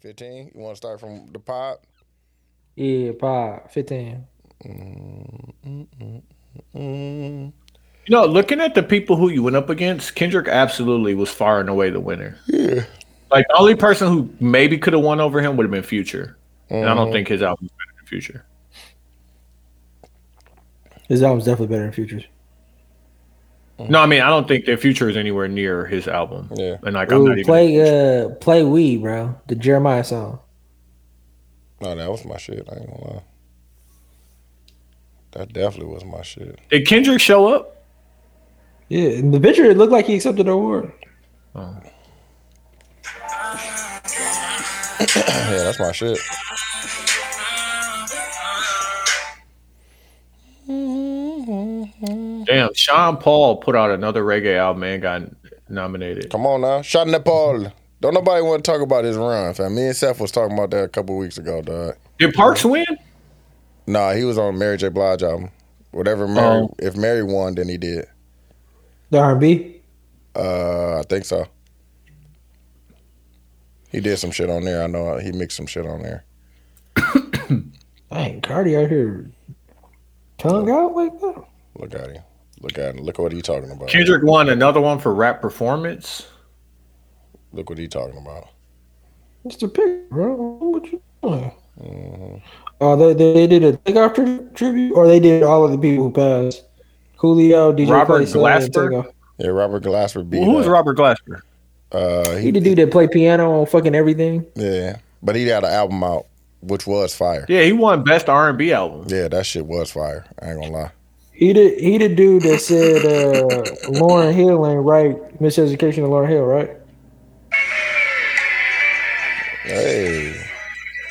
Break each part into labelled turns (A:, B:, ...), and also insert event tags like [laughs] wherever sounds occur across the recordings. A: 15? You want to start from the pod?
B: Yeah, pop, 15.
C: You know, looking at the people who you went up against, Kendrick absolutely was far and away the winner.
A: Yeah.
C: Like the only person who maybe could have won over him would have been Future, and I don't think his album's better than Future.
B: His album's definitely better than Futures.
C: No, I mean I don't think their Future is anywhere near his album.
A: Yeah.
C: And like I'm
B: Ooh,
C: not even
B: play uh play We, bro. The Jeremiah song.
A: No, that was my shit. I ain't gonna lie. That definitely was my shit. [clears throat]
C: Did Kendrick show up?
B: Yeah, in the picture it looked like he accepted the award.
A: Yeah, that's my shit.
C: Damn, Sean Paul put out another reggae album and got nominated.
A: Come on now. Shot Nepal. Don't nobody want to talk about his run, fam. Me and Seth was talking about that a couple weeks ago, dog.
C: Did Parks win?
A: Nah, he was on Mary J. Blige album. Whatever Mary,
C: Oh.
A: if Mary won, then he did.
B: The R&B.
A: Uh, I think so. He did some shit on there. I know he mixed some shit on there.
B: Dang, Cardi out here tongue out like that.
A: Look at him. Look at him. Look what he talking about.
C: Kendrick won another one for rap performance.
A: Look what he talking about.
B: It's the pick, bro. What you doing?
A: Mm-hmm.
B: Oh, they, they did a takeoff tri- tribute, or they did all of the people who passed. Julio, DJ
C: Robert
B: Quavo, Sly, and
C: Glasper?
B: Takeoff.
A: Yeah, Robert Glasper beat.
C: Well, who was
A: uh,
C: Robert Glasper?
A: Uh,
B: He
A: he,
B: the dude that played piano on fucking everything.
A: yeah, but he had an album out, which was fire.
C: Yeah, he won best R and B album.
A: Yeah, that shit was fire. I ain't gonna lie.
B: He the he the dude that said uh, Lauren Hill ain't right, miseducation of Lauren Hill, right?
A: Hey,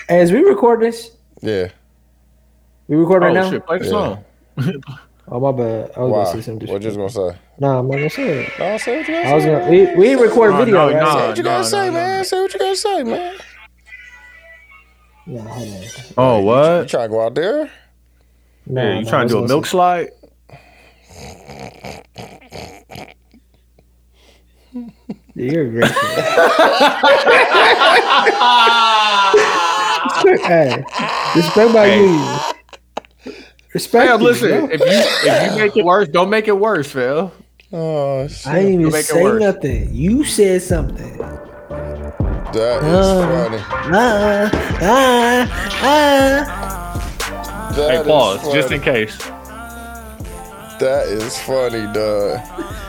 B: As we record this,
A: yeah.
B: we record right
C: oh
B: now.
C: shit, play the
A: Yeah.
C: song.
B: Oh my bad, I
A: Why?
B: was gonna say something.
A: What you
B: Just,
A: just gonna say?
B: nah, I'm not gonna say it.
A: No, say what you
B: I
A: gonna
B: was
A: say.
B: gonna
A: man.
B: we, we ain't record
C: No,
B: video,
C: no,
B: right?
A: Say
C: no.
A: what you gonna
C: Oh, no,
A: say,
C: no,
A: man. Say what you gonna say, man.
B: Nah, hold on.
C: Oh
A: You
C: what?
A: trying to go out there?
B: Nah,
C: Yeah, you
B: nah,
C: trying to do a
B: let's-
C: milk slide?
B: Yeah, You're a
C: [laughs]
B: great. [laughs] hey, respect my
C: Hey.
B: you. Respect.
C: Fam,
B: you,
C: listen,
B: bro.
C: if you if you make it worse, don't make it worse, Phil.
A: Oh shit.
B: I didn't
C: you
B: even
C: make it
B: say
C: worse.
B: nothing. You said something.
A: That is funny.
B: Uh, uh, uh.
A: That
C: Hey,
A: is
C: pause
A: funny.
C: just in case.
A: That is funny, duh.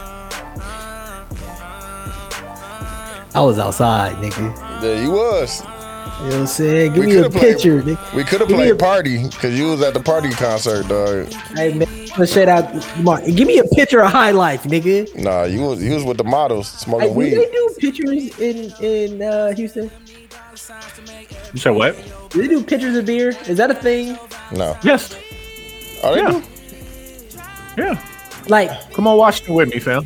B: I was outside, nigga.
A: Yeah, you was.
B: You know what I'm saying? Give
A: We
B: me a
A: coulda played-
B: picture, nigga.
A: We could have
B: Give me
A: played
B: a-
A: party because you was at the party concert, dog.
B: Hey, man, let's shout out Mark. Give me a picture of High Life, nigga.
A: Nah, you was you was with the models
B: Hey,
A: smoking
B: do they
A: weed.
B: do pictures in in uh, Houston?
C: You said what?
B: Do they do pictures of beer? Is that a thing?
A: No,
C: Yes.
A: are they?
C: Yeah.
A: do?
C: Yeah.
B: Like
C: Come on, watch it with me, fam.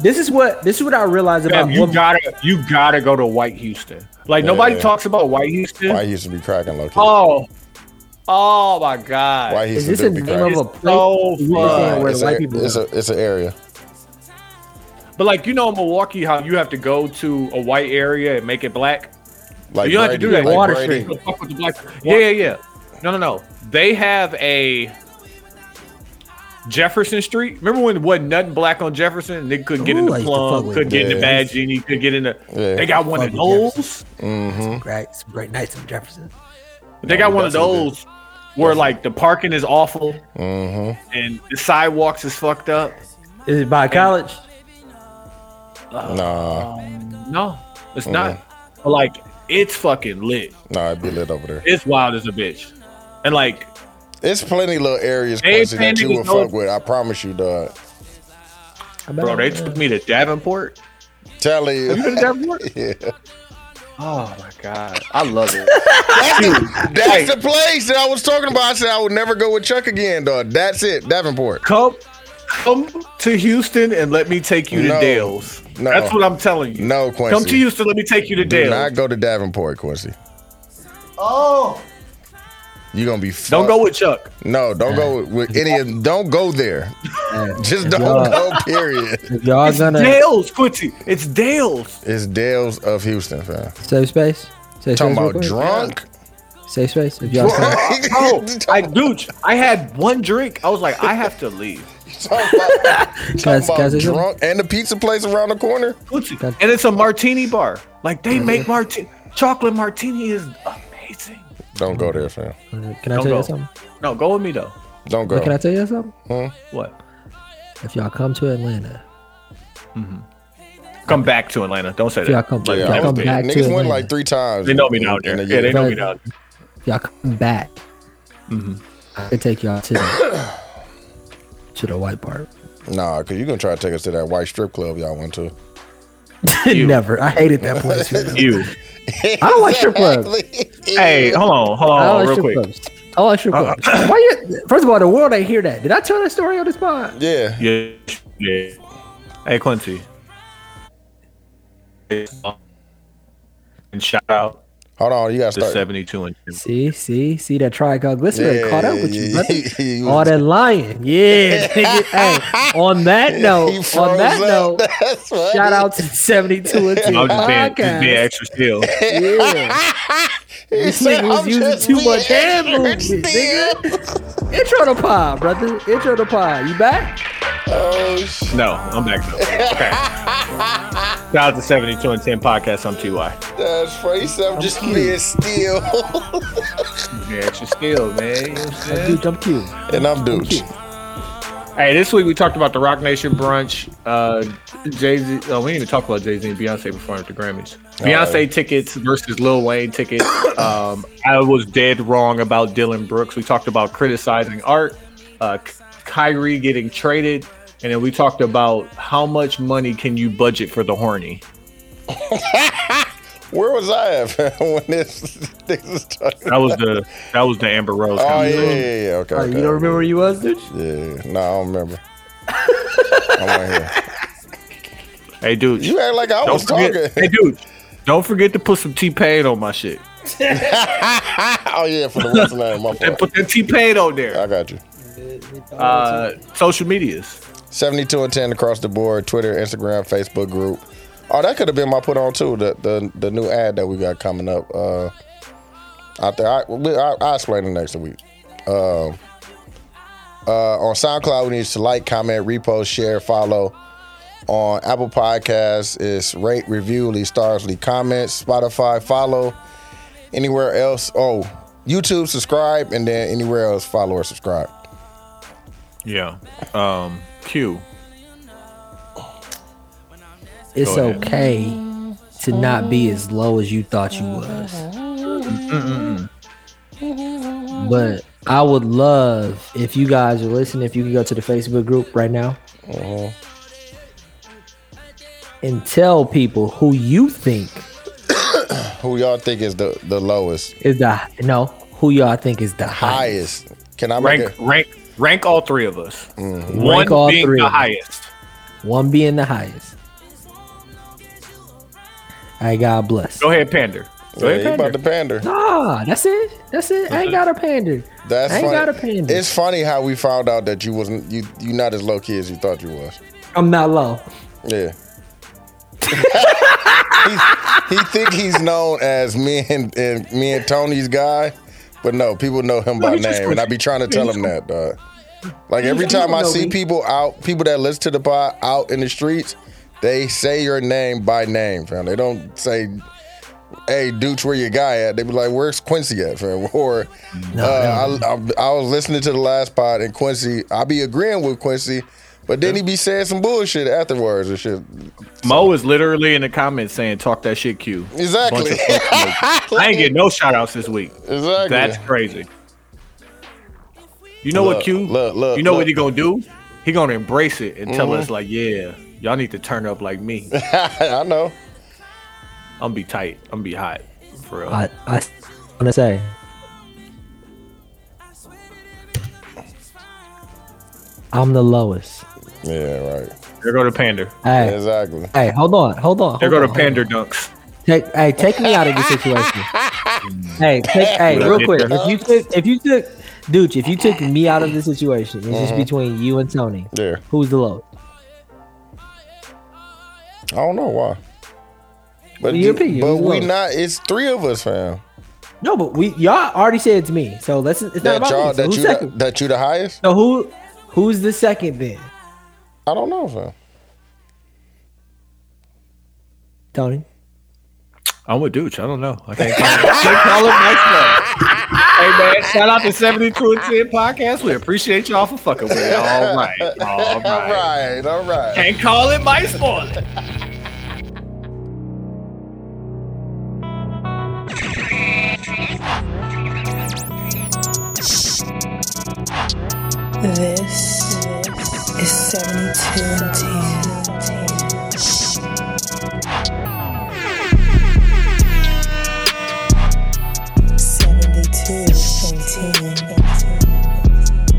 B: this is what this is what I realized about
C: Fam, you
B: women.
C: gotta you gotta go to White Houston. Like nobody
A: Yeah.
C: talks about White Houston.
A: Why used to be cracking, low key.
C: Oh, oh my God.
A: Why
B: Is
A: used
B: this
A: to
B: a
A: be
B: name of
A: cracking?
B: a
C: It's
B: place?
C: so
B: You understand
C: fun.
B: where
A: it's,
B: the
A: a,
B: white people
A: it's, a,
B: go.
A: it's an area.
C: But like you know, in Milwaukee, how you have to go to a white area and make it black.
A: Like
C: you don't
A: Brady,
C: have to do that.
A: Like
B: Water
A: Brady.
B: Street.
C: Don't fuck with the black- Yeah, yeah, yeah. No, no, no. They have a Jefferson Street. Remember when it wasn't nothing black on Jefferson? and They couldn't get
B: Ooh,
C: in
B: I
C: the
B: used to fuck
C: plum,
B: with
C: couldn't get in the
A: that.
C: bad genie, couldn't get in the.
A: Yeah.
C: They got one of
B: Fuck with
C: those.
B: Right, some great nights in Jefferson.
C: They got one of
A: definitely.
C: those where like the parking is awful
A: Mm-hmm.
C: and the sidewalks is fucked up.
B: Is it by college?
A: Nah,
C: No, it's not. But like it's fucking lit.
A: nah, it'd be lit over there.
C: It's wild as a bitch. And like
A: It's plenty little areas
C: They
A: Quincy, that you
C: planning
A: would
C: to go-
A: fuck with. I promise you, dog.
C: Bro, they
B: uh,
C: took me to Davenport.
A: Tell you.
C: You been to
A: [laughs]
C: Davenport?
A: Yeah.
C: Oh my god, I love it.
A: [laughs] That's the place that I was talking about. I said I would never go with Chuck again, dog. That's it, Davenport.
C: Come, come to Houston and let me take you to
A: No.
C: Dale's.
A: No.
C: That's what I'm telling you.
A: No, Quincy.
C: Come to Houston, let me take you to
A: Do
C: Dale's.
A: not go to Davenport, Quincy.
C: oh,
A: You gonna be. Fucked.
C: don't go with Chuck.
A: No, don't go
C: [laughs]
A: with, with any. of Don't go there. Just don't go. Period.
B: Y'all
A: [laughs]
B: gonna
C: Dale's, Quincy. It's Dale's.
A: It's Dale's of Houston, fam.
B: safe space? Say
A: Talking
B: space real
A: about
B: quick.
A: drunk.
B: [laughs] Say space.
A: [laughs]
B: If y'all stop.
C: Bro, Oh, I dude, I had one drink. I was like, I have to leave.
A: talking about,
B: Can I-
A: talking
B: can I
A: about
B: say something?
A: drunk and the pizza place around the corner.
C: And it's a martini bar. Like they
B: Mm-hmm.
C: make martini chocolate martini is amazing.
A: Don't go there, fam.
B: Can I
C: Don't
B: tell
C: go.
B: you something?
C: No, go with me though.
A: Don't
B: Can I
A: go.
B: tell you something?
C: What?
B: If y'all come to Atlanta,
C: Come back to Atlanta. Don't say
B: if y'all
C: that.
B: come, if
A: Yeah,
B: y'all
A: I
C: that
B: come
A: was
C: was
B: back
A: there.
B: to
A: Niggas
B: Atlanta,
A: went like three times.
C: They know me
A: in-
C: down
A: in
C: there.
A: a
C: Yeah,
A: year.
C: they know me down there.
B: if y'all come back,
C: Mm-hmm.
B: I can take y'all to the, [coughs] to the white part.
A: Nah, cause you gonna try to take us to that white strip club y'all went
C: [laughs]
A: to.
C: [laughs] You.
B: Never. I hated that
C: [laughs]
B: place. man.
C: You.
B: I don't like strip clubs.
C: Hey, hold on, hold
B: I don't
C: on,
B: like
C: Oh,
B: strip
C: real
B: clubs.
C: quick. Uh-uh.
B: I don't like strip clubs. Why you, first of all, the world ain't hear that. Did I tell that story on the spot?
A: Yeah.
C: Yeah, yeah. Hey, Quincy. And shout out
A: Hold on, you gotta
C: to
A: start.
C: 72 and two.
B: See, see, see that triangle glycerin
A: Yeah,
B: caught up with
A: yeah,
B: you,
A: yeah, [laughs]
B: brother.
C: [laughs]
A: yeah, you
B: All
A: was-
B: that lying. Yeah, nigga. hey, on that
A: He
B: note, on
A: froze
B: that
A: up.
B: note,
A: [laughs] That's funny.
B: shout out to 72 and 2
C: I'm just being, just being
B: podcast.
A: [laughs]
C: extra still.
B: Yeah.
A: He
B: This
A: said,
B: nigga was
A: "I'm
B: using
A: just
B: too
A: being
B: much hand
A: [laughs] extra
B: movement,
A: still."
B: nigga. Intro to pod, brother. Intro to pod. You back?
A: Oh shit.
C: No, I'm back though.
A: [laughs]
C: Okay. Shout out to 72 and 10 podcast. I'm TY.
A: That's funny. So I'm just
B: cute.
A: being still.
C: Yeah, extra still, man. You know what I'm saying?
B: Dude, I'm cute.
A: and I'm Dooch.
C: Hey, this week we talked about the Rock Nation brunch. Uh, Jay Z. Oh, we didn't even talk about Jay Z and Beyonce performing at the Grammys. Beyonce tickets versus Lil Wayne tickets. um, I was dead wrong about Dylan Brooks. We talked about criticizing art, uh, K- Kyrie getting traded, and then we talked about how much money can you budget for the horny.
A: Where was I at [laughs] when this, this was talking?
C: That
A: [laughs]
C: was the that was the Amber Rose.
A: Oh yeah,
C: conversation.
A: yeah, yeah. Okay.
B: Oh,
A: okay.
B: you don't remember where you was, dude?
A: Yeah. No, I don't remember. I'm right here.
C: Hey, dude.
A: You act like I
C: Don't
A: was
C: forget, hey,
A: talking. [laughs]
C: dude. Don't forget to put some T Pain on my shit.
A: oh yeah, for the what's the name? My
C: And
A: fault.
C: put that T Pain on there.
A: I got you.
C: Uh, social medias.
A: 72 and 10 across the board Twitter, Instagram, Facebook group. Oh, that could have been my put on too. The, the the new ad that we got coming up uh, out there. I, we- I, I'll explain it next week. Um uh, on SoundCloud, we need to like, comment, repost, share, follow. On Apple Podcasts, it's rate, review, leave stars, leave comments. Spotify, follow. Anywhere else, oh, YouTube, subscribe, and then anywhere else, follow or subscribe.
C: Yeah. Um, Q.
B: It's
C: Go ahead.
B: okay to not be as low as you thought you was. But I would love if you guys are listening, if you could go to the Facebook group right now Mm-hmm. and tell people who you think
A: Who y'all think is the, the lowest?
B: is the no, who y'all think is the highest.
A: highest. Can I make
C: Rank, rank, rank all three of us.
A: Mm-hmm.
C: One
B: Rank all
C: being
B: three
C: the
B: of us.
C: highest.
B: One being the highest. I God bless.
C: Go ahead, Pander. Go
A: a? Yeah,
C: ahead,
A: you about
C: Pander.
A: to pander.
B: Ah, that's it. That's it. I ain't got a pander.
A: That's
B: I ain't
A: funny.
B: got a pander.
A: It's funny how we found out that you wasn't you you not as low key as you thought you was.
B: I'm not low.
A: Yeah. [laughs] he, he think he's known as me and, and me and Tony's guy, but no, people know him by
C: he just-
A: name, and I be trying to tell him that. Dog. Like every
B: just- he
A: time I
B: don't know
A: see
B: me.
A: people out, people that listen to the pod out in the streets, they say your name by name, fam. They don't say, "Hey, Dooch, where your guy at?" They be like, "Where's Quincy at, fam?" [laughs] Or uh, I, I, I was listening to the last pod and Quincy, I be agreeing with Quincy, but then he be saying some bullshit afterwards and shit.
C: Mo is literally in the comments saying, "Talk that shit, Q."
A: Exactly.
C: Bunch of fucking niggas. [laughs] I ain't
A: [laughs]
C: getting no shout outs this week.
A: Exactly. [laughs]
C: That's crazy. You know
A: Look,
C: what, Q?
A: look, look,
C: you know
A: look. Mm-hmm.
C: what he gonna do? He gonna embrace it and tell us like, yeah, y'all need to turn up like
A: [laughs]
C: me. I'm
A: I know.
C: gonna be tight. I'm gonna be hot. For real.
B: I, I want to say, I'm the lowest.
A: Yeah, right.
C: There go to pander.
B: Hey,
A: Exactly.
B: hey, hold on, hold on.
C: There
B: hold on,
C: go to
B: hold
C: pander dunks.
B: on. Take, hey, take me out of this
A: [laughs]
B: situation. hey, take, hey,
C: Without
B: real
C: getting
B: quick.
C: hurt.
B: If you took, if you took, dude, if you took me out of this situation, it's just between you and Tony.
A: Mm-hmm. Yeah.
B: Who's the lowest?
A: I don't know why. But,
B: Your
A: you-
B: opinion
A: but
B: is
A: we
B: low.
A: not. It's three of us, fam.
B: No, but we y'all already said it's me. So let's. It's not
A: That
B: about
A: y'all,
B: me. So
A: that
B: who's
A: you,
B: second?
A: the, that you the highest?
B: so who, who's the second then?
A: I don't know, fam.
B: Tony.
C: I'm with Dooch. I don't know. I [laughs] can't call him. Should call him next time. Hey man, shout out to 72 and 10 podcast. We appreciate y'all for fucking with it. All right.
B: [laughs]
C: All
A: All
C: right.
A: right, all right.
C: Can't call it my spoiler.
D: This is 72 and 10. Seventy-two and ten.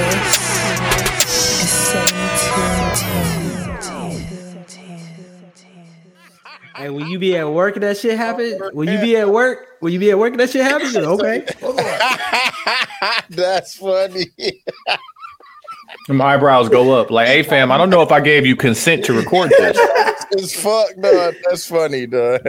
D: This is seventy-two and ten.
B: Hey, will you be at work and that shit happen? Will you be at work? Will you be at work and that shit
A: [laughs]
B: happen? Okay.
A: [laughs] That's funny.
C: My eyebrows go up. Like, hey fam, I don't know if I gave you consent to
B: [laughs]
C: record this.
A: It's fuck, dog. That's funny, dog.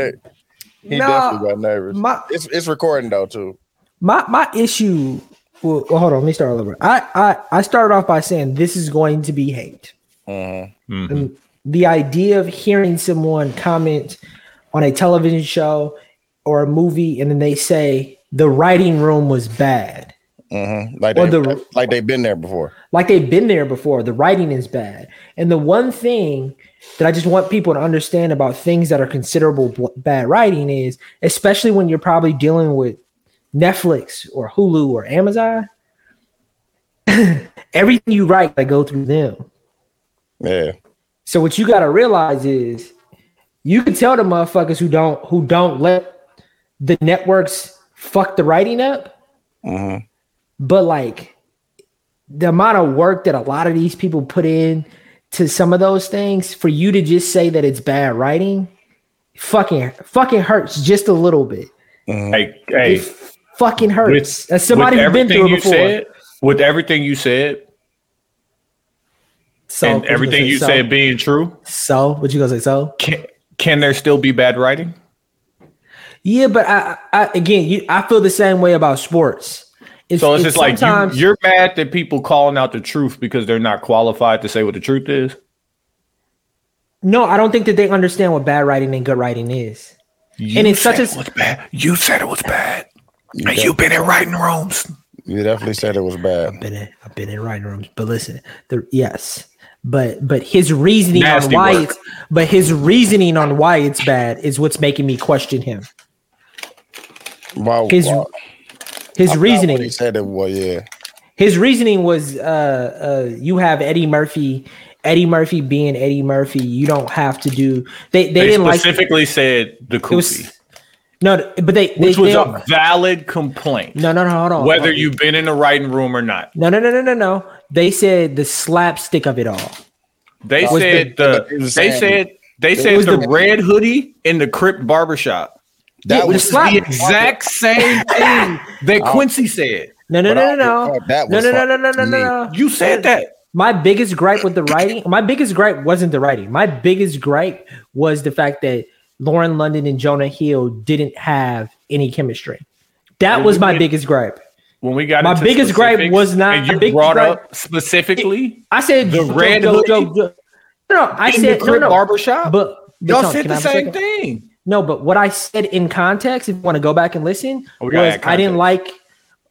A: He
B: Nah,
A: definitely got nervous.
B: My
A: it's it's recording though too.
B: my my issue. Well, well, hold on. Let me start all over. I I I started off by saying this is going to be hate. And the idea of hearing someone comment on a television show or a movie, and then they say the writing room was bad.
A: Mm-hmm. Like
B: Or
A: they,
B: the-
A: like they've been there before.
B: like they've been there before. The writing is bad. And the one thing that I just want people to understand about things that are considerable b- bad writing is, especially when you're probably dealing with Netflix or Hulu or Amazon, [clears throat] everything you write, I go through them.
A: Yeah.
B: So what you gotta realize is you can tell the motherfuckers who don't who don't let the networks fuck the writing up, but like the amount of work that a lot of these people put in to some of those things for you to just say that it's bad writing fucking fucking hurts just a little bit.
C: Hey, hey,
B: It fucking hurts.
C: with,
B: As somebody
C: with
B: who's been
C: everything
B: through it
C: you
B: before.
C: said, with everything you said
B: so
C: and
B: what gonna
C: everything
B: say?
C: you
B: So-
C: said being true,
B: So what you gonna say? So
C: can can there still be bad writing?
B: yeah, but I, I I- again you I feel the same way about sports. It's,
C: So it's, just like
B: sometimes-
C: you, you're mad that people calling out the truth because they're not qualified to say what the truth is.
B: No, I don't think that they understand what bad writing and good writing is.
C: You
B: And it's such
C: said
B: a-
C: it was bad. You said it was bad. And you've been in writing rooms.
A: You definitely said it was bad.
B: Been in, I've been in writing rooms, but listen, the yes, but but his reasoning
C: Nasty
B: on why
C: work.
B: it's but his reasoning on why it's bad is what's making me question him.
A: Wow.
B: His
A: wow.
B: his
A: He
B: reasoning
A: said it was yeah.
B: his reasoning was uh uh you have Eddie Murphy, Eddie Murphy being Eddie Murphy, you don't have to do they they,
C: They,
B: didn't like it
C: specifically said the
B: was
C: koofy,
B: no but they
C: which
B: they,
C: was
B: they all-
C: a valid complaint,
B: no no no hold on
C: whether you've been in a writing room or not.
B: no no no no no no they said the slapstick of it all
C: They
A: was
C: said
A: the-
C: the,
A: it was
C: they
A: sad.
C: said they said
B: was
C: the,
B: the-
C: red hoodie in the Crip barbershop.
A: That
B: but
A: was
B: it's not-
C: The
B: [laughs]
C: exact same thing that
B: Oh.
C: Quincy said.
B: No,
A: But
B: no, no,
A: I
B: no, no.
A: thought that
B: No,
A: was
B: no, no, no,
A: fucking
B: no, no, no,
A: neat.
B: no.
C: You said that.
B: My biggest gripe with the writing, my biggest gripe wasn't the writing. My biggest gripe was the fact that Lauren London and Jonah Hill didn't have any chemistry. That was my biggest gripe.
C: When we got
B: My
C: into
B: biggest gripe
C: specifics,
B: was not-
C: and
B: my
C: you
B: biggest
C: brought
B: gripe-
C: up specifically
B: I said
C: The
B: Joe,
C: red
B: Joe,
C: hoodie?
B: Joe, Joe. No, no, I
C: in
B: said no,
C: the Crip
B: no.
C: barbershop.
B: But but
C: Y'all
B: Tom,
C: said
B: can
C: the
B: I have a second?
C: same thing.
B: No, but what I said in context, if you want to go back and listen,
C: Oh, we gotta
B: was
C: add
B: I didn't
C: context.
B: like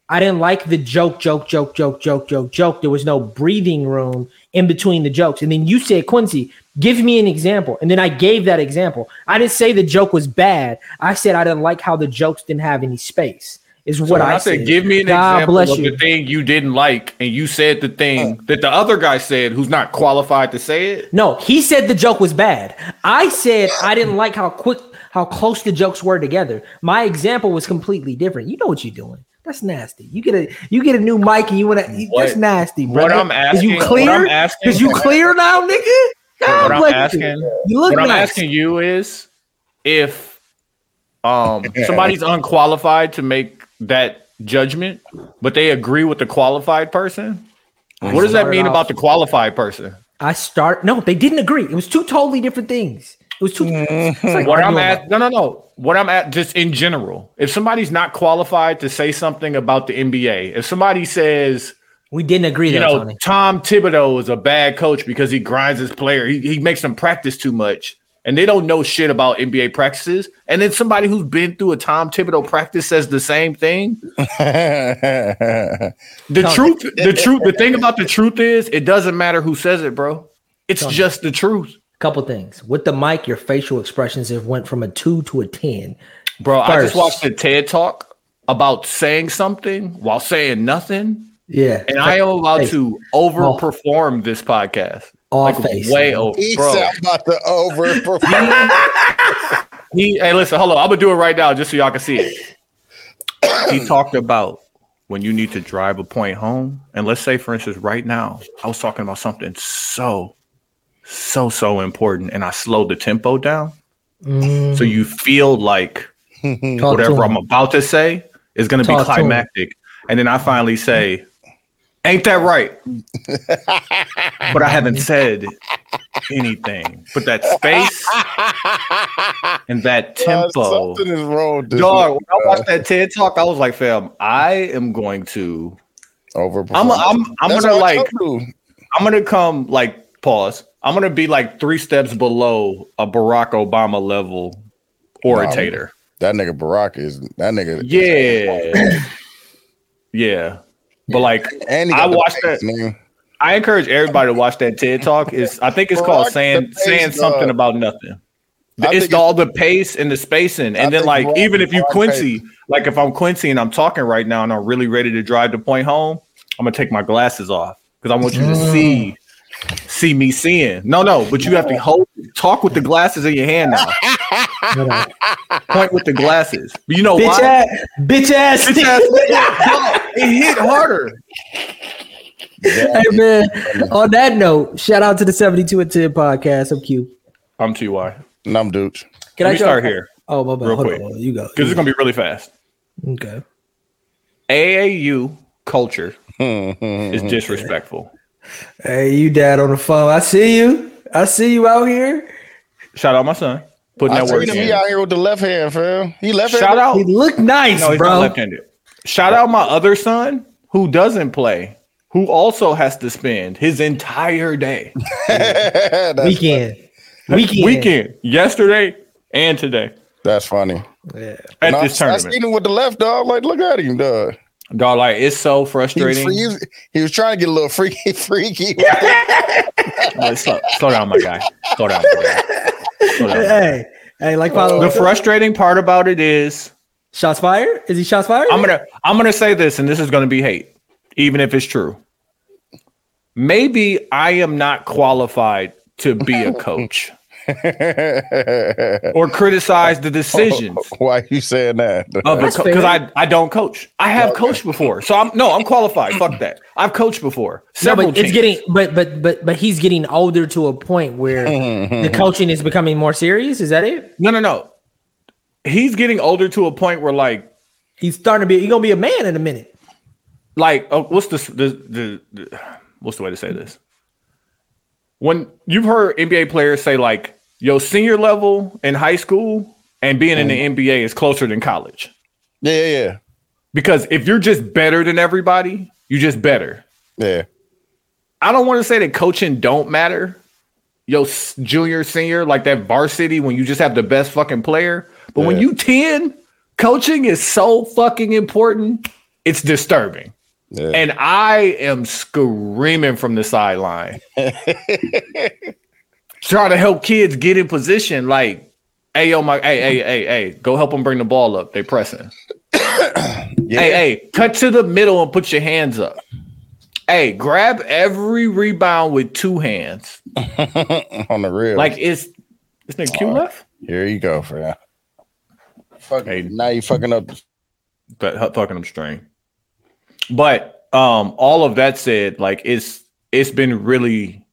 B: I didn't like the joke, joke, joke, joke, joke, joke, joke. There was no breathing room in between the jokes. And then you said, Quincy, give me an example. And then I gave that example. I didn't say the joke was bad. I said I didn't like how the jokes didn't have any space. Is
C: So
B: what
C: when
B: I,
C: I
B: said.
C: said, give me an
B: God
C: example
B: bless
C: of
B: you. Uh.
C: the thing you didn't like, and you said the thing that the other guy said who's not qualified to say it.
B: No, he said the joke was bad. I said I didn't like how quick, how close the jokes were together. My example was completely different. You know what you're doing. That's nasty. You get a you get a new mic and you want to. That's
C: What-
B: nasty.
C: what
B: brother.
C: I'm
B: Is
C: asking-
B: you
C: what
B: clear?
C: I'm asking-
B: Is you clear now, nigga?
C: What
B: God
C: I'm
B: bless you.
C: asking,
B: You look
C: what I'm
B: nice.
C: asking you is if um somebody's unqualified to make that judgment, but they agree with the qualified person. What does that
B: Started
C: mean
B: off-
C: about the qualified person?
B: I start. No, they didn't agree. It was two totally different things. It was two. it's like
C: What I'm
B: arguing
C: at, no, no, no. What I'm at, just in general, if somebody's not qualified to say something about the NBA, if somebody says,
B: We didn't agree
C: you
B: though,
C: know,
B: Tony.
C: Tom Thibodeau is a bad coach because he grinds his player. He, he makes them practice too much. And they don't know shit about NBA practices. And then somebody who's been through a Tom Thibodeau practice says the same thing. The
B: Tony.
C: truth, the truth, the thing about the truth is it doesn't matter who says it, bro. It's just the truth.
B: Couple things with the mic. Your facial expressions have went from a two to a ten.
C: Bro, I just
B: First.
C: watched a TED talk about saying something while saying nothing.
B: Yeah,
C: And I am allowed
B: Face.
C: to overperform this podcast.
B: All
C: like
B: face.
C: way over.
A: [laughs] He
C: Bro.
A: said I'm about to overperform.
C: He, hey, listen, hold on. I'm gonna do it right now just so y'all can see it. he talked about when you need to drive a point home, and let's say, for instance, right now, I was talking about something so, so, so important, and I slowed the tempo down, so you feel like
B: Mm-hmm. Talk to
C: Mm, whatever
B: him.
C: I'm about to say is gonna
B: Talk
C: be
B: to him.
C: climactic, and then I finally say, "Ain't that
B: [laughs]
C: right?" but I haven't said anything. But
B: [laughs]
C: that space and that [laughs] tempo.
A: Something is uh, wrong. with This
C: Dog,
A: nigga,
C: when I watched
A: man.
C: that TED talk, I was like, fam, I am going to
A: Overperform.
C: I'm I'm I'm
A: Uh-huh. That's
C: gonna
A: what I
C: like
A: told you.
C: I'm gonna come like pause. I'm gonna be like three steps below a Barack Obama level orator.
A: that nigga Barack is that nigga.
C: yeah. yeah. But like
A: and he
C: I
A: got the
C: watched
A: face,
C: that-
A: nigga.
C: I encourage everybody to watch that TED talk. It's I think it's called
A: Barack
C: saying
A: the Face
C: saying
A: Dog.
C: something about nothing.
A: I think
C: it's
A: it's-
C: all the pace and the spacing.
A: I
C: And then
A: think
C: like
A: Barack
C: even if you
A: Barack
C: Quincy, like if I'm Quincy and I'm talking right now and I'm really ready to drive the point home, I'm gonna take my glasses off because I want you to see see me seeing. No, no, but you have to hold talk with the glasses in your hand now. [laughs] Point with the glasses. You know
B: bitch
C: why?
B: ass, bitch ass.
C: Bitch ass nigga. Yo, it hit harder.
B: [laughs] hey man. On that note, shout out to the seventy two and ten podcast. I'm cute.
C: I'm TY.
A: And I'm Dooch.
B: Can
C: Let
B: I
C: me start here
B: Oh my bad.
C: Real
B: Hold
C: quick.
B: on, hold on. You go.
C: because it's gonna be really fast.
B: Okay.
C: AAU
B: [laughs]
C: culture is disrespectful.
B: Hey, you dad on the phone. I see you. I see you out here.
C: Shout out my son. Putting
A: I
C: that work
A: seen him he
C: in.
A: out here with the left hand, fam. He left
C: Shout out.
B: You look nice,
C: Oh. No, he's not
B: bro.
C: left-handed. Shout out my other son who doesn't play, who also has to spend his entire day,
A: out. [laughs] that's,
B: Weekend. Weekend.
C: weekend, yesterday and today
A: that's funny.
B: Yeah.
C: at
A: And I,
C: this
A: I
C: tournament.
A: seen him with the left dog. Like, look at him, dog.
C: Dog, like it's so
A: He was,
C: frustrating.
A: free- he was- he was trying to get a little freaky, [laughs] freaky.
C: Like, slow, slow down, my guy. Slow down. my guy. Slow down.
B: [laughs] Hey. Hey, like follow.
C: The frustrating part about it is
B: shots fired? Is he shots fired?
C: I'm gonna I'm gonna say this, and this is gonna be hate, even if it's true. Maybe I am not qualified to be a coach or criticize the decisions
A: [laughs] Why you saying that?
C: of
B: That's
C: because
B: fair.
C: I I don't coach. I have coached before, so I'm no I'm qualified. Fuck that. I've coached before.
B: no,
C: Several
B: but it's
C: teams.
B: getting but but but but he's getting older to a point
C: [laughs]
B: where the coaching is becoming more serious. Is that it?
C: no no no. He's getting older to a point where like
B: He's starting to be he's gonna be a man in a minute.
C: like oh, what's the, the the the what's the way to say this? When you've heard NBA players say like yo senior level in high school and being in the NBA is closer than college
A: [laughs] yeah, yeah,
C: because if you're just better than everybody, you just better.
A: yeah. yeah.
C: I don't want to say that coaching don't matter. Yo, s- junior, senior, like that varsity when you just have the best fucking player. But when
A: Yeah.
C: you 10, coaching is so fucking important. It's disturbing.
A: Yeah.
C: And I am screaming from the sideline. Trying to help kids get in position. Like, hey, yo, my, hey, hey, hey, hey, go help them bring the ball up. They pressing. Hey, hey, cut to the middle and put your hands up. Hey, grab every rebound with two hands.
A: On the real.
C: Like, it's, it's nigga Q left?
A: here you go, fam. Fuck,
C: Hey.
A: Now you fucking up.
C: but hu- fucking them string. But um, all of that said, like it's it's been really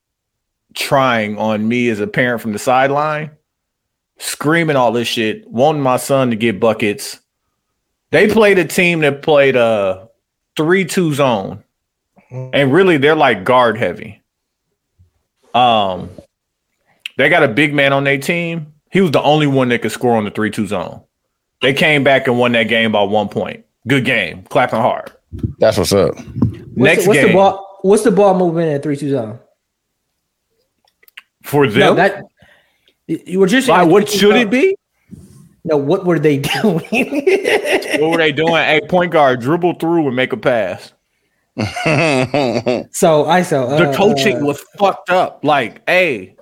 C: trying on me as a parent from the sideline, screaming all this shit, wanting my son to get buckets. They played a team that played a 3 2 zone. And really, they're like guard heavy. Um, they got a big man on their team. He was the only one that could score on the 3 2 zone. They came back and won that game by one point. Good game. Clapping hard.
A: That's what's up.
B: What's
C: Next
B: the, what's
C: game
B: the ball? What's the ball movement at three two zone?
C: for
B: No,
C: them.
B: that. You were just
C: Why, what should it be?
B: [laughs] No, what were they [laughs] doing?
C: What were they doing? Hey, point guard, dribble through and make a pass.
B: so ISO.
C: The
B: uh,
C: coaching
B: uh,
C: was fucked up. Like, hey,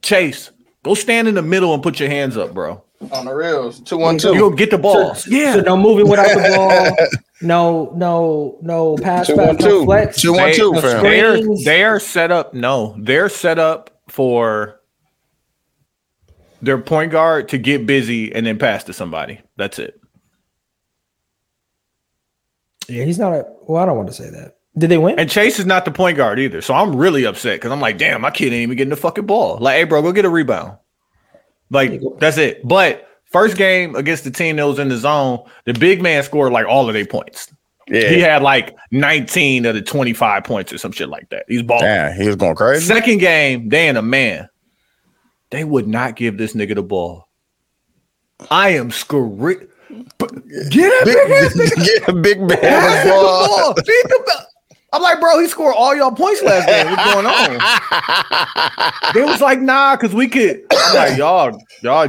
C: Chase, go stand in the middle and put your hands up, bro.
A: On the reels, two one
C: You go get the ball.
B: So no moving without the ball.
C: [laughs]
B: No, no, no pass.
A: Two
B: pass
A: one
B: no
A: two.
B: flex.
A: Two one
C: They-
A: two, fam.
C: They are,
B: Screens.
C: they are set up. No, they're set up for their point guard to get busy and then pass to somebody. That's it.
B: Yeah, he's not a. Well, I don't want to say that. Did they win?
C: And Chase is not the point guard either. So I'm really upset because I'm like, damn, my kid ain't even getting the fucking ball. Like, hey, bro, go get a rebound. Like, that's it. But first game against the team that was in the zone, the big man scored like all of their points. He
A: Yeah.
C: had like 19 of the 25 points or some shit like that. He's balling.
A: Damn, he was going crazy.
C: Second game, they and a man. They would not give this nigga the ball. I am screwed. Get [laughs]
A: Big, [laughs]
C: it, nigga.
A: get a big man.
C: Pass him the
A: boy.
C: ball. Beat the ball. I'm like, bro, he scored all y'all points last game. What's going on?
A: [laughs]
C: they was like, nah, cause we could. I'm like, y'all, y'all,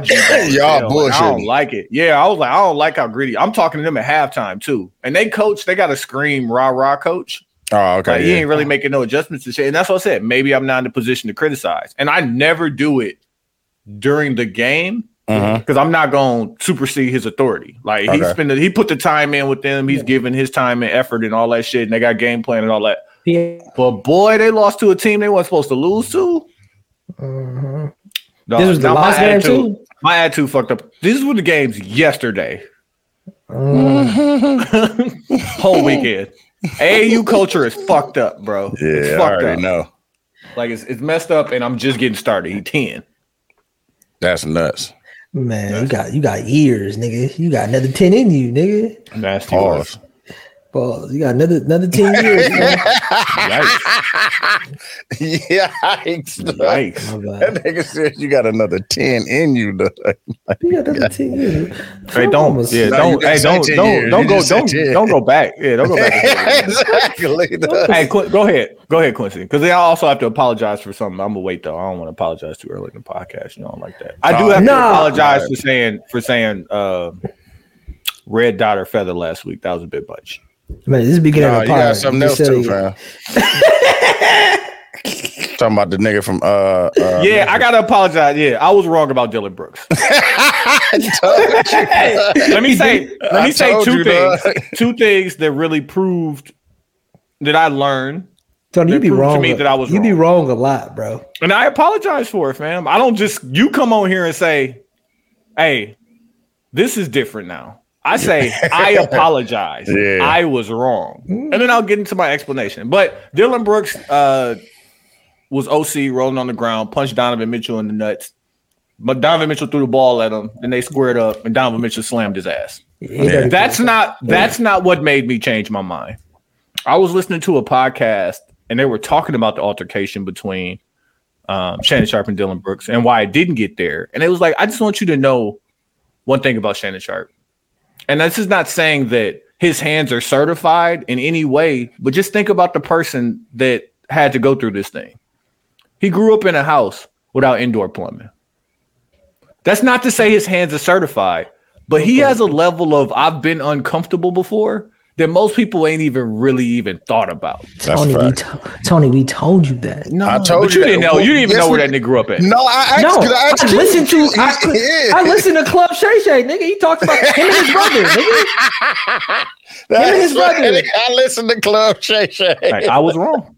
A: [laughs]
C: G-
A: Y'all
C: Like, I don't
A: bullshitting.
C: like it. Yeah, I was like, I don't like how greedy. I'm talking to them at halftime too, and they coach. They got to scream rah rah coach.
A: Oh,
C: Like
A: okay.
C: he
A: yeah.
C: ain't really making no adjustments to shit. And that's what I said. Maybe I'm not in the position to criticize, and I never do it during the game
A: Mhm.
C: because I'm not going to supersede his authority. Like he
A: Okay.
C: spent, he put the time in with them. He's giving his time and effort and all that shit, and they got game plan and all that.
B: Yeah.
C: But boy, they lost to a team they weren't supposed to lose to.
B: Mhm.
C: Dog,
B: This was the
C: now my
B: last game
C: attitude-
B: too.
C: My attitude fucked up. These were the games yesterday,
B: Mm. [laughs]
C: [laughs] whole weekend. AAU culture is fucked up, bro. it's
A: Yeah, I
C: fucked
A: already
C: up.
A: know.
C: Like it's, it's messed up, and I'm just getting started. He ten.
A: That's nuts.
B: Man, you got you got years, nigga. You got another ten in you, nigga.
C: Nasty.
A: Pause.
B: Balls. You got another another ten
A: [laughs]
B: years. man.
C: Yikes.
A: Yikes.
C: Yikes.
B: My
A: That
B: bad.
A: nigga said you got another 10 in you. [laughs] dog.
B: You got another ten years.
C: Hey, don't, yeah,
A: No, you
C: don't,
A: just said
C: hey, don't,
A: 10
C: don't,
A: years.
C: don't
A: You
C: go,
A: just said
C: don't,
A: 10.
C: don't go back. Yeah, don't go
A: [laughs]
C: back.
A: exactly. dog.
C: hey, Qu- go ahead, go ahead, Quincy, because I also have to apologize for something. I'm gonna wait though. I don't want to apologize too early in the podcast. You know, I don't like that. I do
A: Nah.
C: have to
B: Nah.
C: apologize for saying for saying uh, red dot or feather last week. That was a bit much.
B: Man, this is the beginning
A: Nah, you
B: of the pod.
A: got something else
B: Just
A: too,
B: say-
C: [laughs]
A: fam. Talking about the nigga from uh, uh [laughs]
C: yeah, I gotta apologize. Yeah, I was wrong about Dylan Brooks. let me
A: [laughs]
C: say let
A: I
C: me say
A: told
C: two
A: you,
C: things.
A: dog. [laughs]
C: Two things that really proved that I learned
B: Tony,
C: They
B: you be
C: proved to
B: wrong.
C: me
B: a-
C: that I was
B: you be
C: wrong.
B: wrong a lot, bro.
C: And I apologize for it, fam. I don't just you come on here and say, "Hey, this is different now." I say, "I apologize.
A: Yeah.
C: I was wrong." And then I'll get into my explanation. But Dylan Brooks uh, was OC rolling on the ground, punched Donovan Mitchell in the nuts. But Donovan Mitchell threw the ball at him, then they squared up, and Donovan Mitchell slammed his ass.
B: He dirty
C: That's not that's not what made me change my mind. I was listening to a podcast and they were talking about the altercation between um, Shannon Sharp and Dylan Brooks and why it didn't get there. And it was like, I just want you to know one thing about Shannon Sharp. And this is not saying that his hands are certified in any way, but just think about the person that had to go through this thing. He grew up in a house without indoor plumbing. That's not to say his hands are certified, but he has a level of I've been uncomfortable before that most people ain't even really even thought about.
A: That's
B: Tony,
A: a
B: we
A: fact.
B: to- Tony, we told you that.
C: No,
A: I told
C: but
A: you
C: you
A: that.
C: didn't know. You didn't even
A: Yes,
C: know where
A: we-
C: that nigga grew up at.
A: No, I asked,
B: No,
A: could I
B: I,
A: asked you.
B: listened to I,
A: [laughs] Yeah.
B: I listened to Club Shay Shay, nigga. He talked about him and
A: [laughs]
B: his brother, nigga.
A: That's
B: and his
A: right.
B: brother.
A: I listened to Club Shay Shay.
C: Like, I
A: [laughs]
C: was wrong.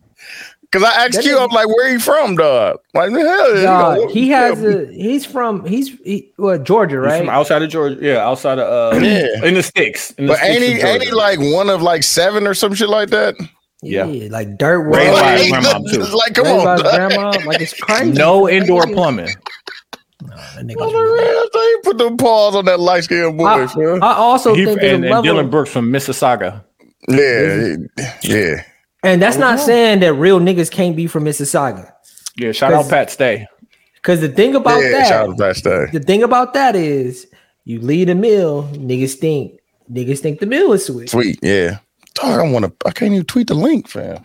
A: Cause I asked
B: That
A: you, I'm
B: is-
A: like, where you from, dog? Like, the hell, you know,
B: Dog, he has
A: yeah,
B: a. He's from. He's he, well, Georgia,
C: He's from
B: right?
C: outside of Georgia. Yeah, outside of uh
A: Yeah.
C: in the sticks. In the
A: But
C: sticks
A: ain't
C: of
A: he,
C: Georgia.
A: ain't he like one of like seven or some shit like that?
E: Yeah.
B: like dirt
A: Like,
C: Raised
B: walk.
C: by his grandma, too.
A: it's like, come
B: Come
A: on. dog.
B: grandma. Like it's crazy.
C: [laughs] No indoor plumbing.
B: That nigga's
A: On the
B: weird.
A: real thing, put them paws on that light skinned boy,
B: I,
A: son.
B: I also
C: He,
B: think
C: and,
B: there's
C: and
B: a level,
C: Dylan
B: and,
C: Brooks from Mississauga.
A: Yeah, yeah.
B: that's
A: Oh.
B: not saying that real niggas can't be from Mississauga.
C: Yeah, shout out Pat Stay.
B: Because the thing about
A: yeah,
B: that,
A: shout out to that stuff.
B: the thing about that is, you leave the meal, niggas think, niggas think the meal is sweet.
A: Sweet, yeah. Dog, I don't want to. I can't even tweet the link, fam.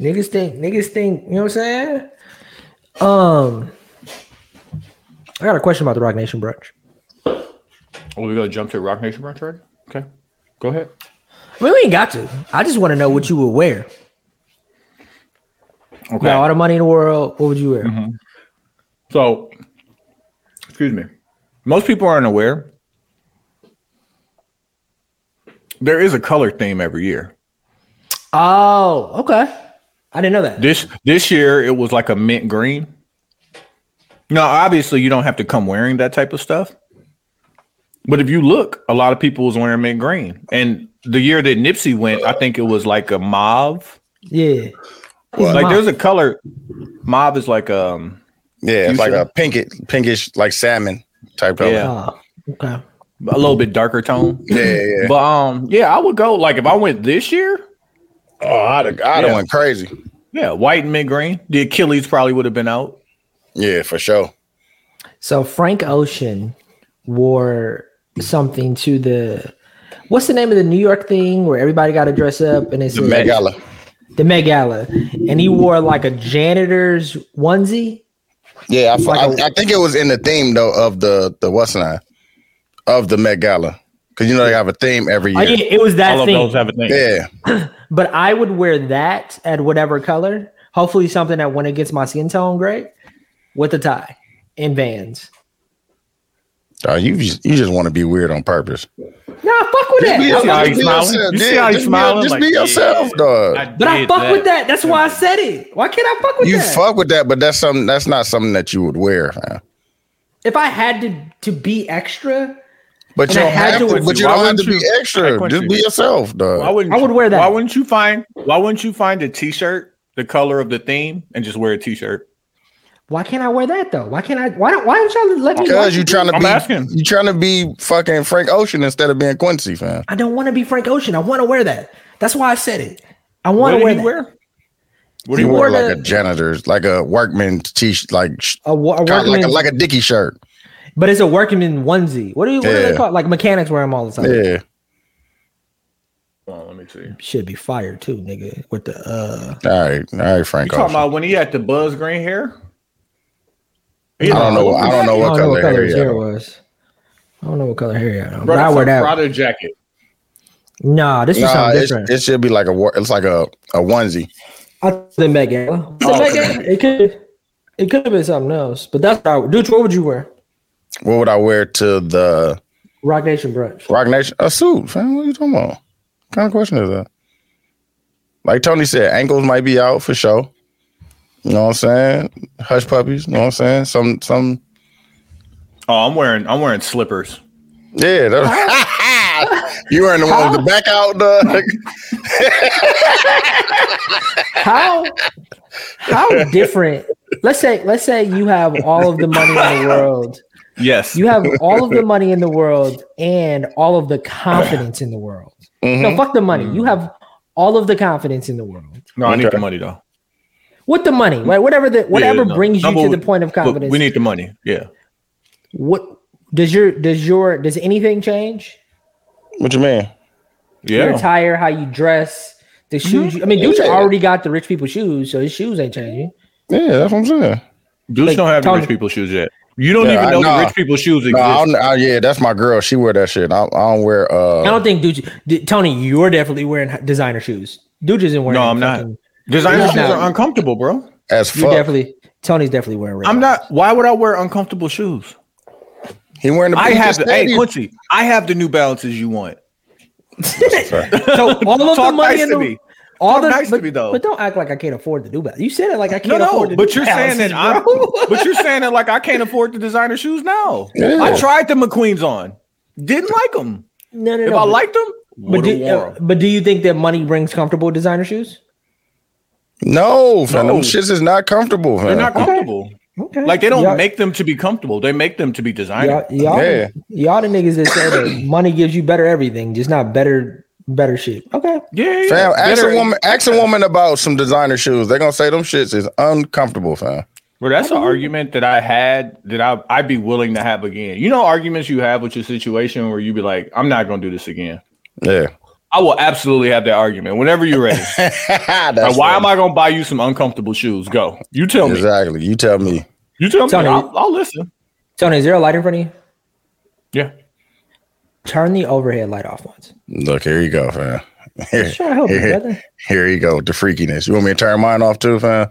B: Niggas think, niggas think, you know what I'm saying? Um, I got a question about the Rock Nation brunch.
C: Are we gonna jump to Rock Nation brunch already? Okay, go ahead.
B: I mean, we ain't got to. I just want to know what you would wear.
C: Okay.
B: Now, all the money in the world, what would you wear?
C: Mm-hmm. So, excuse me. Most people aren't aware. There is a color theme every year.
B: Oh, okay. I didn't know that.
C: This this year it was like a mint green. Now, obviously, you don't have to come wearing that type of stuff. But if you look, a lot of people was wearing mint green. And the year that Nipsey went, I think it was like a mauve.
B: Yeah.
C: like there's a color. Mauve is like um
A: Yeah,
C: You
A: it's like
C: sure?
A: a pinkish, pinkish, like salmon type color.
C: Yeah.
A: Yeah,
B: Oh, okay.
C: a little bit darker tone.
A: yeah, yeah.
C: But um, yeah, I would go like if I went this year,
A: oh, I'd have, I'd have
C: Yeah.
A: went crazy.
C: Yeah, white and mid green. The Achilles probably would have been out.
A: Yeah, for sure.
B: So Frank Ocean wore something to the what's the name of the New York thing where everybody got to dress up and it's
A: The Met Gala.
B: the Met Gala, and he wore like a janitor's onesie.
A: Yeah, I, f-
B: Like
A: I- I think it was in the theme though of the the what's not of the Met Gala because you know they have a theme every
B: Oh,
A: year.
B: yeah, it was that
C: All
B: thing.
C: of those have a thing.
A: yeah.
B: but I would wear that at whatever color. Hopefully, something that went against my skin tone, great, with a tie and Vans.
A: Oh, you just, you just want to be weird on purpose.
B: Nah, fuck with
A: Just be,
C: how
B: that.
A: just
C: he's
A: be
C: smiling?
A: yourself.
C: You see
A: Yeah,
C: how he's
A: just be-
C: smiling?
A: Just
C: Like,
A: be
C: yeah.
A: yourself, dog.
B: But I
C: did
B: fuck with that. That's why I said it. Why can't I fuck with
A: you
B: that?
A: fuck with that, but that's something that's not something that you would wear. huh?
B: if I had to to be extra,
A: But you
B: And I
A: don't
B: had
A: have
B: to
A: to.
B: with
A: But
C: you.
A: you
C: Why
A: don't have to
C: wouldn't
A: be
C: you? I
A: extra.
C: couldn't
A: Just
C: you.
A: be yourself, dog.
C: Why wouldn't
B: I would
C: you-
B: wear that.
C: Why wouldn't you find why wouldn't you find a t-shirt, the color of the theme, and just wear a t-shirt?
B: why can't I wear that though? Why can't I? Why don't? Why don't y'all let me?
A: Because you trying to
C: I'm
A: be
C: asking.
A: you trying to be fucking Frank Ocean instead of being Quincy, fam.
B: I don't want to be Frank Ocean. I want to wear that. That's why I said it. I want
C: What
B: to
C: did
B: wear
C: he
B: that.
C: wear? What do
A: He
C: you
A: wore
C: wear?
A: like
B: the-
A: a janitor's, like a workman t shirt, like sh-
B: A, wa- a
A: kind of like
B: workman's-
A: a, like a dicky shirt.
B: but it's a workman onesie. What do you? What do they
A: Yeah.
B: call? it? Like mechanics wear them all the time.
A: Yeah,
C: Hold on, let me see. You
B: Should be fired too, nigga. With the uh,
A: all right, all right, Frank
C: talking
A: Ocean.
C: about when he had the buzz green hair? He
A: I don't know. I don't know
B: I
A: what
B: don't know
A: color
B: what color his hair
A: hair.
B: was. I don't know what color hair he had. on, But
C: Brother,
B: I
C: it's
B: wear
C: a
B: that.
C: Prada jacket.
B: Nah, this is
A: Nah,
B: something
A: it's,
B: different.
A: it should be like a wor- it's like a, a onesie.
B: I think the Met Gala. The
A: Oh,
B: Met
A: okay.
B: Gala, It could. It could have been something else, but that's what I would. Dude, what would you wear?
A: What would I wear to the
B: Rock Nation brunch.
A: Rock Nation? A suit, fam. What are you talking about? What kind of question is that? Like Tony said, ankles might be out for sure. You know what I'm saying? Hush puppies. You know what I'm saying? Some some.
C: Oh, I'm wearing I'm wearing slippers.
A: Yeah, that, [laughs] you wearing the one with the back out, dog.
B: How how different? Let's say let's say you have all of the money in the world.
C: Yes.
B: You have all of the money in the world and all of the confidence in the world.
A: mm-hmm.
C: Hmm?
B: No, fuck the money. You have all of the confidence in the world.
C: no, I need
A: Okay.
C: the money though.
B: With the money, right? Whatever the whatever
C: no.
B: brings
C: No,
B: you
C: but
B: to
C: we-
B: the point of
C: But
B: confidence.
C: we need the money. Yeah.
B: what does your does your does anything change?
A: What you mean?
C: Yeah. Mm-hmm.
B: your attire, how you dress, the shoes. You, I mean, Gucci
A: Yeah.
B: already got the rich people shoes, so his shoes ain't changing.
A: Yeah, that's what I'm saying.
C: Dudes
B: Like,
C: don't have the
B: Tony-
C: rich people shoes yet. You don't
A: Yeah,
C: even
A: I-
C: know
A: nah.
C: the rich people shoes exist.
A: No, I don't, I, yeah, that's my girl. She wear that shit. I, I don't wear. Uh,
B: I don't
C: Oh.
B: think Gucci. D- Tony, you're definitely wearing h- designer shoes. Gucci isn't wearing.
C: No, I'm not.
B: fucking-
C: Designer
B: You're
C: shoes
B: not.
C: are uncomfortable, bro.
A: as
B: You
A: fuck.
B: definitely. Tony's definitely wearing. Ray
C: I'm not. Why would I wear uncomfortable shoes?
A: he wearing the.
C: I
A: he
C: have.
A: just said
C: hey,
A: he-
C: Quincy, I have the New Balances you want. [laughs]
B: So all of the
C: Talk
B: money
C: nice
B: in
C: to
B: the,
C: me.
B: all
C: Talk
B: the
C: nice to
B: but,
C: me, though.
B: But don't act like I can't afford to do that. You said it like I
C: No,
B: can't afford
C: no.
B: to.
C: But
B: do
C: you're saying that I'm.
B: balances, [laughs] bro.
C: But you're saying that like I can't afford the designer shoes now.
A: Yeah.
C: I tried the McQueens on. Didn't like them.
B: no, no, no.
C: If I
B: but-
C: liked them,
B: but
C: would have
B: do,
C: wore
B: uh,
C: them.
B: but do you think that money brings comfortable designer shoes?
A: No, fam,
C: No.
A: them shits is not comfortable,
C: They're
A: fam.
C: not comfortable.
F: Okay.
C: Like they don't
F: y'all,
C: make them to be comfortable. They make them to be designed.
B: Y'all, y'all,
A: Yeah.
B: y'all the niggas that say that money gives you better everything, just not better better shit. Okay.
C: Yeah, yeah.
A: Fam, ask
C: Better-
A: a woman, ask a woman about some designer shoes. They're gonna say them shits is uncomfortable, fam.
C: Well, that's an argument that I had that I I'd be willing to have again. You know, arguments you have with your situation where you be like, "I'm not gonna do this again."
A: Yeah. [laughs]
C: I will absolutely have that argument whenever you're ready. Like, why am I gonna buy you some uncomfortable shoes? Go. You tell me.
A: Exactly. You tell me.
C: You tell me.
B: Tony.
C: I'll, I'll listen.
B: Tony, is there a light in front of you?
C: Yeah.
B: Turn the overhead light off once.
A: Look, here you go, fam. Here,
B: Sure, I help you, brother.
A: here you go. with The freakiness. You want me to turn mine off too, fam?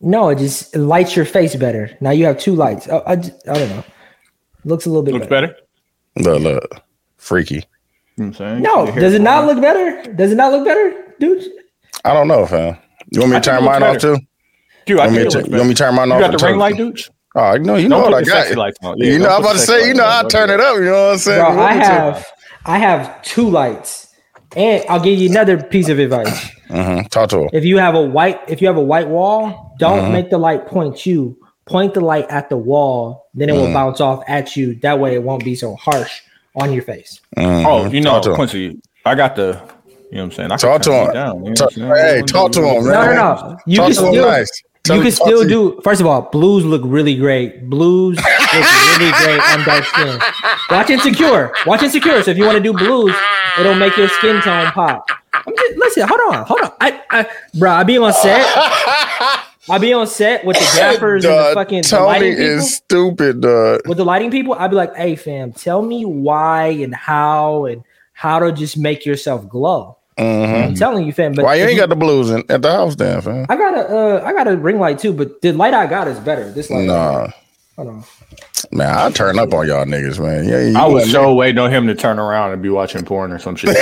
B: No, it just lights your face better. Now you have two lights. Oh, I, j- I don't know. Looks a little bit
C: Looks
B: better.
C: better.
A: Look, look. Freaky.
C: You know what I'm saying?
B: No,
C: Your hair-
B: does it not look better? Does it not look better, dude?
A: I don't know, fam. You want me
C: I
A: to
C: think
A: turn
C: it looks
A: mine off too?
C: better. Dude, I
A: You want,
C: think
A: me
C: it
A: to,
C: looks
A: you want me to turn mine
C: better.
A: off?
C: You got
A: and
C: the
A: turn-
C: ring light, dudes?
A: Oh, no, you know
C: Don't
A: what
C: put
A: I
C: the
A: got.
C: sexy lights on. Yeah,
A: you know,
C: don't
A: I'm
C: put
A: about to
C: the
A: say,
C: sexy
A: you know,
C: lights
A: I
C: on.
A: turn it up. You know what I'm saying?
B: Bro,
A: You want
B: I
A: me to-
B: have I have two lights. And I'll give you another piece of advice.
A: Mhm. Talk to her.
B: If you have a white if you have a white wall, don't
A: Uh-huh.
B: make the light point you. Point the light at the wall, then it
A: Uh-huh.
B: will bounce off at you. That way it won't be so harsh on your face.
A: Mhm.
C: Oh, you know,
A: Talk to him.
C: Quincy, I got the. You know what I'm saying? I
A: Talk
C: could
A: to
C: turn
A: him.
C: it down, you know
A: Talk-
C: what I'm saying?
A: hey, talk to him, man.
B: No, no, no. You
A: Talk
B: can
A: to him
B: still
A: nice. Tell
B: you
A: him
B: can
A: to talk
B: still
A: to you.
B: do first of all, blues look really great. Blues look really great on dark skin. Watch insecure. Watch insecure. So if you want to do blues, it'll make your skin tone pop. I'm just, listen, hold on, hold on. I, I bro, I be
A: [laughs]
B: on set. I be on set with the gaffers and the
A: Duh,
B: fucking the
A: Tony
B: lighting people.
A: is stupid, dude.
B: With the lighting people, I'd be like, hey fam, tell me why and how and how to just make yourself glow.
C: Mm-hmm.
B: I'm telling you, fam. But
A: Mm-hmm. Why you
B: if
A: ain't got the blues in, at the house, then, fam?
B: I got a uh, I got a ring light too, but the light I got is better. This light,
A: Nah,
B: hold on.
A: man, I turn up on y'all niggas, man. Yeah, you
C: I was
A: wouldn't-
C: so waiting on him to turn around and be watching porn or
A: [laughs]
C: some shit.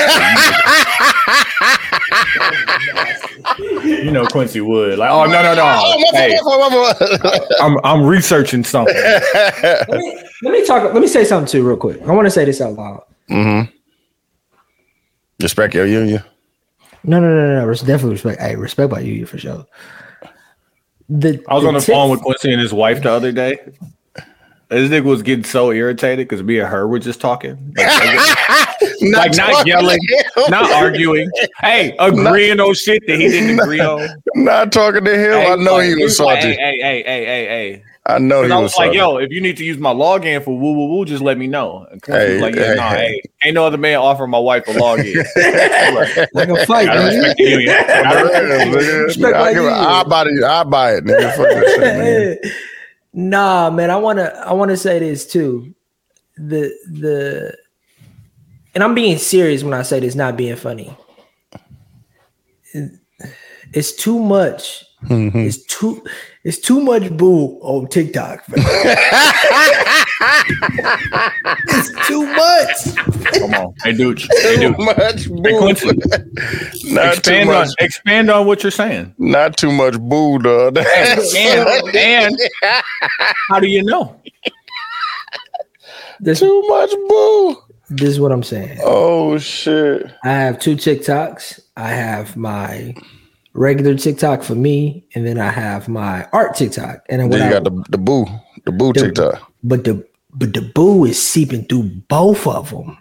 C: you know Quincy would like, oh no no
A: Oh,
C: no,
A: my
C: hey,
A: fault, my fault,
C: [laughs]
A: my fault.
C: I'm I'm researching something.
B: Let me, let me talk. Let me say something too, real quick. I want to say this out loud.
A: Respect your union.
B: No, no, no, no, no. Res- Definitely respect. Hey, respect by you you for sure. The
C: I was on the
B: tip-
C: phone with Quincy and his wife the other day. This nigga was getting so irritated because me and her were just talking, like,
A: [laughs]
C: like, not
A: talking
C: yelling,
A: to him. [laughs]
C: not arguing. Hey, agreeing on shit that he didn't agree on.
A: Not talking to him.
C: Hey,
A: I know
C: like,
A: he was
C: like, Hey,
A: salty.
C: hey, hey, hey, hey, hey.
A: I know he
C: And I was
A: Oh, was
C: like,
A: salty.
C: yo, if you need to use my login for woo woo woo, just let me know. And Quincy
A: Hey,
C: was like, yeah,
A: hey,
C: nah,
A: hey.
C: hey, ain't no other man offering my wife
A: [laughs]
C: a login.
B: [laughs] like a fight.
C: I
B: nigga.
C: respect the union.
A: Yeah,
C: I
A: nigga.
B: Respect
A: I
B: my
A: give a-
B: union.
A: I buy it. I buy it, nigga. Fuck that shit, nigga.
B: [laughs] nah, man. I wanna I wanna say this too. The the and I'm being serious when I say this, not being funny. It's too much. It's too it's too much boo on TikTok. fam. it's too much.
C: Come on. Hey, dude. Hey, dude.
A: Too [laughs] much
C: Quincy.
A: boo. Not too
C: Expand on,
A: much.
C: expand on what you're saying.
A: Not too much boo, dog. [laughs]
C: and, and how do you know?
B: This,
A: Too much boo.
B: this is what I'm saying.
A: Oh shit.
B: I have two TikToks. I have my regular TikTok for me, and then I have my art TikTok. And then what
A: Then you
B: I,
A: got the the boo, the boo TikTok.
B: but the but the boo is seeping through both of them,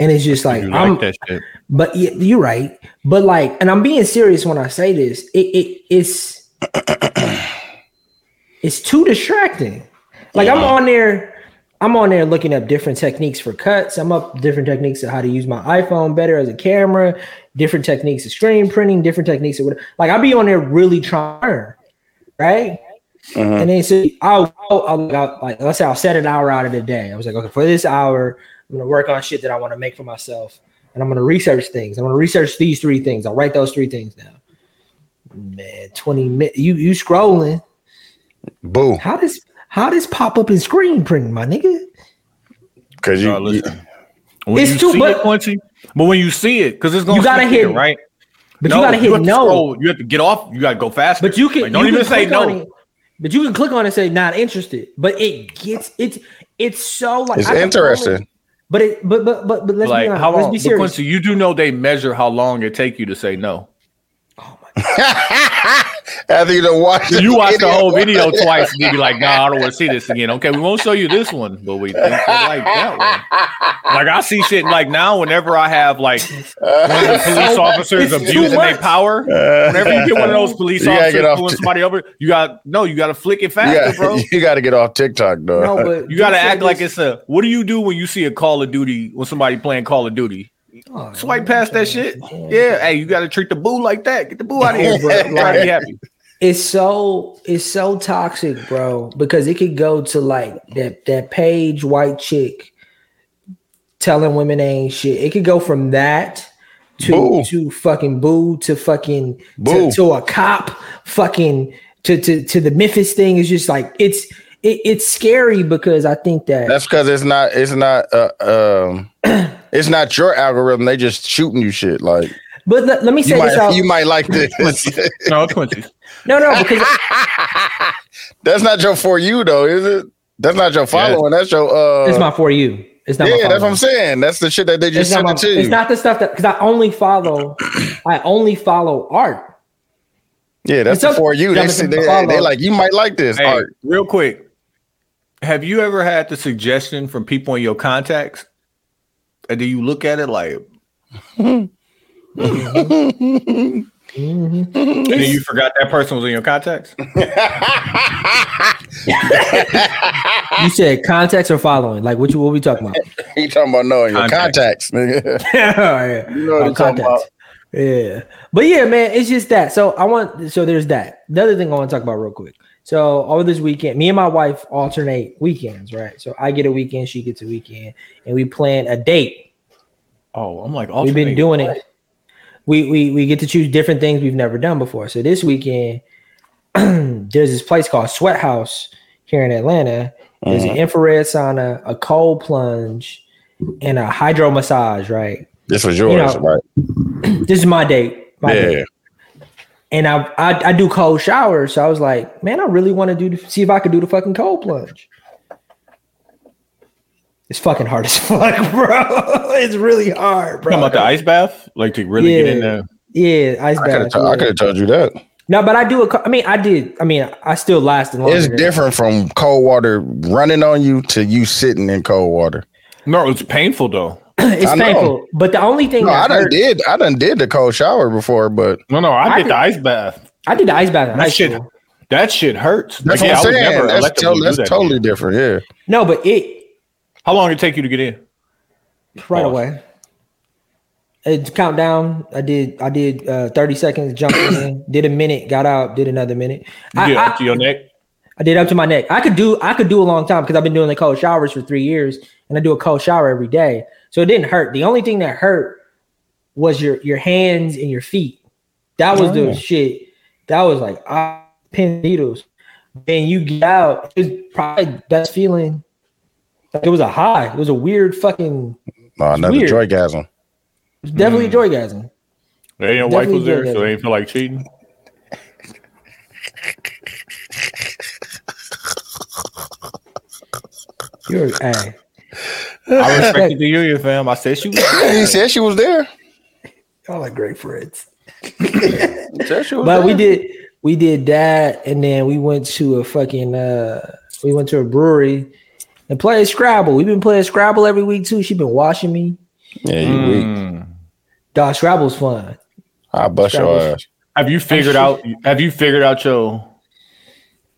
B: and it's just like I'm.
C: shit.
B: But y- you're right. But like, and I'm being serious when I say this. It it it's [clears throat] it's too distracting. Like I'm on there. I'm on there looking up different techniques for cuts. I'm up different techniques of how to use my iPhone better as a camera, different techniques of screen printing, different techniques of what. Like I'll be on there really trying, to learn, right?
A: Mm-hmm.
B: And then so I'll, I'll, I'll, I'll- like let's say I'll set an hour out of the day. I was like, okay, for this hour, I'm gonna work on shit that I want to make for myself, and I'm gonna research things. I'm gonna research these three things. I'll write those three things down. Man, twenty minutes. You you scrolling?
A: Boo.
B: How does how does pop up in screen printing, my nigga?
A: Cause you,
C: Bro,
A: you
C: listen. When
B: It's
C: you
B: too
C: see
B: much.
C: it, Quincy, but when you see it, because it's gonna
B: You gotta
C: stick
B: hit
C: there,
B: it.
C: right.
B: But you gotta hit
C: have to
B: no.
C: scroll. You have to get off. You gotta go fast.
B: But you can
C: don't
B: you
C: even
B: can
C: say
B: click on
C: no.
B: it. But you can click on it and say not interested. But it gets it's it's so like
A: it's
B: I can
A: interesting.
B: only- But it but but but but let's
C: Like
B: be honest.
C: how
B: let's
C: long?
B: be
C: But
B: serious.
C: Quincy, you do know they measure how long it take you to say no.
A: [laughs] After you done watch
C: You watch the
A: [laughs]
C: whole video twice and you be like, nah, I don't want to see this again. Okay, we won't show you this one, but we think you like that one. Like I see shit like now whenever I have like one of
A: [laughs]
C: the police officers abusing their power. Whenever you get one of those
A: [laughs]
C: police
A: You gotta
C: officers
A: get off
C: pulling
A: t-
C: somebody over, you got no, you gotta flick it
A: you,
C: faster,
A: [laughs]
C: bro.
A: gotta, you gotta get off TikTok, dog.
B: No, but
C: [laughs] You gotta
B: you said
C: act like
B: this-
C: it's a what do you do when you see a Call of Duty when somebody playing Call of Duty?
B: Oh,
C: Swipe past that shit. Yeah, hey, you gotta treat the boo like that. Get the boo out of here, bro. Everybody be happy.
B: it's so it's so toxic, bro, because it could go to like that that page white chick telling women they ain't shit. It could go from that to
A: Boo.
B: to fucking boo to fucking
A: Boo.
B: to, to a cop fucking to to to the Memphis thing is just like it's it, it's scary because I think that
A: That's because it's not it's not uh, um [clears throat] it's not your algorithm. They just shooting you shit. Like
B: but let, let me say
A: you
B: this
A: might
B: out.
A: you might like this.
C: [laughs] No, Quincy's.
B: no, no, because
A: [laughs] that's not your for you though, is it? That's not your following. That's your uh
B: it's my for you. It's not my
A: Yeah, that's what
B: following.
A: I'm saying. That's the shit that they just
B: it's not,
A: send
B: my,
A: it to
B: it's
A: you.
B: not the stuff that because I
A: [clears throat]
B: only follow I only follow art.
A: Yeah, that's
B: it's not-
A: for you. They
B: that's
A: see
B: the
A: they,
B: follow.
A: they like you might like this.
C: Hey,
A: Art.
C: real quick, have you ever had the suggestion from people in your contacts? And do you look at it like? Mm-hmm. [laughs] And then you forgot that person was in your contacts.
B: You said contacts or following? Like what you what we talking about?
A: You talking about knowing your contacts, nigga. [laughs]
B: yeah.
A: You know what
B: Oh,
A: I'm talking about.
B: contacts. Yeah. But yeah, man, it's just that. So I want so there's that. The other thing I want to talk about real quick. So over this weekend, me and my wife alternate weekends, right? So I get a weekend, she gets a weekend, and we plan a date.
C: Oh, I'm like,
B: We've been
C: alternate.
B: doing it. We, we we get to choose different things we've never done before. So this weekend, [clears throat] there's this place called Sweat House here in Atlanta. There's
A: Mm-hmm.
B: an infrared sauna, a cold plunge, and a hydro massage. Right.
A: [laughs] This was yours,
B: You know,
A: right?
B: This is my date. My
A: Yeah.
B: date. And I, I I do cold showers, so I was like, man, I really want to do the- see if I could do the fucking cold plunge. It's fucking hard as [laughs] fuck, bro. it's really hard, bro.
C: Talking about the ice bath, like to really get in
B: Yeah.
C: there.
B: Yeah, ice
A: I could have
B: bath.
A: I
B: yeah.
A: could have told you that.
B: No, but I do. a co- I mean, I did. I mean, I still lasted longer.
A: It's
B: than-
A: different from cold water running on you to you sitting in cold water.
C: No, it's painful though.
B: It's
A: I know.
B: painful. But the only thing
A: No, I
B: that
A: done
B: hurt-
A: did I done did the cold shower before, but
C: No, no, I,
B: I
C: did
B: could-
C: the ice bath.
B: I did the ice bath. In
C: That
B: high
C: shit,
B: school.
C: that shit hurts.
A: that's
C: Like, yeah,
A: what I'm
C: I would
A: saying.
C: never
A: That's,
C: electively
A: to-
C: do
A: that's
C: that
A: totally
C: again.
A: different. Yeah.
B: No, but it
C: How long did it take you to get in?
B: right
C: Pause.
B: away. Uh, It countdown. I did. I did uh, thirty seconds. Jumped in. Did a minute. Got out. Did another minute.
C: You
B: I,
C: did it up
B: I-
C: to your neck.
B: I did up to my neck. I could do I could do a long time because I've been doing the cold showers for three years and I do a cold shower every day. So it didn't hurt. The only thing that hurt was your your hands and your feet. That was the shit. That was like ah, pin needles. Then you get out. It was probably best feeling. Like it was a high. It was a weird fucking. It
A: No, another
B: weird.
A: joygasm.
B: was definitely a joygasm.
C: There ain't no wife
B: Definitely
C: was there,
B: did
C: so
B: that.
C: they ain't feel like cheating.
B: You're hey.
A: [laughs]
C: I respected the union, fam. I said she was.
A: [clears throat] He said she was there.
B: Y'all are great friends.
A: He said she was
B: But we
A: there.
B: did we did that, and then we went to a fucking uh we went to a brewery and played Scrabble. We've been playing Scrabble every week too. She's been watching me.
A: Yeah, you weak.
C: Hmm.
B: Dog, Scrabble's fun.
A: I bust your
B: Scrabble's-
A: ass.
C: Have you figured out? Have you figured out your?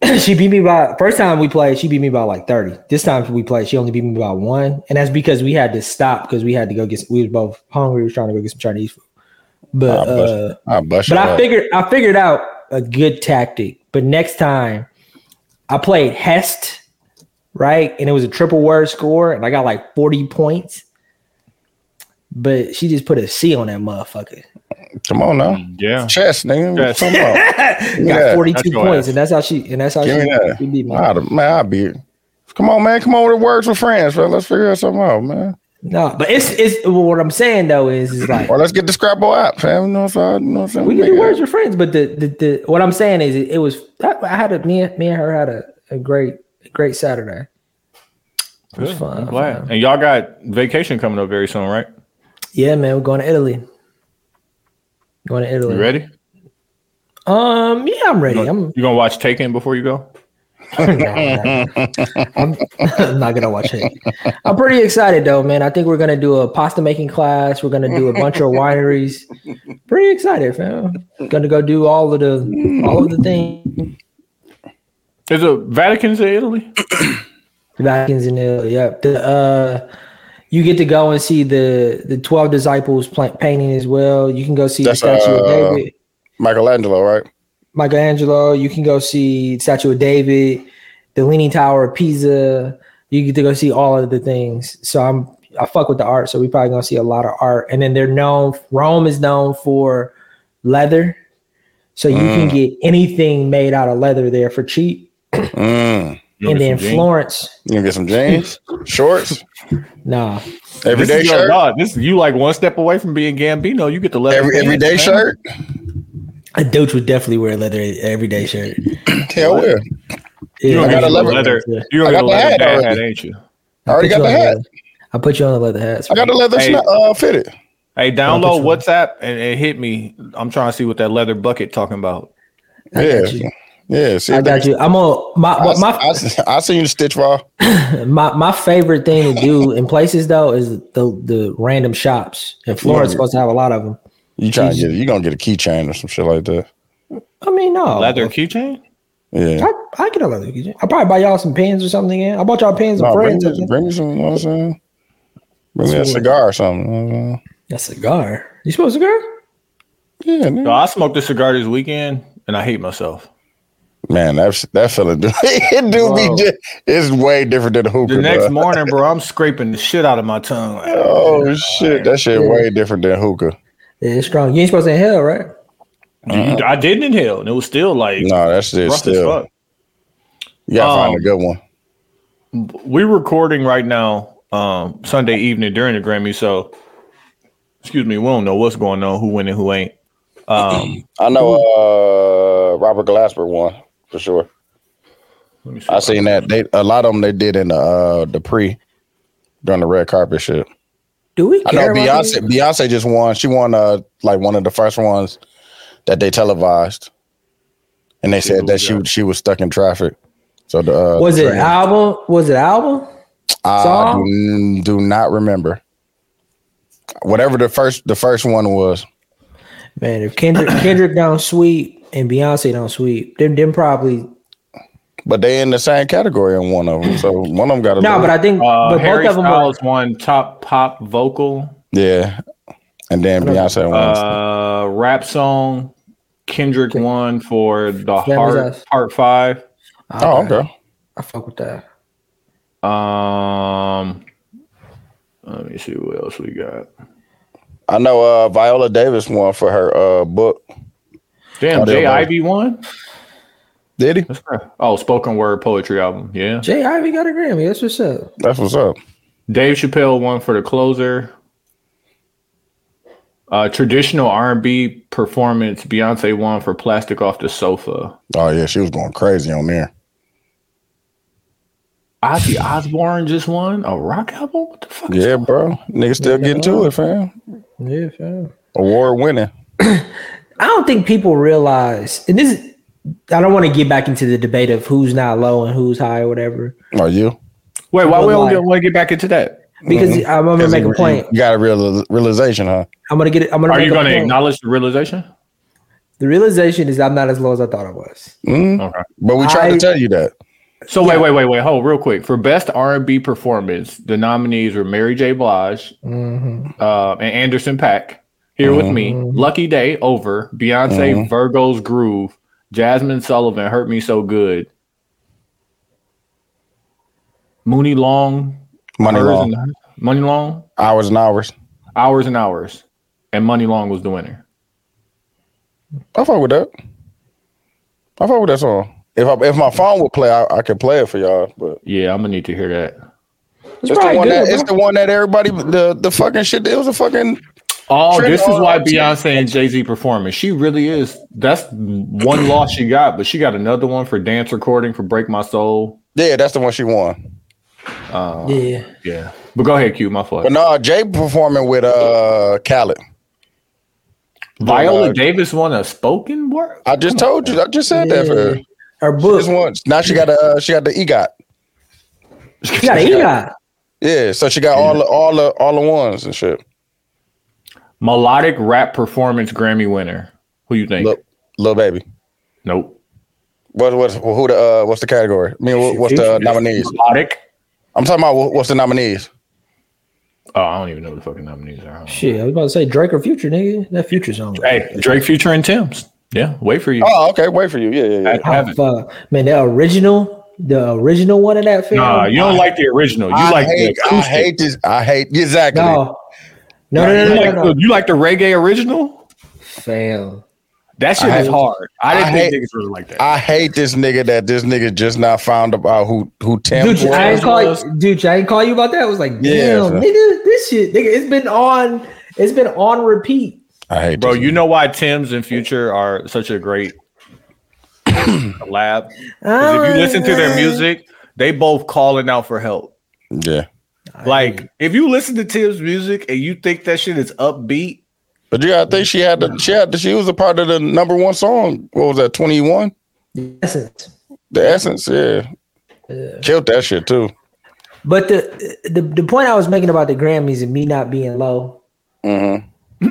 B: [laughs] she beat me by first time we played, she beat me by like 30. This time we played, she only beat me by one. And that's because we had to stop because we had to go get we were both hungry, we was trying to go get some Chinese food.
A: I
B: But
A: bust,
B: uh
A: I bust
B: But
A: your
B: I
A: ass.
B: figured I figured out a good tactic. But next time I played Hest, right? And it was a triple word score, and I got like 40 points. But she just put a C on that motherfucker.
A: Come on now.
C: Yeah.
A: Chess, nigga.
C: Chess.
A: Come on.
B: Got
A: Yeah.
B: 42
C: that's your
B: points,
C: ass.
B: and that's how she and that's how
A: Give
B: she,
A: me
B: she beat me.
A: that. I'd- Man, I beat. Come on, man. Come on with words with friends, man. Let's figure out something out, man.
B: No, but it's it's well, what I'm saying though is is like
A: Or let's get the Scrabble app, fam. You know what I'm saying? You know what I'm saying?
B: we can
A: Make
B: do
A: it
B: words with friends, but the, the, the what I'm saying is it, it was I, I had a me and me and her had a, a great great Saturday. It was fun.
C: I'm glad. And y'all got vacation coming up very soon, right?
B: Yeah, man, we're going to Italy. Going to Italy.
C: You ready?
B: Um, yeah, I'm ready.
A: [laughs]
B: I'm,
C: You gonna watch Taken before you go?
B: I'm [laughs] not gonna watch it. I'm pretty excited though, man. I think we're gonna do a pasta making class. We're gonna do a bunch of wineries. Pretty excited, fam. Gonna go do all of the all of the things.
C: There's a Vatican's in Italy.
B: Vatican's in there. Yeah. The uh you get to go and see the the 12 disciples pla- painting as well. You can go see
A: That's,
B: the statue
A: uh,
B: of David,
A: Michelangelo, right?
B: Michelangelo. You can go see the statue of David, the Leaning Tower of Pisa. You get to go see all of the things. So I'm I fuck with the art, so we probably gonna see a lot of art. And then they're known Rome is known for leather. So you
C: Mm.
B: can get anything made out of leather there for cheap.
A: Mm.
C: You
B: and
C: get
B: then
C: some jeans.
B: Florence,
A: You gonna get some
B: [laughs]
A: jeans, shorts,
B: nah.
C: This
A: everyday
C: is your
A: shirt,
C: dog. This you like one step away from being Gambino. You get the leather.
A: every
C: pants,
A: everyday
C: man.
A: shirt.
B: A Doge would definitely wear a leather everyday shirt.
A: Hell yeah,
C: You
B: Yeah,
C: gonna
A: I got
C: get
A: a
C: the
A: leather-
C: leather. You
A: I got
C: gonna get a
A: the
C: leather
A: hat
C: dad
A: already.
C: hat, ain't you?
A: I already
B: put
A: got
B: you
A: the
B: on
A: hat.
B: leather- I put you on the leather hats.
A: I got the leather
C: Hey.
A: sna- uh, fitted.
C: Hey,
B: Don't
C: download
B: put
C: WhatsApp and, and hit me. I'm trying to see what that leather bucket talking about.
B: I
A: yeah,
B: got you.
A: yeah. See,
B: I got you. I'm on my
A: I,
B: my
A: I, I, seen you stitch ball.
B: my my favorite thing to do in places though is the the random shops. And
A: Yeah.
B: Florida's supposed to have a lot of them.
A: You trying to get? You gonna get a keychain or some shit like that?
B: I mean,
A: Oh,
B: no
C: Leather keychain?
A: Yeah.
B: I, I get a leather. keychain. I probably buy y'all some pens or something. Yeah, I bought y'all pens and
A: No, bring,
B: friends.
A: me, bring me some. You know what I'm saying? Bring me a
B: That's what-
A: cigar or something. You know what
B: A cigar. You supposed to cigar?
A: I'm saying? Yeah,
C: No, I smoked a cigar this weekend and I hate myself.
A: man, that's that feeling. Do, [laughs] it do
C: Whoa.
A: be just, it's way different than the hookah.
C: The next
A: bruh.
C: morning, bro, I'm scraping the shit out of
A: [laughs]
C: my tongue. Like,
A: Oh shit, that shit way different than hookah.
B: Yeah, it's strong. You ain't supposed to inhale, right?
C: you- I didn't inhale and it was still like
A: No, that's
C: rough
A: shit
C: as
A: still.
C: fuck.
A: You gotta find a
C: Um,
A: good one.
C: We're recording right now, um, Sunday evening during the Grammy, so excuse me, we don't know what's going on, who win and who ain't.
A: [clears throat]
C: Um,
A: I know uh Robert Glasper won for sure.
C: let me see. Uh,
A: I seen that. They a lot of them they did in the uh the pre during the red carpet shit.
B: Do we
A: I know
B: care about
A: Beyonce.
B: these?
A: Beyonce just won. She won uh like one of the first ones that they televised, and they said that she she was stuck in traffic. So the uh,
B: Was it
A: train-
B: album? Was it album?
A: I
B: song?
A: do, do not remember. Whatever the first the first one was.
B: Man,
A: [clears throat]
B: if Kendrick Kendrick don't sweep and Beyonce don't sweep, then them probably
A: But they in the same category in one of them, so one of them got a
B: no.
A: little-
B: But I think
C: Uh,
B: but
C: Harry
B: both of them are,
C: Styles won top pop vocal,
A: yeah, and then Beyonce won.
C: uh, rap song. Kendrick won for the
B: That was us.
C: heart part five.
A: oh, okay.
B: I fuck with that.
C: Um, let me see what else we got.
A: I know uh, Viola Davis won for her uh, book.
C: Damn,
A: Oh,
C: Jay
A: they'll know.
C: Ivy won.
A: Did he?
C: That's right. Oh, spoken word poetry album. Yeah,
B: Jay Ivy got a Grammy. That's what's up.
A: That's what's up.
C: Dave Chappelle won for the closer. Uh, traditional R and B performance. Beyonce won for "Plastic Off the Sofa."
A: Oh yeah, she was going crazy on there.
C: Ozzy Osbourne just won a rock album. What the fuck? is-
A: Yeah, bro. Niggas still getting to it, fam.
B: Yeah, fam.
A: Award winning.
B: I don't think people realize, and this is, I don't want to get back into the debate of who's not low and who's high or whatever,
A: Are you?
C: Wait, why we
B: Like-
C: don't want to get back into that?
B: because
A: Mm-hmm.
B: I'm gonna make a
A: You-
B: point.
A: You got a real realization, huh?
B: I'm gonna get. it. I'm gonna.
C: Are
B: make
C: you
B: a
C: going to
B: point.
C: acknowledge the realization?
B: The realization is I'm not as low as I thought I was.
A: Mm.
C: Okay.
A: But we tried
B: I-
A: to tell you that.
C: So wait, wait, wait, wait. Hold real quick. For best R and B performance, the nominees were Mary J. Blige
A: Mm-hmm.
C: uh, and Anderson Pack. Here with me, Lucky Day over Beyonce,
A: Mm-hmm.
C: Virgo's Groove, Jasmine Sullivan, Hurt Me So Good, Mooney Long,
A: Money
C: Hers
A: long.
C: and- Money Long,
A: Hours and hours.
C: Hours and Hours, and Money Long was the winner.
A: I fuck with that. I fuck with that song. If I, if my phone would play, I, I could play it for y'all. But
C: Yeah, I'm gonna need to hear that.
A: it's, the one that it's the one that everybody the the fucking shit. It was a fucking
C: Oh,
A: Trent
C: this is why
A: Reznor-
C: Beyonce and Jay Z performing. She really is. That's one loss she got, but she got another one for dance recording for Break My Soul. Um,
A: yeah. That's the one she won.
B: Yeah,
C: Yeah, but go ahead, Q. My fault.
A: But no, Jay performing with uh Khaled.
C: Viola
A: Right.
C: Davis won a spoken word.
A: I
B: Oh,
A: just told you. I just said that for her.
F: Her book.
A: Just once. Now she got a uh, she got the EGOT.
B: You got an EGOT.
A: Yeah, so she got all the all the all the ones and shit.
C: Melodic rap performance Grammy winner. Who you think?
A: Look, little baby.
C: Nope.
A: What what who the uh, what's the category? I mean, what, what's the uh, nominees?
C: Melodic.
A: I'm talking about what- what's the nominees.
C: Oh, I don't even know who the fucking nominees are. I don't know.
F: Shit, I was about to say Drake or Future, nigga. That Future song.
C: Hey, Drake, Future, and Tim's. Yeah, wait for you.
A: Oh, okay. Wait for you. Yeah, yeah, yeah.
C: I have
F: Oh,
C: it.
B: uh,
F: fuck. Man, the original, the original one of that film.
C: Nah, you don't like the original. You
A: I
C: like
A: hate,
C: the
A: I
C: acoustic.
A: hate this. I hate exactly.
F: no. No, no,
C: you,
F: no, no,
C: like
F: no,
C: the,
F: no.
C: you like the reggae original?
B: Fail.
C: That shit
A: I
C: is
A: hate-
C: hard. I didn't
A: I
C: think
A: hate-
C: niggas really like that.
A: I hate this nigga that this nigga just not found about who who Tim
B: Dude,
A: was.
B: I ain't call you, dude, I ain't call you about that. I was like, damn,
A: Yeah, bro.
B: nigga, this shit, nigga, it's been on, it's been on repeat.
A: I hate
C: Bro,
A: this
C: you know why Tim's and Future are such a great collab? 'Cause If you listen to their music, they both calling out for help.
A: nigga. Yeah,
C: Like, if you listen to Tim's music and you think that shit is upbeat,
A: but you gotta think she had the she had the, she was a part of the number one song. What was that? Twenty one.
F: Essence.
A: The essence. Yeah. Killed that shit too.
F: But the, the the point I was making about the Grammys and me not being low,
A: Mm-hmm.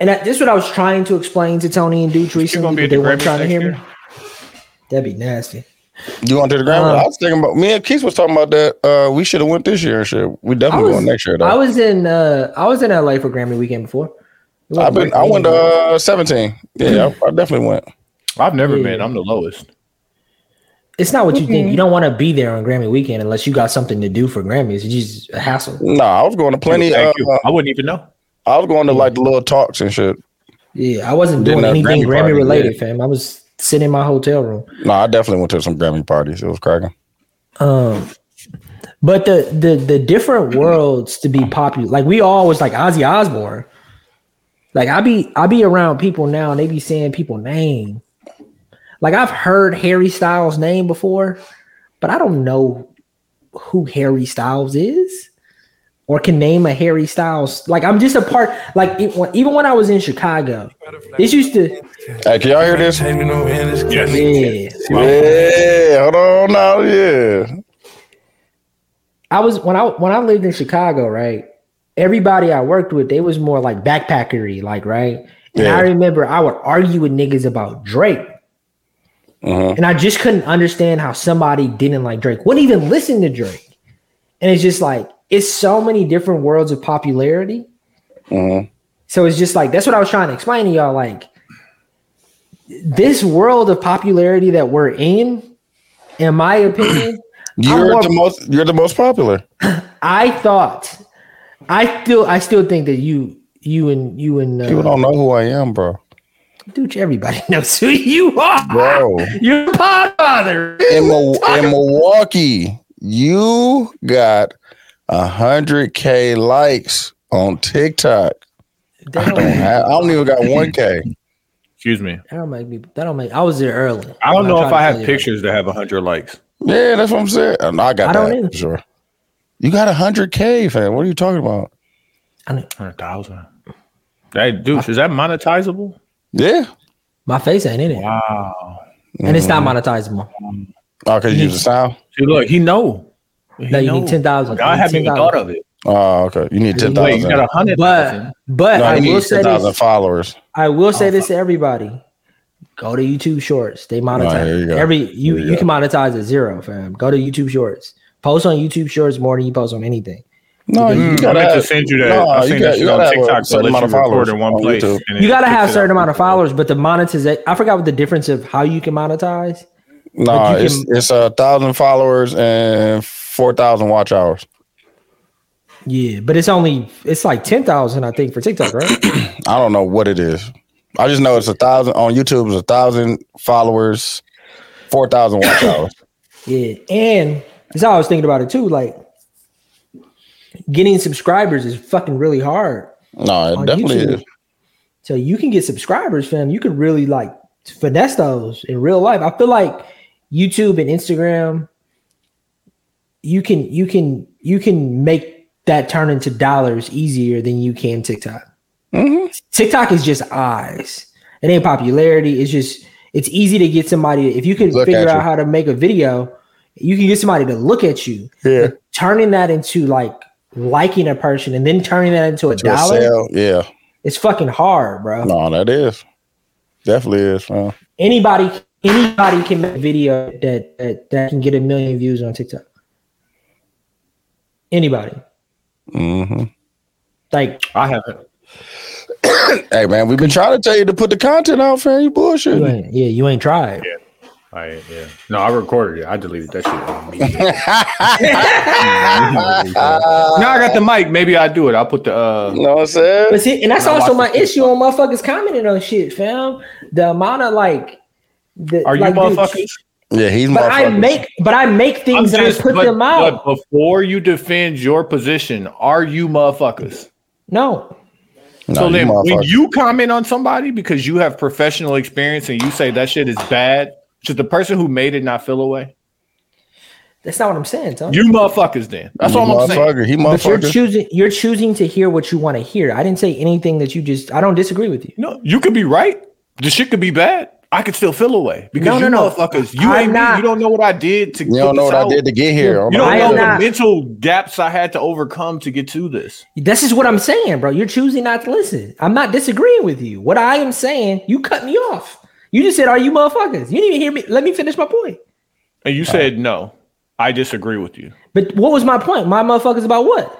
F: and that, this is what I was trying to explain to Tony and Dooch
C: you're gonna
F: recently,
C: be
F: but
C: at the
F: they weren't
C: Grammys
F: trying to
C: next
F: hear
C: year.
F: me. That'd be nasty.
A: You going to the Grammy?
B: Uh-huh.
F: Uh,
A: I was thinking about me and Keith was talking about that. Uh, we should have went this year and shit. We
B: I
A: definitely
B: was,
A: going next year
B: I
A: though.
B: was in, uh, I was in LA for Grammy weekend before. It
A: I, have
B: wasn't
A: been. I
B: Grammy
A: went to
B: weekend.
A: uh, seventeen. Yeah, I, I definitely went.
C: I've never been.
B: Yeah.
C: I'm the lowest.
B: It's not what you think. You don't want to be there on Grammy weekend unless you got something to do for Grammys. It's just a hassle.
A: No, I was going to plenty. Uh,
C: Thank you. Mm-hmm. I wouldn't even know.
A: I was going to like the little talks and shit.
B: Yeah, I wasn't
A: Didn't
B: doing
A: have
B: anything
A: Grammy
B: Grammy,
A: party,
B: related, fam. I was sitting in my hotel room.
A: No, I definitely went to some Grammy parties. It was cracking.
B: Um, but the the the different worlds to be popular. Like we always like Ozzy Osbourne. Like I be I be around people now and they be saying people name. Like I've heard Harry Styles name before, but I don't know who Harry Styles is or can name a Harry Styles. Like I'm just a part like it, even when I was in Chicago, this used to
A: Hey, can y'all hear this?
B: yeah.
A: Yeah, hold on now. Yeah.
B: I was when I when I lived in Chicago, right? Everybody I worked with, they was more like backpackery, like right. And
A: Yeah.
B: I remember I would argue with niggas about Drake,
A: Mhm.
B: and I just couldn't understand how somebody didn't like Drake, wouldn't even listen to Drake, and it's just like it's so many different worlds of popularity.
A: Mhm.
B: So it's just like that's what I was trying to explain to y'all. Like this world of popularity that we're in, in my opinion,
A: You're
B: more-
A: the most. You're the most popular.
B: I thought, I still, I still think that you, you and you and
A: People
B: uh,
A: don't know who I am, bro.
B: dude, everybody [laughs] knows who you are.
A: Bro,
B: You're a podfather.
A: in, Mil- in Milwaukee, you got hundred k likes on TikTok. I [clears throat] don't, have, I don't even got one k.
C: Excuse me.
B: That don't make me. That don't make. I was there early.
C: I don't
B: when
C: know
B: tried to
C: if I
B: tell
C: have
B: you.
C: pictures that have 100 likes.
A: Yeah, that's what I'm saying. And I got
B: I don't
A: that
B: either.
A: for sure. You got hundred k, fam. What are you talking about?
C: 100,000. Hey, dude, is that monetizable?
A: Yeah.
B: My face ain't in it,
C: Wow.
B: and it's not
A: Mm-hmm.
B: monetizable.
A: Oh, cause you use the sound.
C: See, look, he know. He
B: No, you
C: know.
B: need ten thousand.
C: I haven't even thought of it.
A: Oh, okay. You need ten
C: Wait, you got
A: thousand.
C: a hundred
B: But
C: thousand.
B: but
A: No,
B: I
A: you
B: will
A: need
B: say
A: ten thousand
B: this.
A: followers.
B: I will say this to everybody. Go to YouTube Shorts. They monetize
A: here you go.
B: every you
A: Here you
B: you can monetize at zero, fam. Go to YouTube Shorts. Post on YouTube Shorts more than you post on anything.
A: No, you
C: Mm, I
A: gotta
C: meant to
A: have-
C: send you that.
A: No,
C: I
A: you
C: seen
A: got-
C: that
A: you
C: shit on
A: gotta have a
C: TikTok. So
A: certain
C: let you
A: amount of followers
C: record in one
A: on
C: place.
A: YouTube.
C: and it
B: you gotta
C: kicks
B: have
C: it
B: a certain
C: out.
B: amount of followers, but the monetization I forgot what the difference of how you can monetize.
A: No,
B: you
A: it's it's a thousand followers and four thousand watch hours.
B: Yeah, but it's only it's like ten thousand, I think, for TikTok, right?
A: I don't know what it is. I just know it's a thousand on YouTube. It's a thousand followers, four thousand
B: [coughs]
A: watch hours.
B: yeah. And that's how I was thinking about it too. Like getting subscribers is fucking really hard.
A: No, it
B: On
A: definitely
B: YouTube.
A: is.
B: So you can get subscribers, fam. You could really like finesse those in real life. I feel like YouTube and Instagram, you can you can you can make that turn into dollars easier than you can TikTok.
A: Mm-hmm.
B: TikTok is just eyes. It ain't popularity. It's just it's easy to get somebody if you can
A: Look at
B: figure
A: you.
B: out how to make a video, you can get somebody to look at you.
A: Yeah.
B: But Turning that into like liking a person and then turning that into a
A: To a
B: dollar,
A: sale. Yeah.
B: it's fucking hard, bro.
A: No, that is. Definitely is, man.
B: Anybody anybody can make a video that, that that can get a million views on TikTok. Anybody.
A: hmm
B: Like
E: I haven't.
A: Hey, man, we've been trying to tell you to put the content out, fam. You bullshit.
B: you ain't, yeah, you ain't tried.
E: I yeah. No, I recorded it. I deleted that shit.
B: [laughs]
E: immediately.
C: [laughs] now I got the mic. Maybe I do it. I'll put the uh
A: You know what I'm saying?
B: But see, and that's
C: Now
B: also my
C: watch this
B: issue on motherfuckers commenting on shit, fam. The amount of like, the,
C: are you
B: like, dude,
C: motherfuckers?
A: Yeah, he's
B: But I
A: motherfuckers.
B: make, but I make things and I put
C: but-
B: them out.
C: But before you defend your position, are you motherfuckers?
B: no,
A: No,
C: so
A: you
C: then when
A: motherfuckers.
C: you comment on somebody because you have professional experience and you say that shit is bad, should the person who made it not feel away?
B: that's not what I'm saying, Tony.
C: You motherfuckers then. That's
A: You
C: all I'm saying.
A: motherfucker. He
B: but you're
A: motherfucker.
B: choosing, you're choosing to hear what you want to hear. I didn't say anything that you just. I don't disagree with you.
C: No, you could be right. The shit could be bad. I could still feel away because
B: No,
C: you
B: no, no.
C: motherfuckers, you
B: I'm
C: ain't me.
B: not-
C: You don't know what I did to.
A: You don't know what I did to get here. I'm
C: You don't
B: I
A: not-
C: know
B: am
C: the
B: not-
C: mental gaps I had to overcome to get to this.
B: This is what I'm saying, bro. You're choosing not to listen. I'm not disagreeing with you. What I am saying, you cut me off. You just said, "Are you motherfuckers?" You didn't even hear me. Let me finish my point.
C: And you said no. I disagree with you.
B: But what was my point? My motherfuckers about what?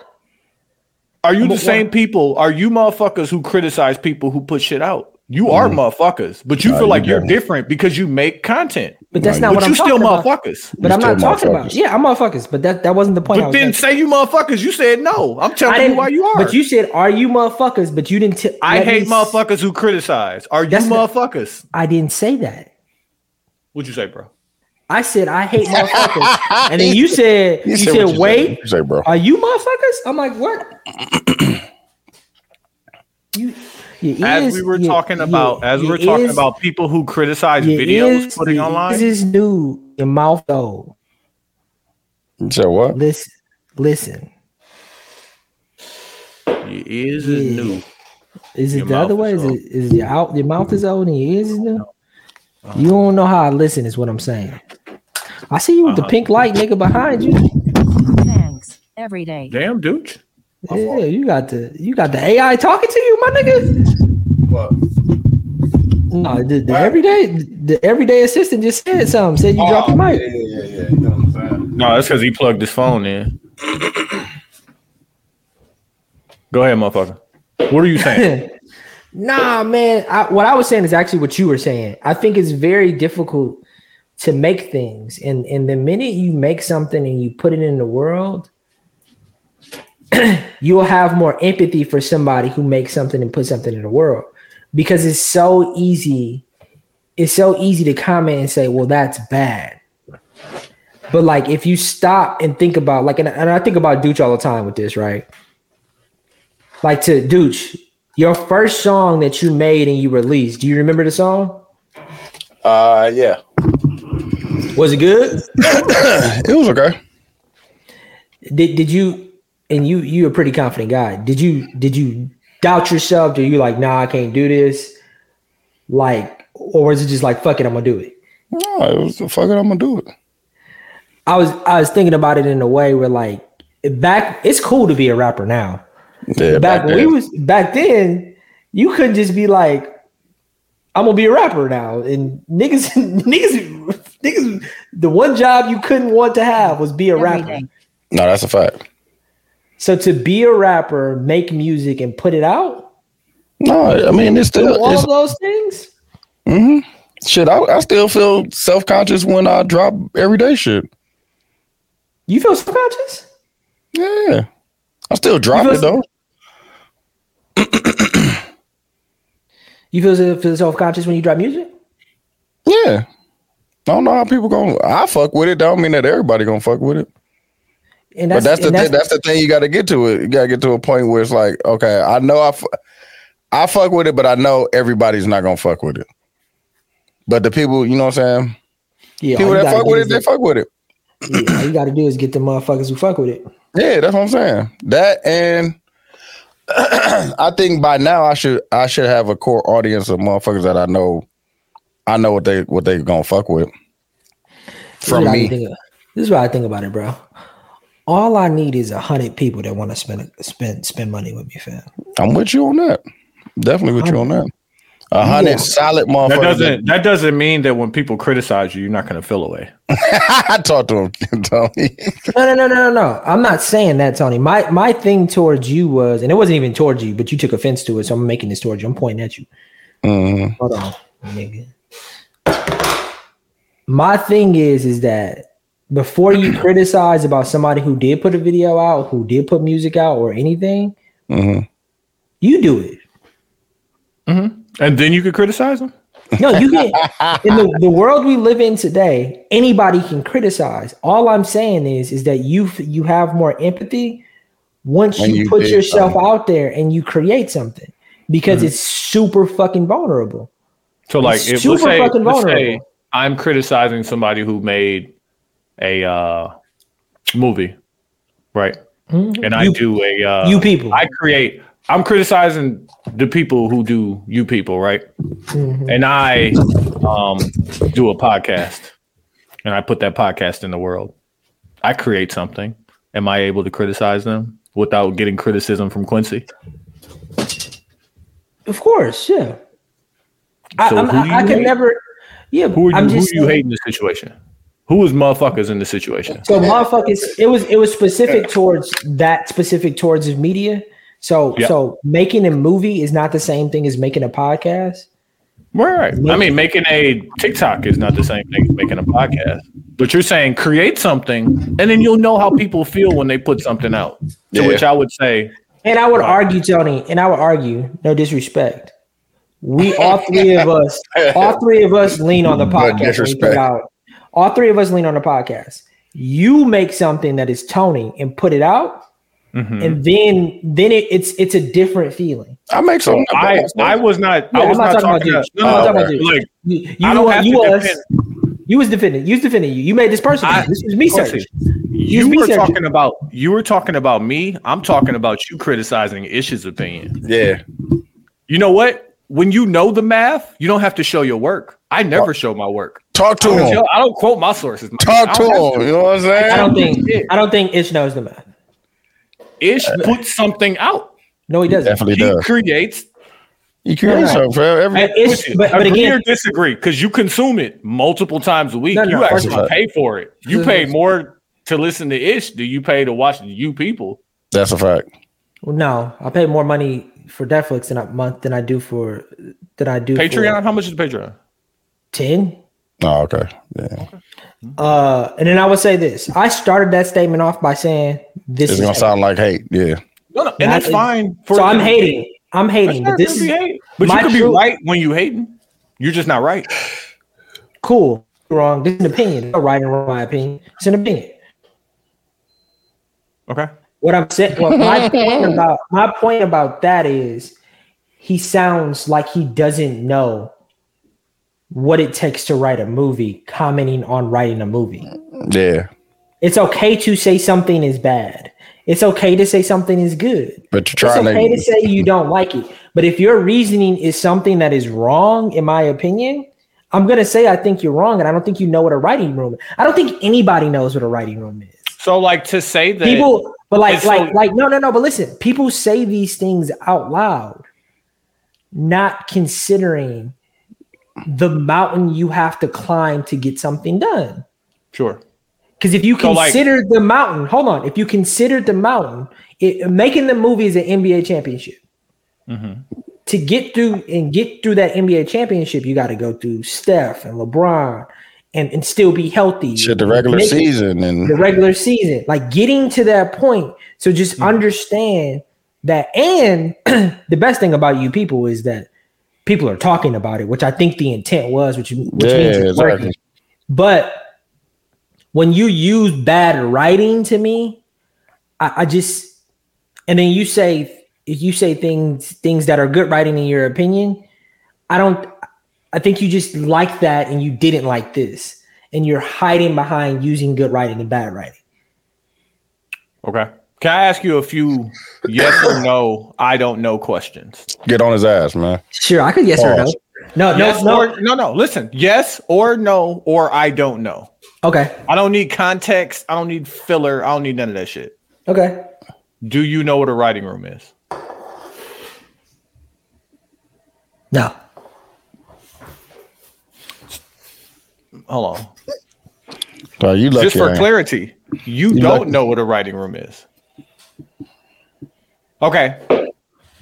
C: Are you the
B: what-
C: same people? Are you motherfuckers who criticize people who put shit out? You are motherfuckers, but you
A: Mm-hmm. Nah,
C: feel
A: you
C: like you're
A: definitely-
C: different because you make content.
B: But that's
A: Nah,
B: not
C: But
B: what I'm
C: you
B: talking
C: still
B: about.
C: motherfuckers.
B: But
A: You
B: I'm not
A: still
B: talking about.
A: motherfuckers.
B: Yeah, I'm motherfuckers. But that that wasn't the point. I
C: But
B: was
C: then
B: making.
C: say you motherfuckers. You said no. I'm
B: I
C: telling
B: didn't.
C: you why you are.
B: But you said, "Are you motherfuckers?" But you didn't. T-
C: I
B: let me
C: hate
B: s-
C: motherfuckers who criticize. Are you
B: That's not-
C: motherfuckers?
B: I didn't say that.
C: What'd you say, bro?
B: I said I hate
C: [laughs]
B: motherfuckers, and then you said you,
A: said
B: said,
A: what you
B: wait,
A: You say, bro.
B: are you motherfuckers? I'm like what? [clears throat] you. your
C: As
B: ears-
C: we were
B: your-
C: talking
B: your-
C: about, as we
B: your
C: were talking
B: ears-
C: about people who criticize
B: your
C: videos
B: ears-
C: putting
B: your
C: online.
B: ears is new. Your mouth old.
A: You say what?
B: Listen, listen.
C: Your ears is
B: Yeah.
C: new.
B: Is it
C: Your
B: the
C: mouth
B: other
C: is
B: way? Is
C: old.
B: it is your out your mouth is old and your ears is new? You don't know how I listen, is what I'm saying. I see you with
C: Uh-huh.
B: the pink light, nigga, behind you.
G: Thanks. Every day.
C: Damn, dude.
B: Yeah, you got the you got the AI talking to you, my nigga. What? No, the, the everyday the everyday assistant just said something. Said you dropped the mic.
C: No, that's because he plugged his
B: [clears throat]
C: phone in. Go ahead, motherfucker. What are
B: [laughs]
C: you saying?
B: Nah, man. I, what I was saying is actually what you were saying. I think it's very difficult to make things, and and the minute you make something and you put it in the world, [clears throat] you'll have more empathy for somebody who makes something and puts something in the world because it's so easy. It's so easy to comment and say, "Well, that's bad." But like, if you stop and think about like, and, and I think about Dooch all the time with this, right? Like to Dooch, your first song that you made and you released, do you remember the song?
H: Uh, yeah.
B: Was it good?
A: It was okay.
B: Did did you and you you're a pretty confident guy. Did you did you doubt yourself? Did you like, nah, I can't do this? Like, or is it just like fuck it, I'm gonna do it?
A: No, it was the fuck it. I'm gonna do it.
B: I was I was thinking about it in a way where like back it's cool to be a rapper now.
A: Yeah,
B: back, when we
A: then.
B: was back then, you couldn't just be like, I'm gonna be a rapper now. And niggas, [laughs] niggas, niggas, the one job you couldn't want to have was be a
G: Every
B: rapper.
G: day.
A: No, that's a fact.
B: So to be a rapper, make music, and put it out,
A: No, I mean it's
B: do
A: still
B: all
A: it's,
B: of those things.
A: shit. I, I still feel self conscious when I drop everyday shit.
B: You feel subconscious?
A: Yeah, I still drop
B: You
A: it
B: feel-
A: though.
B: You feel, feel self conscious when you drop music?
A: Yeah, I don't know how people gonna. I fuck with it. Don't mean that everybody gonna fuck with it.
B: And
A: But that's the
B: and
A: thing, that's the thing you got to get to it. You got to get to a point where it's like, okay, I know I, fu- I fuck with it, but I know everybody's not gonna fuck with it. But the people, you know what I'm saying?
B: yeah,
A: people
B: all you
A: that
B: gotta
A: fuck
B: do
A: with it,
B: is
A: they fuck with it.
B: get- yeah, all you gotta do is get the motherfuckers who fuck with it.
A: Yeah, that's what I'm saying. That and [clears throat] I think by now I should I should have a core audience of motherfuckers that I know. I know what they what they gonna fuck with.
B: This is
A: From
B: what I
A: me,
B: think of- this is what I think about it, bro. All I need is a hundred people that want to spend spend spend money with me, fam.
A: I'm with you on that. Definitely with you on that. A hundred
B: Yeah.
A: solid
C: That
A: motherfuckers.
C: doesn't that doesn't mean that when people criticize you, you're not going to feel away.
A: I talked to him, [laughs] Tony.
B: No, no, no, no, no, no. I'm not saying that, Tony. My my thing towards you was, and it wasn't even towards you, but you took offense to it, so I'm making this towards you. I'm pointing at you.
A: Mhm.
B: Hold on, nigga. My thing is, is that before you
A: [clears throat]
B: criticize about somebody who did put a video out, who did put music out, or anything,
A: Mhm.
B: you do it.
C: And then you could criticize them.
B: No, you
A: [laughs]
B: can. in the, the world we live in today, anybody can criticize. All I'm saying is, is that you f- you have more empathy once
A: When
B: you,
A: you
B: put
A: did
B: yourself
A: something. Mm-hmm.
B: out there and you create something because it's super fucking vulnerable.
C: So like,
B: It's
C: if,
B: super
C: let's say,
B: fucking
C: let's say
B: vulnerable.
C: I'm criticizing somebody who made a uh, movie, right? And I
B: Mm-hmm. You-
C: do a uh,
B: you people.
C: I create. I'm criticizing the people who do you people, right?
B: Mm-hmm.
C: And I um, do a podcast, and I put that podcast in the world. I create something. Am I able to criticize them without getting criticism from Quincy?
B: Of course, yeah. I,
C: So
B: I'm-
C: who do
B: I, I
C: you
B: could
C: hate?
B: never. Yeah,
C: Who are you?
B: I'm
C: who
B: just
C: you
B: saying-
C: hate in this situation? Who is motherfuckers in this situation?
B: So motherfuckers, it was it was specific towards that specific towards his media. So
C: Yeah.
B: so making a movie is not the same thing as making a podcast.
C: Right. I mean, making a TikTok is not the same thing as making a podcast. But you're saying create something, and then you'll know how people feel when they put something out. To
A: Yeah.
C: which I would say,
B: And I would argue, Tony, and I would argue, no disrespect. We all three of
C: [laughs]
B: us, all three of us lean on the podcast. when we put
A: disrespect.
B: out- all three of us lean on the podcast. You make something that is Tony and put it out,
C: Mm-hmm.
B: and then then it, it's it's a different feeling.
A: I make some.
C: I I was not.
B: Yeah,
C: I was
B: I'm
C: not,
B: not
C: talking
B: talking
C: about. uh,
B: about you. I'm not talking about you.
C: like
B: You, you,
C: I don't
B: were-
C: have
B: you
C: to
B: was
C: defend.
B: you was defending. You was defending you. You made this person.
C: I-
B: this was me
C: Quincy,
B: search.
C: you
B: Use me
C: were
B: search.
C: talking about you were talking about me. I'm talking about you criticizing Ish's opinion.
A: yeah.
C: You know what? When you know the math, you don't have to show your work. I never show my work.
A: Talk to
C: I don't,
A: him.
C: show- I don't quote my sources. I
A: Talk to
C: don't have
A: him. You know what I'm saying?
B: I don't think I don't think Ish knows the math.
C: Ish puts something out.
B: No, he doesn't.
A: Definitely
C: He
A: does.
C: creates.
A: You create
B: No, no.
A: something for every.
B: And Ish, but, but
C: agree or
B: again,
C: disagree, because you consume it multiple times a week.
B: No, no,
C: you
B: first
A: of all-
C: actually pay for it. You pay more to listen to Ish than you pay to watch you people.
A: That's a fact.
B: no, I pay more money for Netflix in a month than I do for than I do for
C: Patreon. How much is Patreon?
B: ten.
A: Oh, okay. Yeah.
B: Uh, and then I would say this: I started that statement off by saying this
A: It's
B: is
A: gonna sound like hate. Yeah.
C: No, no, and that's
B: Not-
C: fine.
B: so. I'm hating. I'm hating.
C: Sure,
B: But this
C: it could
B: is
C: be hate. But
B: my
C: you could be
B: true-
C: right when you hating. You're just not right.
B: cool. Wrong. This is an opinion. No right and wrong. My opinion. It's an opinion.
C: Okay.
B: What I'm saying, well, my point about my point about that is, he sounds like he doesn't know what it takes to write a movie. Commenting on writing a movie,
A: Yeah.
B: it's okay to say something is bad. It's okay to say something is good.
A: But you're
B: It's
A: trying
B: okay to
A: to.
B: say you don't like it. But if your reasoning is something that is wrong, in my opinion, I'm gonna say I think you're wrong, and I don't think you know what a writing room. I don't think anybody knows what a writing room is
C: So like to say that
B: people but like
C: it's
B: like
C: so-
B: like no no no but listen people say these things out loud not considering the mountain you have to climb to get something done
C: sure.
B: because if you
C: So, like-
B: consider the mountain hold on if you consider the mountain it, making the movie is an nba championship
C: Mm-hmm.
B: to get through and get through that nba championship you got to go through steph and lebron and, and still be healthy
A: Shit, the regular
B: Make it-
A: season
B: the
A: and
B: regular season. Like getting to that point. So just
C: Mm-hmm.
B: understand that. And [clears throat] the best thing about you people is that people are talking about it, which I think the intent was, which, which
A: Yeah,
B: means it's working.
A: exactly.
B: But when you use bad writing to me, I, I just and then you say if you say things things that are good writing in your opinion, I don't I think you just like that and you didn't like this. And you're hiding behind using good writing and bad writing.
C: Okay. Can I ask you a few yes or no? I don't know questions.
A: Get on his ass, man.
B: Sure, I could yes or no.
A: Pause.
B: No, no,
C: yes
B: no.
C: or no, no. Listen, yes or no, or I don't know.
B: okay,
C: I don't need context. I don't need filler. I don't need none of that shit.
B: okay.
C: Do you know what a writing room is?
B: No,
C: Hold on.
A: Oh, you lucky.
C: Just for
A: ain't.
C: clarity, you, don't
A: lucky.
C: know what a writing room is. Okay.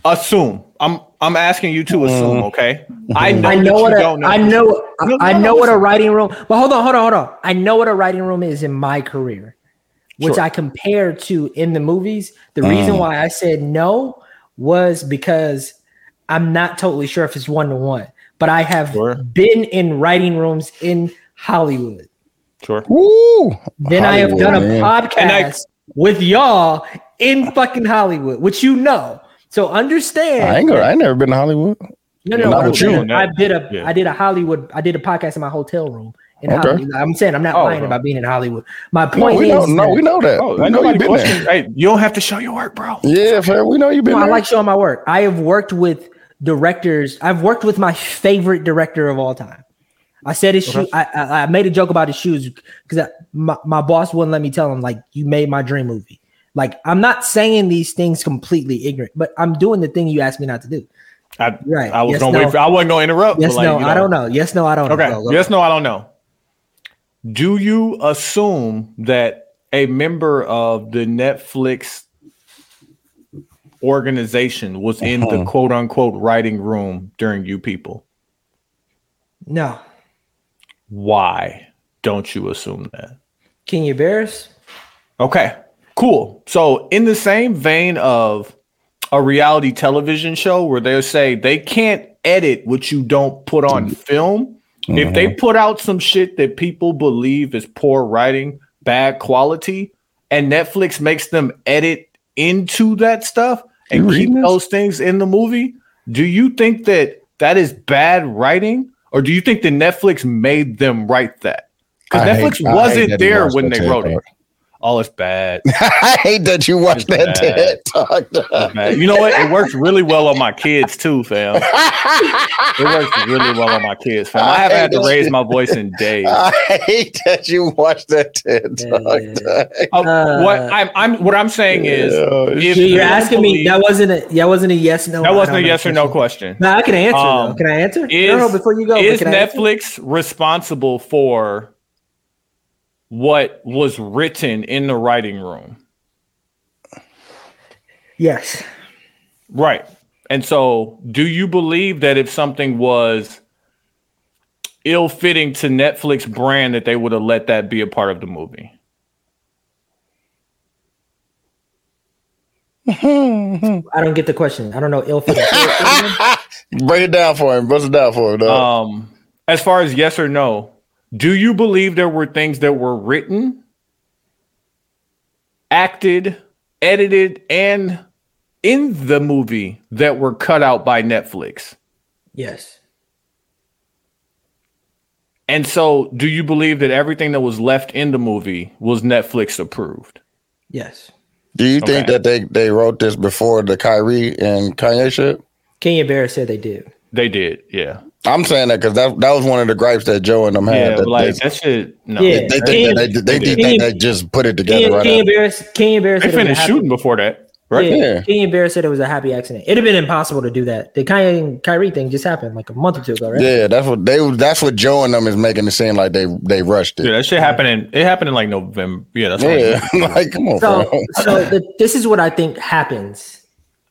C: Assume. I'm I'm asking you to assume,
A: Mm-hmm.
C: okay? I know,
B: I know
C: that
B: what
C: you
B: a,
C: don't know.
B: I know.
C: No,
B: I
C: no,
B: know
C: no,
B: what a
C: listen.
B: writing room. But hold on, hold on, hold on. I know what a writing room is in my career, which
C: Sure. Mm.
B: I compared to in the movies. The reason why I said no was because I'm not totally sure if it's one to one, but I have
C: Sure.
B: been in writing rooms in Hollywood.
C: Sure.
A: Woo!
B: Then I have
A: Hollywood,
B: done a
A: man.
C: And I-
B: podcast with y'all in fucking Hollywood, which you know. So understand.
A: I ain't gonna, I ain't never been to Hollywood.
B: No, no,
A: Not
B: what I'm
A: with you.
B: saying, I did a,
C: Yeah.
B: I did a Hollywood, I did a podcast in my hotel room. In
A: Okay.
B: Hollywood. I'm saying I'm not
C: Oh,
B: lying
C: no.
B: about being in Hollywood. My
A: No,
B: point
A: we know,
B: is,
A: no,
B: that-
A: we know that.
C: Oh,
A: we
C: I
A: know
C: know
A: you been there.
C: Hey, you don't have to show your work, bro.
A: Yeah, fair. We know you been
B: I
A: there.
B: like showing my work. I have worked with directors. I've worked with my favorite director of all time. I said his shoe. I, I I made a joke about his shoes because my, my boss wouldn't let me tell him like you made my dream movie. Like I'm not saying these things completely ignorant, but I'm doing the thing you asked me not to do.
C: I,
B: Right.
C: I was
B: Yes,
C: gonna
B: no.
C: wait for I wasn't gonna interrupt.
B: Yes,
C: but, like,
B: no,
C: you
B: I don't know. Yes, no, I don't.
C: Okay.
B: know. Go, go.
C: yes, no, I don't know. Do you assume that a member of the Netflix organization was in the quote unquote writing room during you people?
B: no.
C: Why don't you assume that?
B: Kenya Bears.
C: Okay, cool. So, in the same vein of a reality television show where they'll say they can't edit what you don't put on
A: Mm-hmm.
C: film, if they put out some shit that people believe is poor writing, bad quality, and Netflix makes them edit into that stuff and
A: You
C: keep
A: reading this?
C: those things in the movie, do you think that that is bad writing? Or do you think that Netflix made them write that? Because
A: I hate-
C: Netflix
A: I hate
C: wasn't
A: that he
C: there
A: watched
C: when
A: that
C: they wrote it.
A: TikTok.
C: Oh, it's [laughs] bad.
A: [laughs] I hate that you watch that
C: It's bad.
A: TED Talk.
C: Man, you know what? It works really well on my kids too, fam. It works really well on my kids, Uh, fam. I haven't had to raise my voice in [laughs] days.
A: [laughs] I hate that you watch that TED
B: Yeah.
A: Talk.
C: Oh, what I'm, I'm, what I'm saying is,
A: Yeah,
C: if
B: Dude,
C: you
B: you're asking me.
C: believe-
B: That wasn't a. That wasn't a yes. No. I
C: that wasn't a
B: don't know
C: yes or no question.
B: No, I can answer. though.
C: Um,
B: Can I answer?
C: Is,
B: no, no. Before you go, but
C: is
B: can I answer?
C: Netflix responsible for what was written in the writing room?
B: Yes.
C: Right. And so, do you believe that if something was ill fitting to Netflix brand that they would have let that be a part of the movie?
B: I don't get the question. I don't know. Ill.
A: Break it down for him. Bust it down for him, dog.
C: Um as far as yes or no, do you believe there were things that were written, acted, edited and in the movie that were cut out by Netflix?
B: yes.
C: And so, do you believe that everything that was left in the movie was Netflix approved?
B: Yes.
A: Do you think
C: okay.
A: that they, they wrote this before the Kyrie and Kanye shit?
B: Kenya Bear said they did.
C: They did, yeah.
A: I'm saying that because that, that was one of the gripes that Joe and them had.
C: Yeah,
A: that
C: but like
A: they,
C: that shit. No,
B: Yeah.
A: they think that they, they, think
B: Kenya-
A: that they just put it together
B: Kenya,
A: right
B: Kenya
A: after.
B: Bear. Kenya Bear
C: they
B: said it was a
C: finished
B: happy,
C: shooting before that, right?
B: Yeah.
A: there.
B: Kenya Bear said it was a happy accident. It'd have been impossible to do that. The Kanye and Kyrie thing just happened like a month or two ago, right?
A: Yeah, that's what they. That's what Joe and them is making it seem like they they rushed
C: Dude,
A: it.
C: that shit happened in it happened in like November. Yeah, that's what
A: Yeah, [laughs] like come on,
B: so
A: bro.
B: so the, this is what i think happens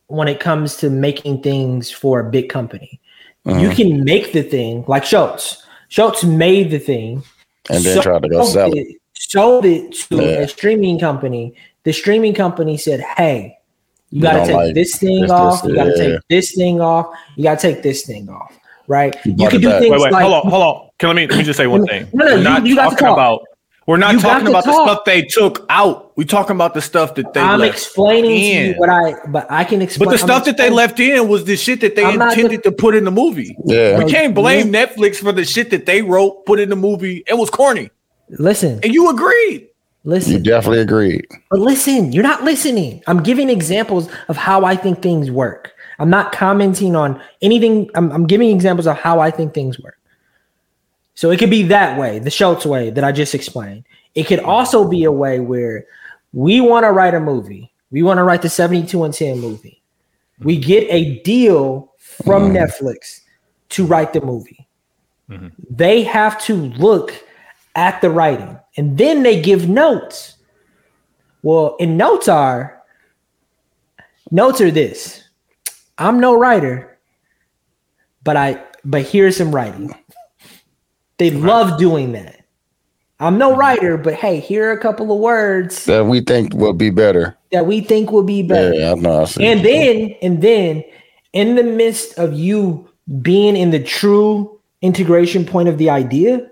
B: when it comes to making things for a big company
A: Mm-hmm.
B: you can make the thing like schultz schultz made the thing
A: And then tried to go sell it.
B: sold it to
A: Yeah.
B: a streaming company the streaming company said hey you got to
A: don't
B: take
A: like
B: this thing
A: this,
B: off
A: this,
B: you got to
A: yeah.
B: take this thing off you got to take this thing off right you
A: brought
B: can
A: it
B: do
A: back.
B: things
C: Wait, wait,
B: like
C: hold on, hold on. Can let me let me just say one thing.
B: No, no,
C: We're
B: you-
C: not
B: you got to
C: talking
B: talk.
C: about we're not
B: You got
C: talking
B: to
C: about
B: talk.
C: the stuff they took out. We're talking about the stuff that they
B: i'm
C: left
B: explaining to you
C: in.
B: what i but i can explain
C: but the
B: I'm
C: stuff that they
B: explaining-
C: left in was the shit that they
B: I'm not
C: intended to put in the movie.
A: Yeah.
C: We can't blame Netflix for the shit that they wrote, put in the movie. It was corny.
B: listen
C: And you agreed.
A: You
B: Listen,
A: definitely agreed.
B: but listen, you're not listening. I'm giving examples of how I think things work. I'm not commenting on anything. I'm, I'm giving examples of how I think things work. So it could be that way, the Schultz way that I just explained. It could also be a way where we want to write a movie. We want to write the 72 and 10 movie. We get a deal from Netflix to write the movie. They have to look at the writing and then they give notes. Well, and notes are notes are this. I'm no writer, but I but here's some writing. They love doing that. I'm no writer, but hey, here are a couple of words
A: That we think will be better.
B: that we think will be better.
A: Yeah, I know. I see.
B: And then, and then, in the midst of you being in the true integration point of the idea,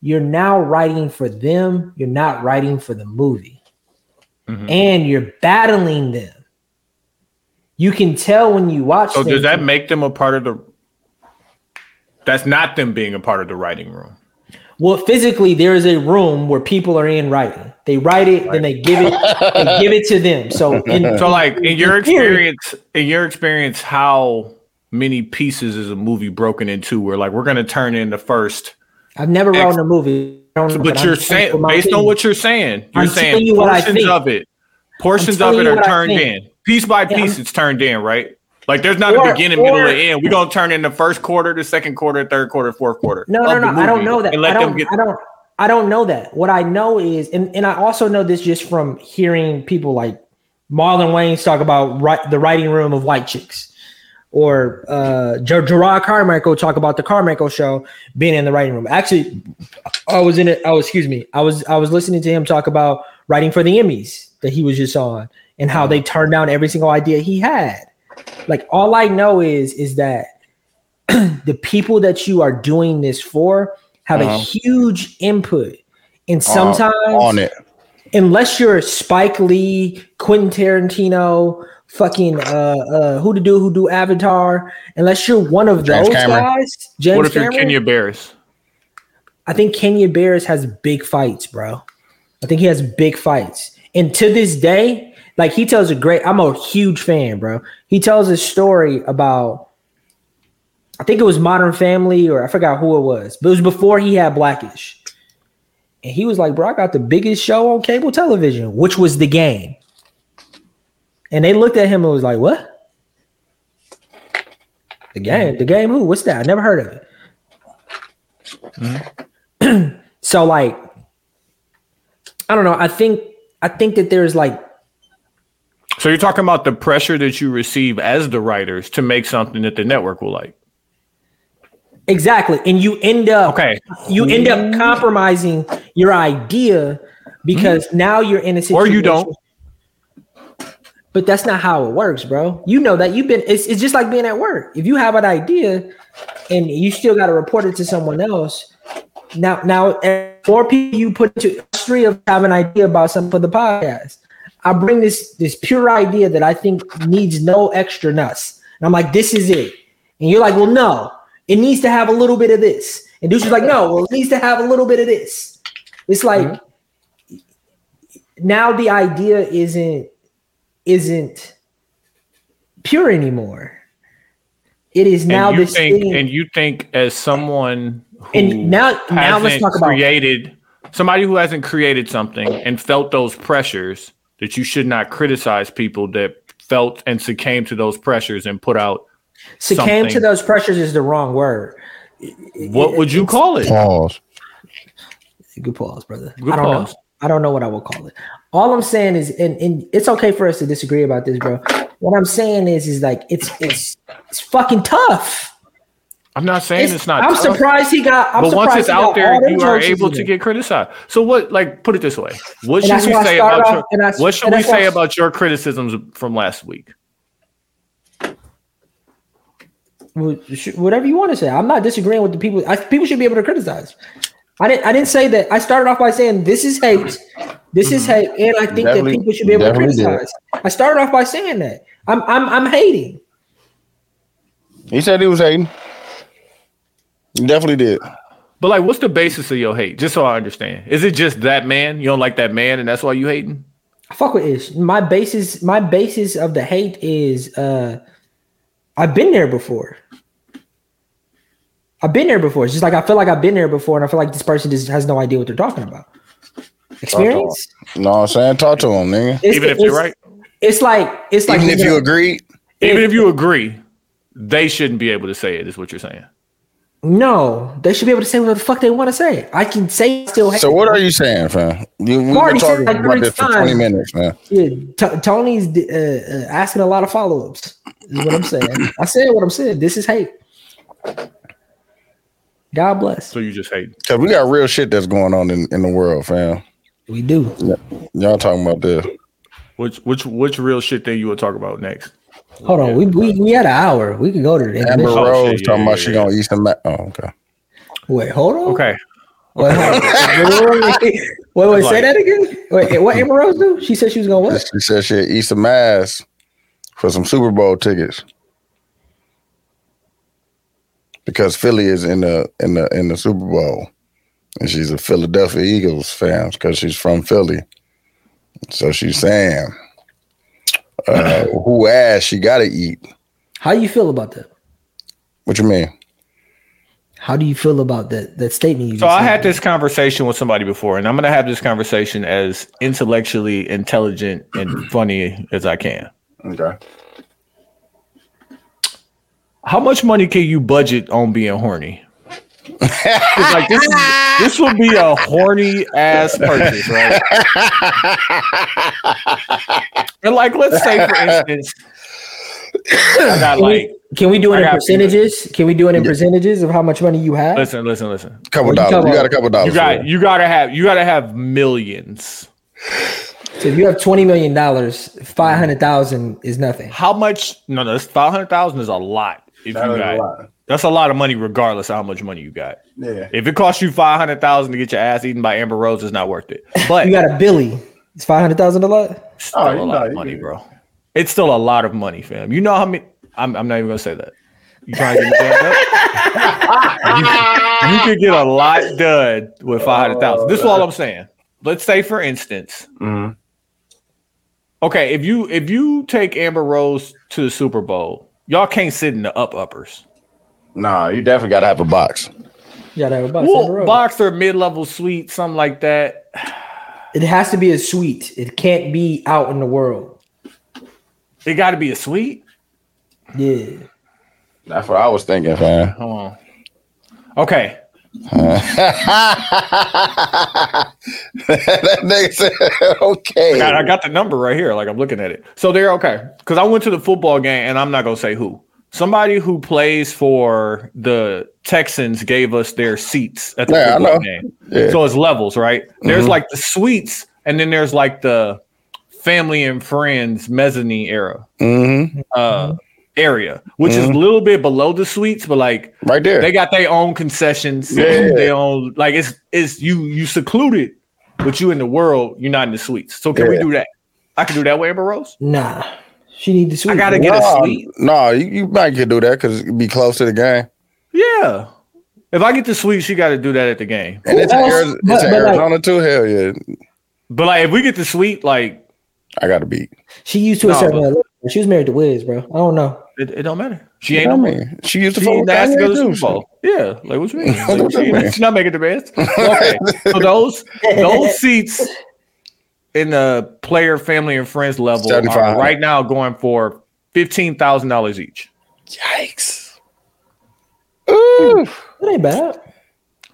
B: you're now writing for them. You're not writing for the movie,
C: Mm-hmm.
B: and you're battling them. You can tell when you watch.
C: So does
B: things-
C: that make them a part of the? That's not them being a part of the writing room.
B: Well, physically, there is a room where people are in writing. They write it, then they give it,
C: [laughs]
B: they give it to them. So, in,
C: So, like in your
B: In theory.
C: experience, in your experience, how many pieces is a movie broken into? Where like we're gonna turn in the first,
B: I've never
C: Ex-
B: written a movie. I don't know,
C: but,
B: I'm
C: you're
B: just saying
C: saying
B: my
C: based on
B: opinion.
C: what you're saying, you're
B: I'm
C: saying
B: telling you what I
C: portions
B: think.
C: of it, portions of
B: telling
C: it
B: you
C: are
B: what I
C: turned
B: think.
C: in, piece by
B: I'm-
C: piece. It's turned in, right? Like there's not
B: Or-
C: a beginning, middle,
B: or-
C: and end. We're gonna turn in the first quarter, the second quarter, third quarter, fourth quarter.
B: No,
C: of
B: no,
C: the
B: no. I don't
C: movie
B: know that.
C: And let
B: I don't.
C: them get
B: I don't. I don't know that. What I know is, and, and I also know this just from hearing people like Marlon Wayne's talk about right, the writing room of white chicks, or uh, Ger- Gerard Carmichael talk about the Carmichael show being in the writing room. Actually, I was in it. Oh, excuse me. I was I was listening to him talk about writing for the Emmys that he was just on, and how they turned down every single idea he had. Like all I know is is that [clears throat] the people that you are doing this for have a huge input. And
A: On-
B: sometimes,
A: on it.
B: unless you're Spike Lee, Quentin Tarantino, fucking uh, uh, who to do who do Avatar, unless you're one of
A: James
B: those
A: Cameron.
B: guys, James
C: What if you're
B: Cameron,
C: Kenya Barris?
B: I think Kenya Bears has big fights, bro. I think he has big fights. And to this day, like he tells a great, I'm a huge fan, bro. He tells a story about, I think it was Modern Family or I forgot who it was, but it was before he had Blackish. And he was like, bro, I got the biggest show on cable television, which was the game. And they looked at him and was like, what? The game, the game, who? What's that? I never heard of it. So like I don't know, I think I think that there's like
C: So you're talking about the pressure that you receive as the writers to make something that the network will like.
B: exactly and you end up
C: Okay.
B: you end up compromising your idea because now you're in a
C: Mm-hmm. Or
B: situation
C: you don't.
B: But that's not how it works, bro. You know that you've been it's, it's just like being at work. If you have an idea and you still got to report it to someone else, now now eh, more people you put to three of have an idea about something for the podcast. I bring this this pure idea that I think needs no extra nuts. And I'm like, this is it. And you're like, well, no, it needs to have a little bit of this. And Deuce is like, no, well, it needs to have a little bit of this. It's like
C: Mm-hmm.
B: now the idea isn't isn't pure anymore. It is now
C: and you
B: this
C: think
B: thing.
C: and you think as someone who
B: And now- now let's
C: hasn't
B: talk about-
C: created somebody who hasn't created something and felt those pressures that you should not criticize people that felt and succumbed to those pressures and put out
B: Succumb to
C: something.
B: those pressures is the wrong word.
C: what would you call it?
A: Pause.
B: Good pause, brother.
C: Good
B: I don't
C: pause.
B: know. I don't know what I will call it. All I'm saying is, and, and it's okay for us to disagree about this, bro. What I'm saying is, is like it's it's it's fucking tough.
C: I'm not saying it's, not
B: I'm
C: tough,
B: surprised he got. I'm
C: but
B: surprised
C: once it's
B: he
C: out
B: got all
C: there,
B: them
C: you are
B: choices
C: able
B: in
C: to
B: it.
C: get criticized. So what, like, put it this way: what
B: And
C: should
B: that's
C: we
B: why I
C: say
B: started
C: about
B: off-
C: your,
B: and I-
C: what should
B: and
C: we
B: that's why
C: say
B: I-
C: about your criticisms from last week?
B: Wh- sh- whatever you want to say. I'm not disagreeing with the people. I, people should be able to criticize. I didn't. I didn't say that. I started off by saying this is hate. This is hate, and I think that
A: Definitely-
B: people should be able to
A: definitely did.
B: criticize. I started off by saying that. I'm. I'm. I'm hating.
A: He said he was hating. He definitely did.
C: But like, what's the basis of your hate? Just so I understand, is it just that man? You don't like that man, and that's why you hating?
B: I fuck with Ish. My basis, my basis of the hate is uh I've been there before. I've been there before. It's just like I feel like I've been there before, and I feel like this person just has no idea what they're talking about. Experience.
A: No, I'm saying talk to him, nigga.
B: It's-
C: Even if you're
B: it's-
C: right,
B: It's like it's like
A: Even if
B: you
A: you
B: know-
A: agreed,
C: even if you agree, they shouldn't be able to say it. Is what you're saying?
B: no, they should be able to say whatever the fuck they want to say. I can say still. hate.
A: so what are you saying, fam? You, we've been
B: Marty said
A: talking
B: like
A: about
B: three
A: this for
B: times.
A: 20 minutes, man.
B: Yeah, T- Tony's uh, uh, asking a lot of follow ups. Is what I'm saying. I said what I'm saying. This is hate. God bless.
C: So you just hate?
A: Cause we got real shit that's going on in, in the world, fam.
B: We do.
A: Y'all talking about this?
C: Which which which real shit thing you will talk about next?
B: Hold on. We we, we had an hour. We could go to the
A: Amber
B: intermission.
C: Oh,
A: Rose
C: shit, yeah,
A: talking
C: yeah,
A: about she
C: yeah.
A: gonna eat some. Ma- oh, okay.
B: Wait, hold on.
C: Okay,
B: Wait,
C: [laughs]
B: hold on. wait, wait, wait, wait, say
C: Like-
B: that again. Wait, what Amber Rose do? She said she was gonna what?
A: She said she'd eat some ass for some Super Bowl tickets because Philly is in the in the in the Super Bowl, and she's a Philadelphia Eagles fan because she's from Philly. So she's saying, uh, "Who ass she gotta eat?"
B: How you feel about that?
A: What you mean?
B: How do you feel about that that statement? You
C: so
B: just
C: I had
B: made?
C: this conversation with somebody before, and I'm gonna have this conversation as intellectually intelligent and funny as I can.
A: Okay.
C: How much money can you budget on being horny? It's like this, is- this would be a horny ass purchase, right? and like, let's say for instance, I got like,
B: Can we do it
C: I
B: in
C: got-
B: percentages? Can we do it in percentages of how much money you have?
C: listen, listen, listen.
A: Couple
B: What you
A: dollars.
B: talking
A: You got a
B: about?
A: couple dollars.
C: You got, you gotta have, you gotta have millions.
B: So if you have twenty million dollars, five hundred thousand is nothing.
C: How much? No, no, that's five hundred thousand is a lot. If you got, that's a lot of money, regardless of how much money you got.
H: Yeah.
C: If it costs you five hundred thousand to get your ass eaten by Amber Rose, it's not worth it. But
B: You got a Billy. Is five hundred thousand a lot?
C: Still
H: Oh,
C: a
H: you
C: lot
H: know,
C: of
H: you-
C: money, bro. It's still a lot of money, fam. You know how many? I'm, I'm not even gonna say that. You trying to get me jammed
H: [laughs]
C: up? you, you could get a lot done with five hundred thousand. This is all I'm saying. Let's say, for instance,
H: Mhm.
C: okay, if you if you take Amber Rose to the Super Bowl, y'all can't sit in the up uppers.
H: Nah, you
A: Definitely gotta have a box.
B: You gotta have a box. Amber
C: Well,
B: Rose.
C: box or mid level suite, something like that.
B: It has to be a suite. It can't be out in the world.
C: It got to be a suite.
B: Yeah.
A: That's what I was thinking, fam. [laughs]
C: Hold on. Okay,
A: that nigga said, [laughs] "Okay."
C: I, I got the number right here. Like I'm looking at it. So they're okay. Because I went to the football game, and I'm not gonna say who. Somebody who plays for the Texans gave us their seats at the
A: Yeah, I
C: football
A: know.
C: game.
A: Yeah. Mm-hmm.
C: So it's levels, right? There's like the suites, and then there's like the family and friends mezzanine era
A: mm-hmm.
C: uh, area, which is a little bit below the suites, but like
A: Right there.
C: they got their own concessions.
A: Yeah.
C: They own like it's it's you you secluded, but you in the world. You're not in the suites. So can we
A: Yeah.
C: do that? I can do that with Amber Rose.
B: Nah. She need the suite.
C: I gotta
B: bro.
C: get a
A: Nah,
C: suite.
A: nah, you, you might could do that because it'd be close to the game.
C: Yeah. If I get the suite, she got to do that at the game.
A: And it's, in
B: else?
A: Ari-
B: But-
A: it's in
B: but, like-
A: Arizona too. Hell yeah,
C: But like, if we get the suite, like
A: I got to beat.
B: She used to a
C: Nah,
B: certain level. She was married to Wiz, bro. I don't know.
C: it, it don't matter. She ain't
A: You know
C: no
A: what I
C: more.
A: mean, she used to
C: She
A: fuck
C: ain't
A: with
C: asked to go to
A: Kanye
C: the
A: too.
C: Super Bowl. Yeah, like what you mean? Like,
A: What you
C: she,
A: mean?
C: she's not making the [laughs] best. Okay, so those those seats in the player, family, and friends level are
A: 7,500.
C: right now going for fifteen thousand dollars each.
A: Yikes! Ooh,
B: That ain't bad.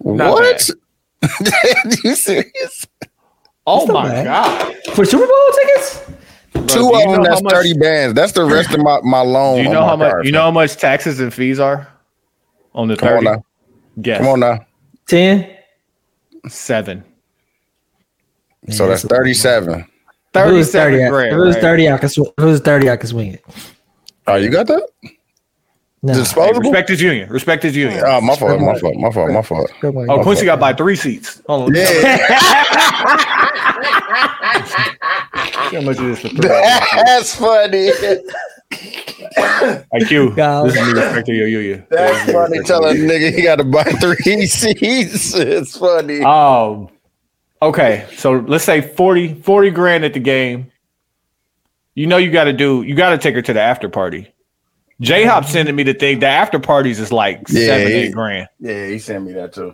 C: Not
A: what? [laughs] you serious?
C: Oh
B: not
C: my
B: bad.
C: god!
B: For Super Bowl tickets?
C: Bro, do
A: Two
C: you
A: of
C: know
A: them.
C: how
A: That's
C: much-
A: thirty bands. That's the rest of my my loan.
C: Do you
A: on
C: know
A: my
C: how much?
A: car,
C: You know how much taxes and fees are on the
A: Come on
C: thirty.
A: now.
C: Guess
A: Come on now.
B: Ten.
C: seven.
A: So that's thirty-seven.
B: If it was
C: 37
B: 30, I-
C: grand,
B: If it was
C: right?
B: thirty, I could. Sw- if it was thirty, I could swing it.
A: Oh, you got that?
B: No.
C: Hey,
A: Disposable?
C: respect his union. Respect his union.
A: Oh, my fault. My fault. My fault. My fault.
C: oh, Quincy got by three seats. Hold on. let me
A: Yeah.
C: see How much it is for
A: [laughs]
C: three?
A: That's funny.
B: [laughs]
C: Like you,
B: Go.
C: this is me respecting your you. you.
A: That's funny. Tell a nigga he got to buy three [laughs] ECs. It's funny.
C: Oh, okay. So let's say 40, 40 grand at the game. You know you got to do. You got to take her to the after party. J Hop sending me the thing. The after parties is like
A: Yeah,
C: seven,
A: yeah.
C: eight grand.
H: Yeah, he sent me that too.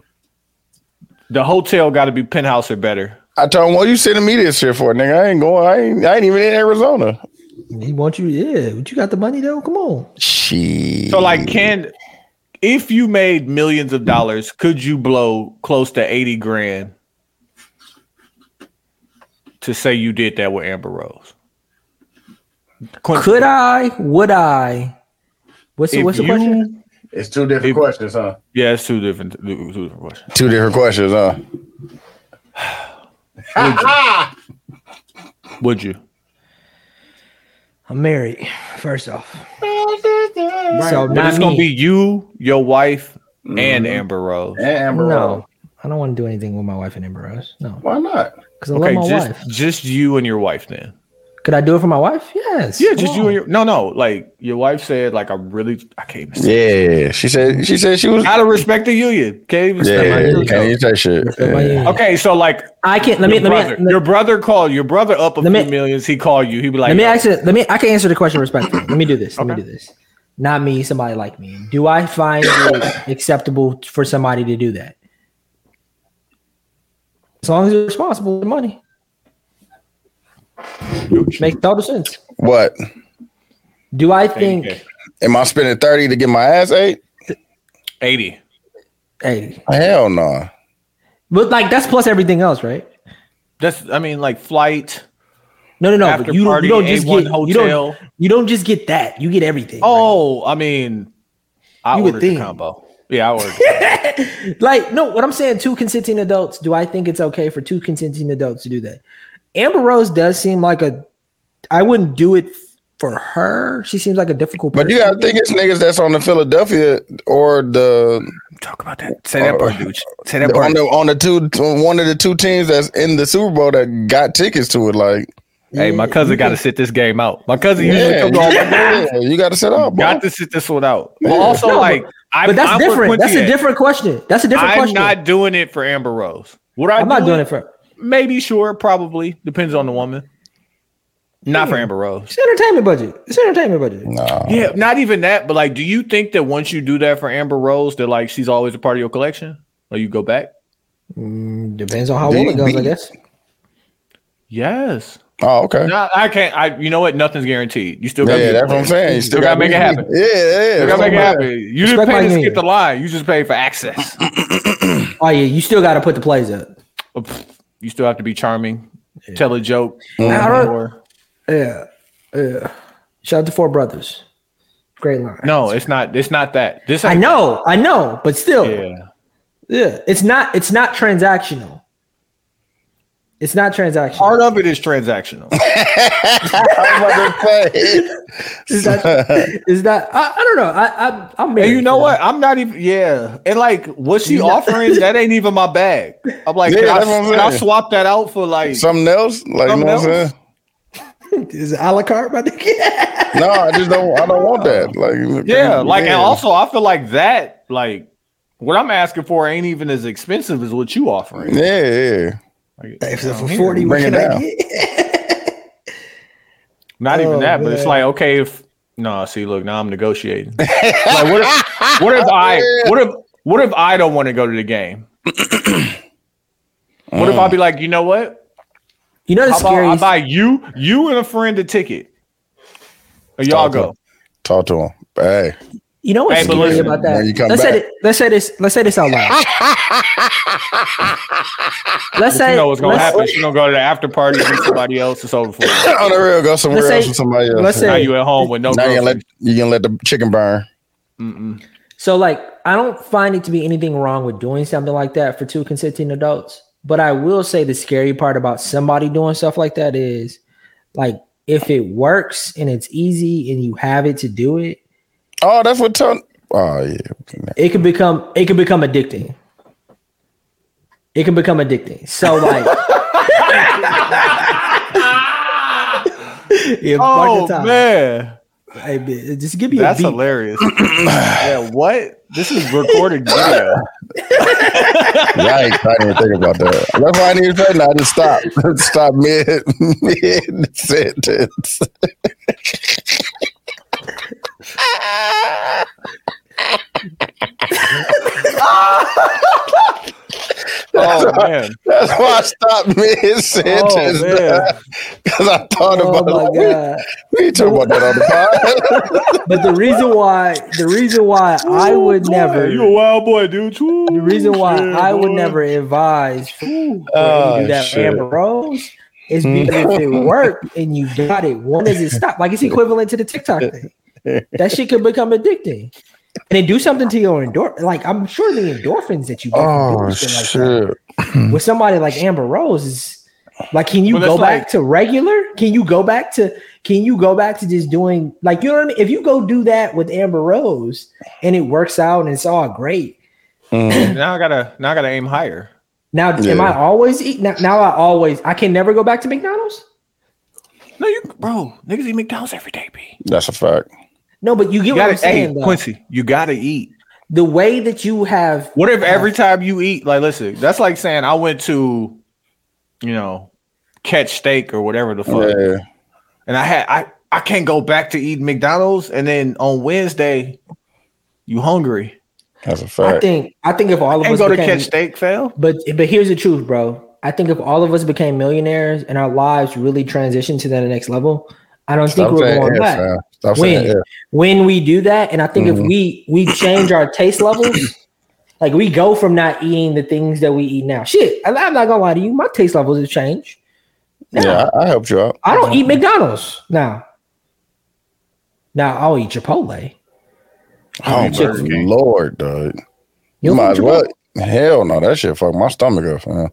C: The hotel got to be penthouse or better.
A: I told him, "What you sending me this shit for, nigga? I ain't going. I ain't. I ain't even in Arizona."
B: He want you, yeah. But you got the money though. Come on.
A: She.
C: So like, can if you made millions of dollars, could you blow close to eighty grand to say you did that with Amber Rose? Quincy,
B: Could I? Would I? What's the,
C: if
B: what's the
C: you-
B: question?
H: It's two different
C: If-
H: questions, huh?
C: Yeah, it's two different, two different questions.
A: two different questions,
H: [sighs]
A: huh?
C: Would you?
B: I'm married. First off, so
C: But
B: not
C: it's gonna
B: me.
C: be you, your wife,
A: Mm-hmm.
C: and Amber Rose.
H: And Amber Rose.
B: no. I don't want to do anything with my wife and Amber Rose. No,
H: Why not?
B: because I
C: Okay,
B: love my
C: just
B: wife.
C: just you and your wife then.
B: Could I do it for my wife? Yes.
C: Yeah,
B: Come
C: just you
B: on.
C: and your no, no. Like your wife said, like I really I can't even say
A: Yeah. She said. She said she was.
C: out of respect to union. Can't even say my
A: Yeah.
C: union.
A: Can't you say shit?
B: Respect my
A: Yeah.
B: union.
C: Okay, so like
B: I can't. Let me. Let
C: your,
B: me.
C: brother,
B: let me-
C: your brother called your brother up a few
B: Let me-
C: millions. He called you. He be like,
B: let me
C: "Yo,
B: ask it. Let me. I can answer the question respectfully. Let me do this. Let me do this. Not me. Somebody like me. Do I find
C: [coughs]
B: it acceptable for somebody to do that? As long as you're responsible with the money, makes total sense.
A: What?
B: Do I think?
C: okay.
A: Am I spending thirty to get my ass ate?
C: eighty.
B: Hey,
A: Hell no.
B: but like that's plus everything else, right?
C: That's I mean like flight
B: No, no, no.
C: after
B: But you, don't-
C: party,
B: you don't just
C: A1
B: get
C: hotel.
B: you don't you don't just get that. You get everything.
C: Oh, I mean, I
B: You would
C: ordered the
B: think.
C: combo. Yeah, I ordered.
B: [laughs]
C: the
B: Like, no, what I'm saying, two consenting adults, do I think it's okay for two consenting adults to do that? Amber Rose does seem like a, I wouldn't do it for her. She seems like a difficult person.
A: But you gotta think it's niggas that's on the Philadelphia or the
C: Talk about that. Say that part, dude. Say that
A: on
C: part.
A: the on the two one of the two teams that's in the Super Bowl that got tickets to it. Like,
C: Hey, my cousin got to sit this game out. My cousin usually
A: yeah,
C: comes
B: [laughs]
C: on.
A: yeah, you got to sit up. Bro.
C: Got to sit this one out. But also,
B: No,
C: like, I,
B: But that's
C: I'm with
B: different. That's a
C: Quincy.
B: different question. That's a different
C: I'm
B: question.
C: not doing it for Amber Rose. Would I
B: I'm not
C: do
B: doing it for
C: Maybe, sure, probably depends on the woman. Not for Amber Rose.
B: It's entertainment budget. It's entertainment budget.
A: Nah.
C: Yeah, not even that. But like, do you think that once you do that for Amber Rose, that like she's always a part of your collection? Or you go back?
A: Mm-hmm.
B: Mm, depends on how
A: Do
B: well
A: you
B: it goes, I
A: beat-
B: guess.
C: Yes.
A: Oh, okay.
C: No, I can't. I. You know what? Nothing's guaranteed. You still got.
A: yeah, yeah, that's what I'm saying. You
C: Still gotta make it happen.
A: Yeah, yeah.
C: You
A: that's
C: gotta make it
A: what I'm
C: happen. You didn't
B: Respect
C: pay
B: my
C: to
B: name.
C: skip the line. You just paid for access. [clears throat]
B: Oh yeah, you still got to put the plays up.
C: Oh, pff, you still have to be charming. Tell a joke.
B: I don't-
A: Mm-hmm.
C: or-
B: Yeah, yeah. Shout out to Four Brothers. Great line.
C: no, it's not. It's not that. This.
B: I
C: ain't-
B: know, I know, but still,
C: Yeah.
B: Yeah, it's not it's not transactional. It's not transactional.
C: Part of it is transactional.
A: about to say.
C: [laughs]
B: is that [laughs] is that I, I don't know. I I I'm
C: and
B: married,
C: you know
B: so-
C: what? I'm not even. Yeah. And like, what she offering? That ain't even my bag. I'm like,
A: Yeah,
C: can I,
A: that's what I'm
C: can I
A: saying.
C: swap that out for like.
A: Something else, like you
C: Something
A: know what I'm
C: else?
A: saying?
B: Is it a la carte, my
C: [laughs]
B: nigga?
A: No, I just don't. I don't want that. Like,
C: Yeah, like and also I feel like that, like what I'm asking for ain't even as expensive as what you offering.
A: Yeah, yeah.
C: Like,
B: so for 40, what
A: Bring it
B: can I
A: down.
B: get?
C: not even
B: Oh,
C: that, but it's
B: man.
C: like okay if no, see, look, now
A: [laughs]
C: I'm negotiating. like what [laughs] if what if I what if what if I don't want to go to
A: [clears throat]
C: the game? what
A: Mm.
C: if I be like, you know what?
B: You know the
C: I buy, I
B: scariest
C: buy you, you and a friend a ticket. And y'all go.
A: Talk to him. Hey,
B: you know what's
C: Hey, but
B: scary
C: listen,
B: about
A: when you
B: that?
A: come
B: Let's say
A: back.
B: it, let's say this let's say this out
C: [laughs]
B: loud. let's say
C: You know what's gonna
B: let's,
C: happen. She's gonna go to the after party with somebody else. It's over for you.
A: on the real, go somewhere
B: Let's say-
A: else with somebody else.
B: let's say-
C: Now you at home with no
A: now you gonna let
C: girlfriend.
A: you gonna let the chicken burn.
B: So like I don't find it to be anything wrong with doing something like that for two consenting adults. But I will say the scary part about somebody doing stuff like that is like if it works and it's easy and you have it to do it,
A: Oh, that's what. Ton- oh yeah.
B: it can become it can become addicting. It can become addicting.
C: [laughs]
B: So like yeah, fuck the
C: Oh
B: time.
C: man.
F: Hey, man, just give me
C: That's
F: a beat.
B: [clears throat]
C: hilarious. yeah, what? This is recorded video.
A: Yikes, I didn't even think about that. That's why I need to say now. Just stop. [laughs] Stop mid mid sentence.
C: Oh man.
A: That's why I stopped mid sentence.
C: Oh,
A: [laughs]
C: man.
A: Because I thought
B: Oh
A: about
B: my
A: it. Like,
B: god!
A: we, we ain't talking about that on the pod.
B: But the reason why, the reason why I would never,
C: You a wild boy, dude.
B: the reason why I would never advise for you to
A: Oh,
B: do that
A: shit. Mm.
B: Amber Rose is because
A: [laughs]
B: if it worked and you got it, when does it stop? Like it's equivalent to the TikTok thing. That shit could become addicting, and it do something to your endorphin. Like I'm sure the endorphins [laughs] that you get from
A: [laughs] Oh
B: doing shit like that.
A: shit!
B: with somebody like Amber Rose is like, can you
C: Well,
B: go
C: that's
B: back
C: like-
B: to regular? Can you go back to can you go back to just doing like you know what I mean? If you go do that with Amber Rose and it works out and it's all great.
A: Mm,
C: Now I gotta now I gotta aim higher.
B: Now am
A: Yeah.
B: I always eat now, now I always I can never go back to McDonald's?
C: No, you bro, niggas eat McDonald's every day, B.
A: That's a fact.
B: No, but you get
C: You
B: what
C: gotta
B: I'm saying
C: hey,
B: though.
C: Quincy, you gotta eat.
B: The way that you have
C: What if every time you eat, like listen, that's like saying I went to, you know, catch steak or whatever the fuck.
A: Yeah.
C: and I had I I can't go back to eating McDonald's, and then on Wednesday, you hungry?
A: That's a
B: I
A: fact.
B: think I think if all of
C: And
B: us
C: go to
B: became-
C: catch steak, fail.
B: But but here's the truth, bro. I think if all of us became millionaires and our lives really transitioned to the next level, I don't think
A: Stop
B: we're
A: saying
B: going
A: if,
B: back.
A: man. Stop saying
B: When
A: if.
B: when we do that, and I think if
A: Mhm.
B: we we change our taste
A: [clears throat]
B: levels, like we go from not eating the things that we eat now. Shit, I, am not gonna lie to you. My taste levels have changed. Now,
A: Yeah, I, I helped you out.
B: I don't eat McDonald's now. Now I'll eat Chipotle.
A: Oh, my
B: Chicken.
A: lord, dude. You,
B: don't
A: might
B: eat
A: as well. Hell no, that shit fucked my stomach up. Man.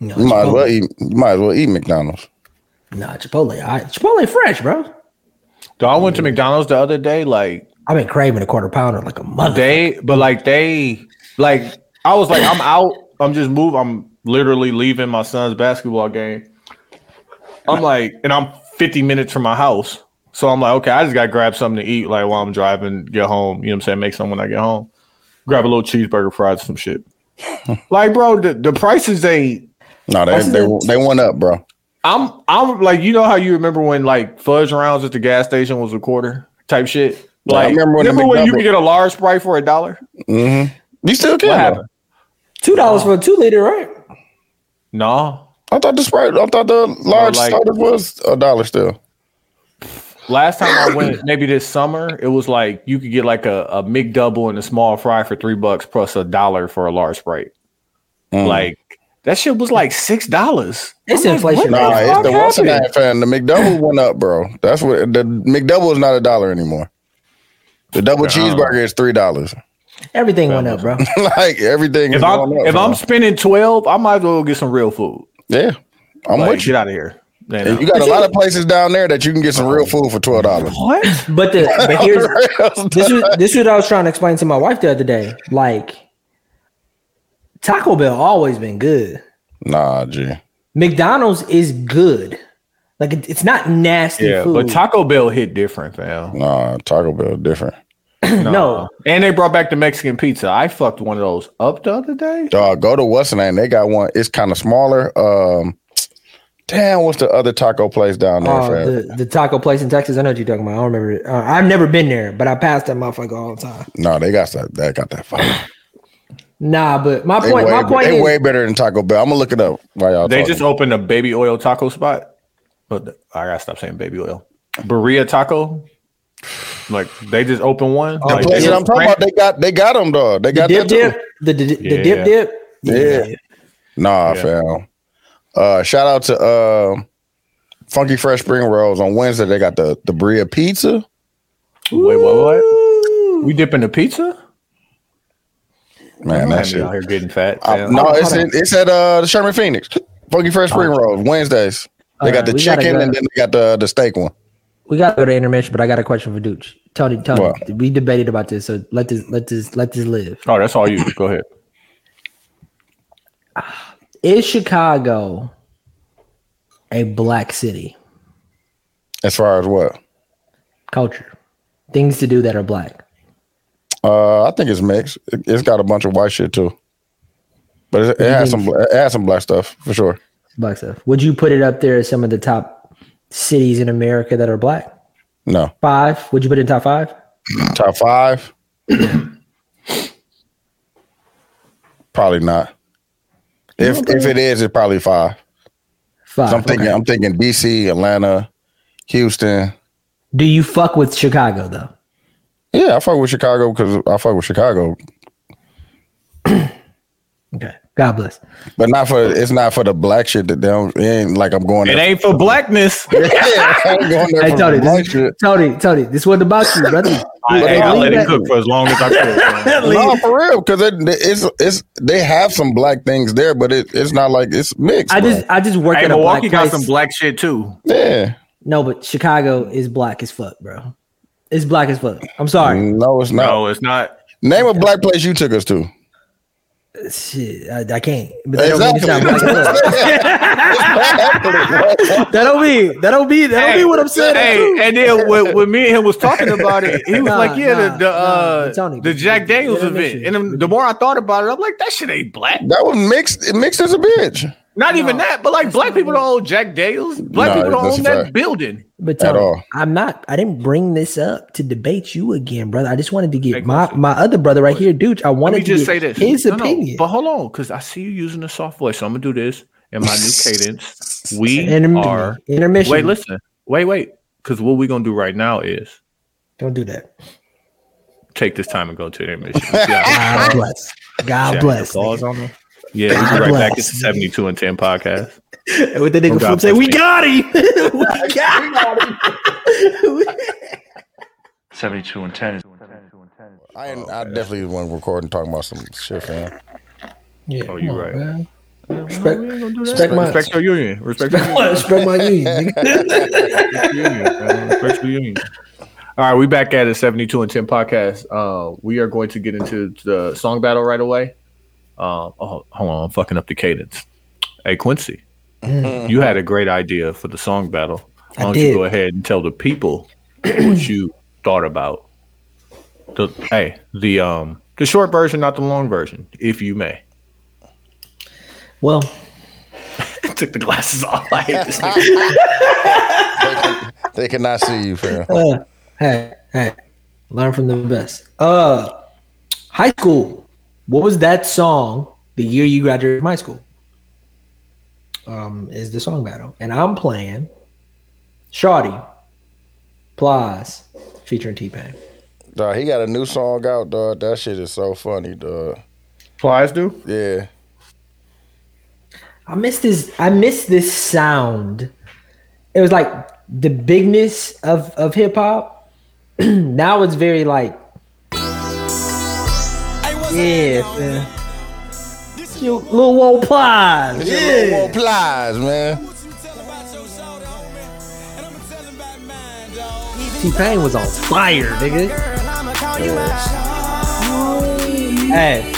B: No,
A: You might as
B: Chipotle.
A: well eat. You might as well eat McDonald's.
B: Nah, Chipotle. I, Chipotle fresh, bro.
C: So I went to McDonald's the other day, like
B: I've been craving a quarter pounder like a mother.
C: they, but like they, like I was like I'm out. I'm just moving. I'm literally leaving my son's basketball game. I'm like, and I'm 50 minutes from my house, so I'm like, okay, I just gotta grab something to eat, like while I'm driving, get home. You know what I'm saying? Make something when I get home. Grab a little cheeseburger, fries, some shit.
A: [laughs]
C: like, bro, the, the prices they
A: No, they they, they went up, bro.
C: I'm I'm like you know how you remember when like fudge rounds at the gas station was a quarter type shit.
A: Yeah, I
C: Like
A: remember
C: remember
A: when
C: when,
A: the
C: you
A: McDouble-
C: could get a large sprite for a dollar?
A: hmm You still
C: What
A: can. though.
C: happened?
B: Two dollars for a two liter, right?
C: No,
A: I thought the sprite. I thought the large
C: like-
A: soda was a dollar still.
C: last time I went, maybe this summer, it was like you could get like a a McDouble and a small fry for three bucks plus a dollar for a large sprite.
A: Mm.
C: Like that shit was like six dollars.
B: It's inflation.
A: Nah,
B: bro.
A: it's the what's in that fan. The McDouble went up, bro. That's what the McDouble is not a dollar anymore. The double cheeseburger is three dollars.
B: Everything went up, [laughs] bro.
A: [laughs] like everything is
C: If I'm
A: going up.
C: if
A: bro.
C: I'm spending twelve, I might as well get some real food.
A: yeah, I'm
C: Like,
A: with you.
C: Get out of here. You
A: And
C: know.
A: You got a lot of places down there that you can get some real food for twelve dollars. [laughs]
C: what?
B: But the but here's this was this is what I was trying to explain to my wife the other day. Like Taco Bell always been good.
A: Nah, G.
B: McDonald's is good. Like it- it's not nasty
C: Yeah,
B: food.
C: but Taco Bell hit different, fam.
B: [laughs]
A: Nah, Taco Bell different.
B: no,
C: And they brought back the Mexican pizza. I fucked one of those up the other day.
A: Dog, go to what's the name? They got one. It's kind of smaller. Um, damn, what's the other taco place down there?
B: Uh,
A: fam?
B: the, the taco place in Texas. I know what you're talking about. I don't remember. It. Uh, I've never been there, but I passed that motherfucker all the time.
A: No, they got that. They got that. Fire.
B: Nah, but my
A: They,
B: point.
A: way,
B: my point
A: they
B: is,
A: way better than Taco Bell. I'm gonna look it up while y'all.
C: They
A: talking.
C: just opened a baby oil taco spot. But the- I gotta stop saying baby oil. Berea taco. Like they just opened one.
A: the
C: Like,
A: place
C: they
A: that I'm talking about. They got they got them, dog. They
B: the
A: got
B: dip
A: that too.
B: dip, the, the, the
C: Yeah.
B: dip dip.
A: Yeah. Nah,
C: Yeah.
A: fam. Uh, shout out to uh, Funky Fresh Spring Rolls on Wednesday. They got the the Bria Pizza.
C: wait, what? what? We dipping the pizza?
A: Man,
C: I'm
A: that
C: out
A: shit.
C: here getting fat.
A: I,
C: fam.
A: no, it's in, it's at uh the Sherman Phoenix. Funky Fresh Spring Rolls Wednesdays. They got
B: Alright,
A: the
B: Oh. we gotta
A: chicken
B: go.
A: and then they got the the steak one.
B: We gotta go to intermission, but I got a question for Dooch. Tony, Tony,
A: What?
B: we debated about this, so let this, let this, let this live.
C: oh, that's all you. Go ahead.
B: Is Chicago a black city
A: As far as what?
B: culture? Things to do that are black.
A: Uh, I think it's mixed. It, has got a bunch of white shit too, but it, it has some it has some black stuff for sure.
B: Black stuff. Would you put it up there as some of the top cities in America that are black?
A: No,
B: Five? Would you put it in top five?
A: top five, [clears throat] probably not. If if it is, it's probably five.
B: Five.
A: So I'm thinking
B: okay.
A: I'm thinking DC, Atlanta, Houston.
B: Do you fuck with Chicago though?
A: Yeah, I fuck with Chicago because I fuck with Chicago,
B: Okay. God bless.
A: but not for it's not for the black shit that they don't. It ain't like I'm going.
C: [laughs] It
A: there.
C: ain't for [laughs] blackness.
A: [laughs] yeah, I ain't going there
B: Hey
A: for
B: Tony,
A: the black
B: this,
A: shit.
B: Tony, Tony, this wasn't about you,
C: [laughs]
B: brother.
C: Hey, I'll let it
B: Leave that-
C: cook for as long as [laughs] I can. man.
A: No, for real, because it, it's it's they have some black things there, but it, it's not like it's mixed.
B: I
A: bro.
B: just I just work
C: Hey,
B: at a black
C: Milwaukee got
B: place.
C: some black shit too.
A: yeah,
B: no, but Chicago is black as fuck, bro. It's black as fuck. I'm
C: Mm.
B: sorry.
A: no, it's not.
C: No, it's not.
A: Name a black place you took us to.
B: Shit, I, I can't. But that don't mean it's
A: Exactly.
B: not black as fuck. [laughs] That don't mean that don't mean that don't mean what I'm saying.
C: Hey, and then when, when me and him
B: [laughs]
C: was talking about it, he was
B: Nah,
C: like, "Yeah,
B: nah,
C: the the, uh,
B: nah, Tony,
C: the Jack Daniels
B: let him
C: event."
B: issue.
C: And then the more I thought about it, I'm like, "That shit ain't black."
A: that was mixed. It mixed as a
B: [laughs]
A: bitch
C: Not even that, but like black people don't own Jack Daniels. Black
A: Nah,
C: people don't
A: that's
C: own
A: a
C: that
A: fact.
C: building.
B: But
A: At
B: Tony,
A: all.
B: I'm not. I didn't bring this up to debate you again, brother. I just wanted to get my my other brother right here, dude. I
C: Let
B: wanted
C: me
B: to
C: just
B: get
C: say this.
B: his
C: No, no,
B: opinion.
C: but hold on, because I see you using a soft voice. So I'm gonna do this in my
B: [laughs]
C: new cadence. We
B: Intermission.
C: are.
B: Intermission.
C: Wait, listen. Wait, wait. Because what we're gonna do right now is
B: Don't do that.
C: take this time and go
B: [laughs]
C: to intermission. Yeah,
B: God bless. God bless.
C: Applause
B: nigga.
C: on them. Yeah, we'll be right
B: bless.
C: back. It's the 72 and 10 podcast.
B: And With the nigga flip
C: God
B: say,
C: bless
B: "We
C: me.
B: got him. [laughs]
F: [laughs]
B: we got him."
I: 72 and 10 is
A: I, ain't- I definitely wasn't recording talking about some shit, fam.
F: Yeah,
C: Oh, you're
F: come on,
C: right.
F: man. Respect, respect my
B: [laughs]
C: Respect your union. Respect your union.
F: respect my
C: [laughs]
F: union.
C: Respect your union, man. Respect your union. All right, we back at it. 72 and 10 podcast. Uh, we are going to get into the song battle right away. Um, oh, hold on. I'm fucking up the cadence. Hey, Quincy, you had a great idea for the song battle. Why
B: Mm. I
C: don't
B: did.
C: you go ahead and tell the people [clears throat] what you thought about? The, hey, the um the short version, not the long version, if you may.
B: well,
C: [laughs] Took the glasses off. I hate this
A: [laughs]
C: nigga.
A: They cannot see you, fam.
B: uh, hey, hey, learn from the best. Uh, high school. What was that song? The year you graduated from high school. Um, is the song battle, and I'm playing, Shawty, Plies, featuring T Pain.
A: Dog, he got a new song out, dog. That shit is so funny, dog.
C: Plies do?
A: Yeah,
B: I miss this. I miss this sound. It was like the bigness of of hip hop. [clears throat] now it's very like. Yeah, man. You little old plies.
A: yeah.
B: Yeah.
A: Applies, man.
B: T Pain was on fire, nigga. Hey,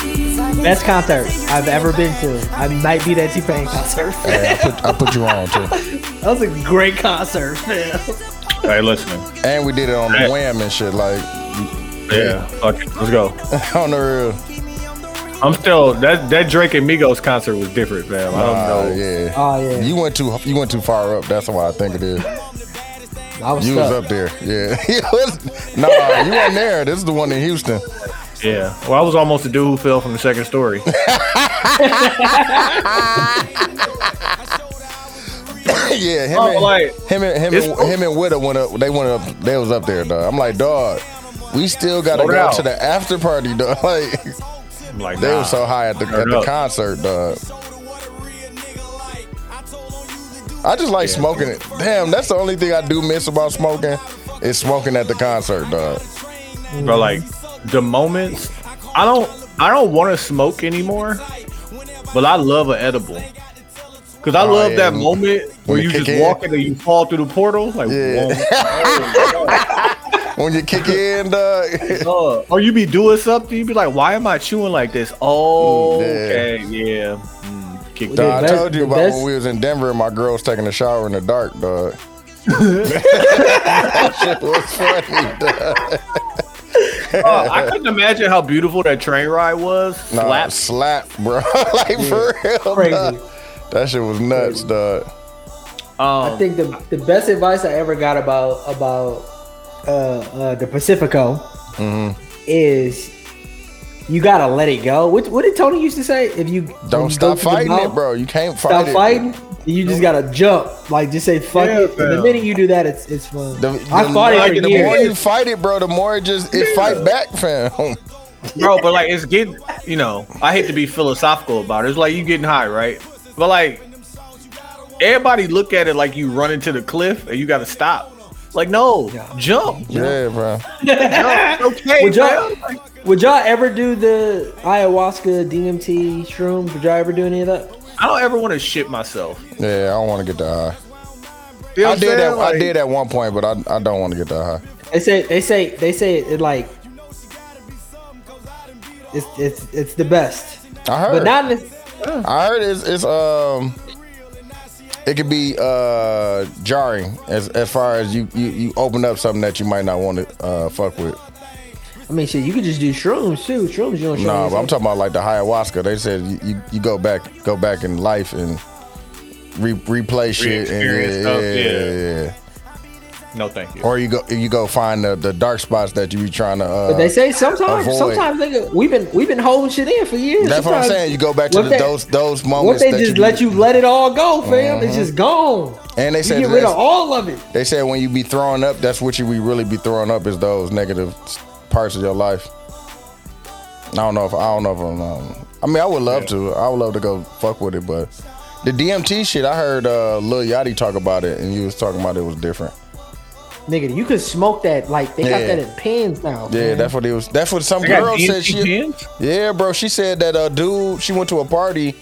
B: best concert I've ever been to. I might be that T Pain concert.
A: Hey, I put I put you on too,
B: [laughs] that was a great concert, man.
C: Hey, listen.
A: and we did it on the wham and shit. Like [laughs]
C: Yeah. Fuck it. Let's go.
A: on the real.
C: I'm still that that Drake and Migos concert was different, man. I
A: Uh,
C: don't know.
A: yeah.
B: Oh yeah,
A: You went too. You went too far up. That's why I think it is.
B: I was
A: You
B: stuck.
A: was up there. Yeah. [laughs] You was- nah, you weren't there. This is the one in Houston.
C: Yeah. Well, I was almost a dude who fell from the second
A: [laughs]
C: story.
A: [laughs] yeah. Him
C: Oh,
A: and
C: like,
A: him and him
C: it's-
A: and, him and Widow went up. They went up. They was up there, dog. I'm like, dog. We still gotta
C: Slow
A: go
C: down.
A: to the after party, dog. [laughs] Like
C: I'm like,
A: they
C: nah.
A: were so high at the at
C: Turn
A: the
C: up.
A: concert, dog. I just like smoking it. Damn, that's the only thing I do miss about smoking is smoking at the concert, dog.
C: But like the moments, I don't I don't want to smoke anymore, but I love an edible. Cause I
A: Oh,
C: love
A: yeah.
C: that moment where
A: it
C: you
A: kick
C: just
A: in.
C: walk in and you fall through the portal. Like,
A: Yeah. [laughs] When you
C: [laughs]
A: kick in, dog. [laughs]
C: whoa.
A: Oh,
C: or Oh, you be doing something, you be like, why am I chewing like this? Oh, okay, yeah. Mm, kick
A: Dog, I
B: best-
A: told you
B: the
A: about [laughs]
B: best-
C: [laughs]
A: when we was in Denver and my girl was taking a shower in the dark, dog. Shit was funny. dog.
C: Oh, I couldn't imagine how beautiful that train ride was.
A: Nah,
C: Slap.
A: slap, bro. [laughs] like for real.
F: Crazy.
A: dog. That shit was nuts, dog.
C: Um,
B: I think the the best advice I ever got about about uh, uh, the Pacifico
A: Mm-hmm.
B: is you gotta let it go. What what did Tony used to say? If you
A: Don't
B: you go
A: stop
B: to the
A: fighting
B: mouth,
A: it, bro. You can't fight
B: Stop
A: it.
B: fighting. You just gotta jump. Like just say fuck
C: Yeah,
B: it. And the
C: fam.
B: minute you do that, it's it's fun.
A: The,
B: I
A: the-
B: fought
A: like,
B: it for
A: the more you
B: years.
A: fight it, bro, the more it just it fight back, fam. [laughs]
C: bro. But like, it's getting, you know, I hate to be philosophical about it. It's like you getting high, right? But like, everybody look at it like you run into the cliff and you got to stop. Like, no, jump.
A: yeah, bro.
C: Jump. Okay,
B: Would y'all-
C: man. Like,
B: Would y'all ever do the ayahuasca, DMT, shrooms? Would y'all ever do any of that?
C: I don't ever want to shit myself.
A: Yeah, I don't want to get the high. I
C: You know what I'm
A: did
C: saying?
A: that. I
C: Like,
A: did at one point, but I, I don't want to get that high.
B: They say they say they say it, like it's it's it's the best,
A: I
B: but
A: heard.
B: not in the,
A: I heard it's, it's um. It could be uh jarring as as far as you you, you open up something that you might not want to uh fuck with.
B: I mean, shit, you could just do shrooms too. Shrooms, you don't. show
A: Nah, but I'm
B: yourself.
A: talking about like the ayahuasca. They said you, you, you go back go back in life and re- replay shit and
C: Re-experience stuff,
A: yeah,
C: yeah.
A: yeah, yeah.
C: No, thank you.
A: Or you go you go find the, the dark spots that you be trying to. Uh,
B: But they say sometimes,
A: avoid.
B: sometimes nigga, we've been we've been holding shit in for years.
A: that's what I'm
B: Sometimes-
A: saying. You go back to
B: What
A: the,
B: they-
A: those those
B: What
A: moments.
B: they
A: that
B: just
A: you,
B: let you let it all go, fam? It's just gone.
A: And they
B: You
A: said
B: get rid
A: that's-
B: of all of it.
A: They said when you be throwing up, that's what you we really be throwing up is those negative s- parts of your life. I don't know if I don't know if I'm. Um, I mean, I would love to. I would love to go fuck with it, but the DMT shit, I heard uh, Lil Yachty talk about it, and you was talking about it was different.
B: Nigga, you could smoke that. Like they
A: Yeah.
B: got that in pins now.
A: Yeah, that's what it was. That's what some
E: They got
A: girl said.
E: DMT
A: She,
E: pins?
A: yeah, bro. She said that uh, dude. She went to a party,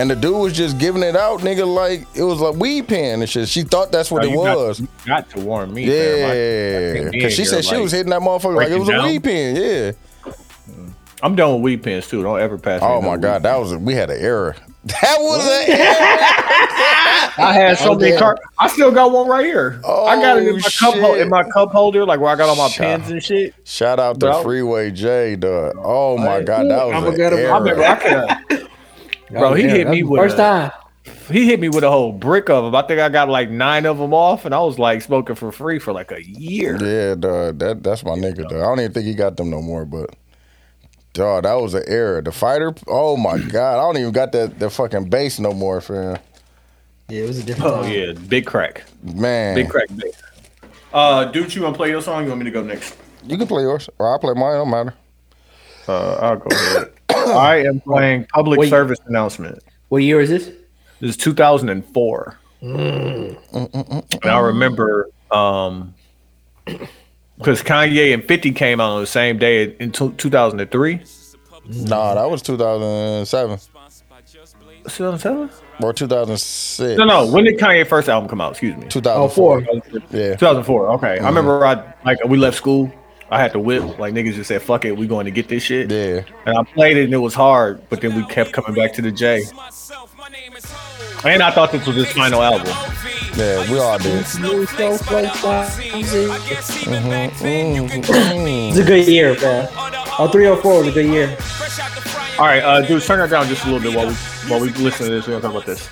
A: and the dude was just giving it out, nigga. Like it was like weed pen and shit. She thought that's what
C: No,
A: it
C: Oh, you
A: was.
C: Got, you got to warn me.
A: Yeah, because she said she was hitting that motherfucker like it
C: breaking
A: was a
C: down.
A: weed pin. Yeah.
C: I'm done with weed pens too. Don't ever pass. me
A: Oh
C: no
A: my
C: weed
A: god, that was a, we had an error. [laughs] That was an error.
C: I had so many
A: damn.
C: cards. I still got one right here. I got it in my
A: Oh,
C: cup hol-
A: shit.
C: in my cup holder, like where I got all my
A: Shit.
C: pens and shit.
A: Shout out to
C: Bro.
A: Freeway J, dog. Oh my god, that was
F: I'ma
A: an
F: get him.
A: error.
F: I remember
C: I
A: [laughs]
C: could- Bro, he
B: Yeah,
C: hit
B: that's
C: me
B: the
C: with
B: first
C: a,
B: time.
C: he hit me with a whole brick of them. I think I got like nine of them off, and I was like smoking for free for like a year.
A: yeah, dog. That that's my nigga, dog. I don't even think he got them no more, but dog, that was an error. The fighter. Oh
C: [clears throat]
A: my god, I don't even got that the fucking base no more, fam.
B: Yeah, it was a different.
C: Oh
B: time.
C: yeah, big crack, big
A: Man,
C: crack. Big. Uh, dude, you want to play your song? You want me to go next?
A: you can play yours or I play mine. Don't matter.
C: Uh, I'll go.
A: [coughs]
C: Ahead. I am playing public
B: Wait.
C: service announcement.
B: What year is this?
C: This is 2004. And I remember um because Kanye and 50 came out on the same day in t- 2003.
A: Nah, that was 2007
C: 2007?
A: or 2006.
C: No, no. When did Kanye first album come out? Excuse me.
F: Oh,
A: 2004. Yeah. Mm-hmm.
C: 2004. Okay. I remember I like we left school. I had to whip. Like niggas just said, "Fuck it, we going to get this shit."
A: Yeah.
C: And I played it, and it was hard. But then we kept coming back to the J. And I thought this was his final album.
A: Yeah, we all did. Mm-hmm,
B: It's
A: Mm.
B: a good year, bro. Oh, 304 was a good year.
C: All right, uh, dude, turn that down just a little bit while we while we listen to this. We're gonna talk about this.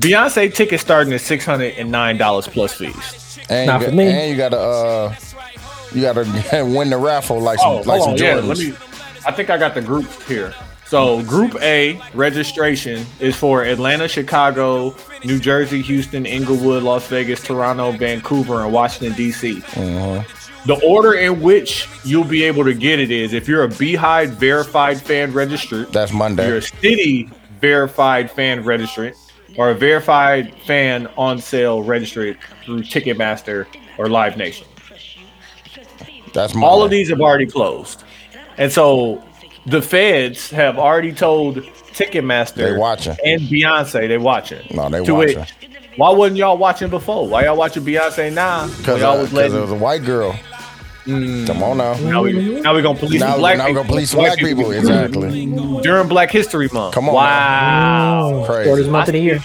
C: Beyonce tickets starting at six hundred and nine dollars plus fees.
A: And
B: [laughs] Not
A: you
B: for
A: got,
B: me.
A: And you gotta uh, you gotta [laughs] win the raffle like some like some
C: Oh, yeah,
A: Jordans.
C: let me. I think I got the groups here. So Group A registration is for Atlanta, Chicago, New Jersey, Houston, Inglewood, Las Vegas, Toronto, Vancouver, and Washington D.C. The order in which you'll be able to get it is if you're a Beehive verified fan registered.
A: That's
C: You're
A: Monday.
C: a city verified fan registrant or a verified fan on sale registered through Ticketmaster or Live Nation.
A: That's Monday.
C: All of these have already closed. And so the feds have already told Ticketmaster
A: They watching.
C: and Beyonce they watching.
A: No, they
C: To
A: watching.
C: which, why wasn't y'all watching before? Why y'all watching Beyonce now? When
A: Because
C: y'all was
A: it
C: letting Mm.
A: was a white girl. Come on now.
C: now we now we gonna police
A: Now,
C: black
A: now we're
C: people.
A: gonna police black people. Exactly.
C: during Black History Month.
A: Come on
C: Wow.
A: Crazy.
B: Shortest month of the year.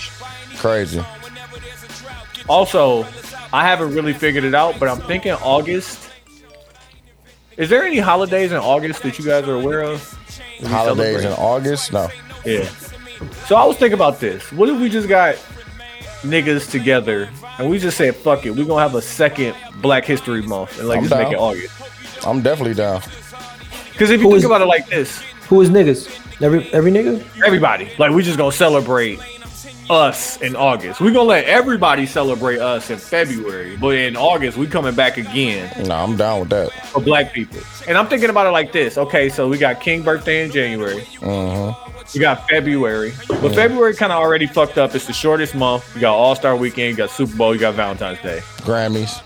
A: Crazy.
C: Also, I haven't really figured it out, but I'm thinking August. Is there any holidays in August that you guys are aware of?
A: Holidays in
C: celebrate.
A: August? No.
C: Yeah. So I was thinking about this. What if we just got niggas together and we just said, fuck it, we're going to have a second Black History Month and like
A: I'm
C: just make
A: down.
C: it August?
A: I'm definitely down.
C: Because if you
B: Who
C: think
B: is-
C: about it like this,
B: Who is niggas? Every every nigga?
C: everybody, like we just going to celebrate us in August. We're going to let everybody celebrate us in February, but in August, we coming back again.
A: No, I'm down with that.
C: for black people. And I'm thinking about it like this. Okay, so we got King birthday in January.
A: Uh-huh.
C: We got February, but February kind of already fucked up. It's the shortest month. You got All Star Weekend, you got Super Bowl, you got Valentine's Day,
A: Grammys.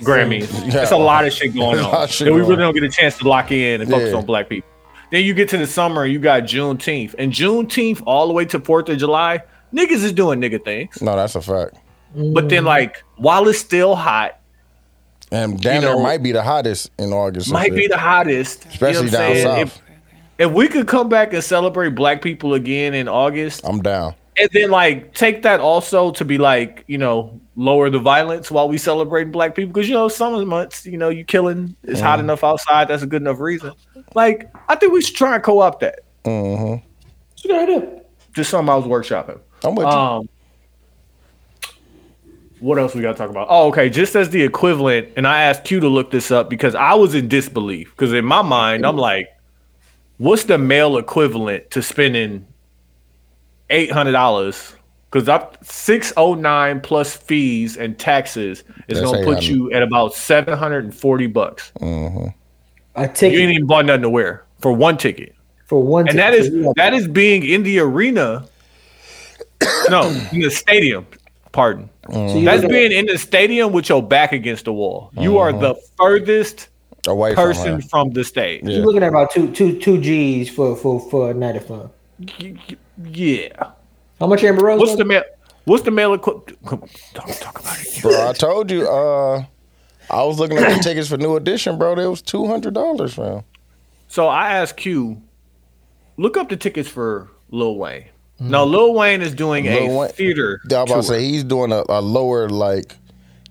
C: Grammys.
A: Yeah.
C: That's a lot of shit going
A: There's [laughs] a lot
C: on.
A: of shit
C: That we
A: going
C: really
A: on.
C: don't get a chance to lock in and focus
A: Yeah.
C: on black people. Then you get to the summer, you got Juneteenth, and Juneteenth all the way to Fourth of July. Niggas is doing nigga things,
A: No, that's a fact.
C: but
A: Mm-hmm.
C: then like while it's still hot,
A: And damn,
C: know-
A: near might be the hottest in August. and
C: might
A: shit.
C: be the hottest, You know what
A: especially
C: I'm
A: down
C: saying?
A: south.
C: If- if we could come back and celebrate black people again in August
A: I'm down.
C: and then like take that also to be like, you know, lower the violence while we celebrate black people because you know summer months, you know, you killing it's
A: Mm-hmm.
C: hot enough outside, that's a good enough reason. Like, I think we should try and co-opt that.
A: Mm-hmm.
B: Straight up.
C: Just something I was workshopping.
A: I'm with you.
C: Um what else we got to talk about? Oh, okay. Just as the equivalent, and I asked Q to look this up because I was in disbelief. Because in my mind, I'm like, what's the male equivalent to spending eight hundred dollars? Because up six oh nine plus fees and taxes is
A: That's
C: gonna put
A: $800.
C: you at about seven hundred and forty bucks.
B: A
C: You ain't
B: ticket
C: even bought nothing to wear for one ticket
B: for one.
C: and that
B: ticket.
C: is that is being in the arena. no, in the stadium. Pardon.
A: Mm.
B: So you
C: That's
B: look at-
C: being in the stadium with your back against the wall. You
A: Uh-huh.
C: are the furthest
A: Away from
C: person
A: her.
C: from the stage.
A: Yeah.
B: You're looking at about two two two G's for for for a night of fun.
C: Y- y- Yeah.
B: How much Amber Rose?
C: What's
B: was?
C: the male? What's the male equip? Don't talk about it.
A: Bro, I told you, uh, I was looking at the [coughs] tickets for New Edition, bro. They was two hundred dollars, man.
C: So I asked Q, look up the tickets for Lil Wayne. Now Lil Wayne is doing
A: Hmm. Lil
C: a
A: Wayne-
C: theater.
A: I was about
C: tour.
A: to say he's doing a, a lower like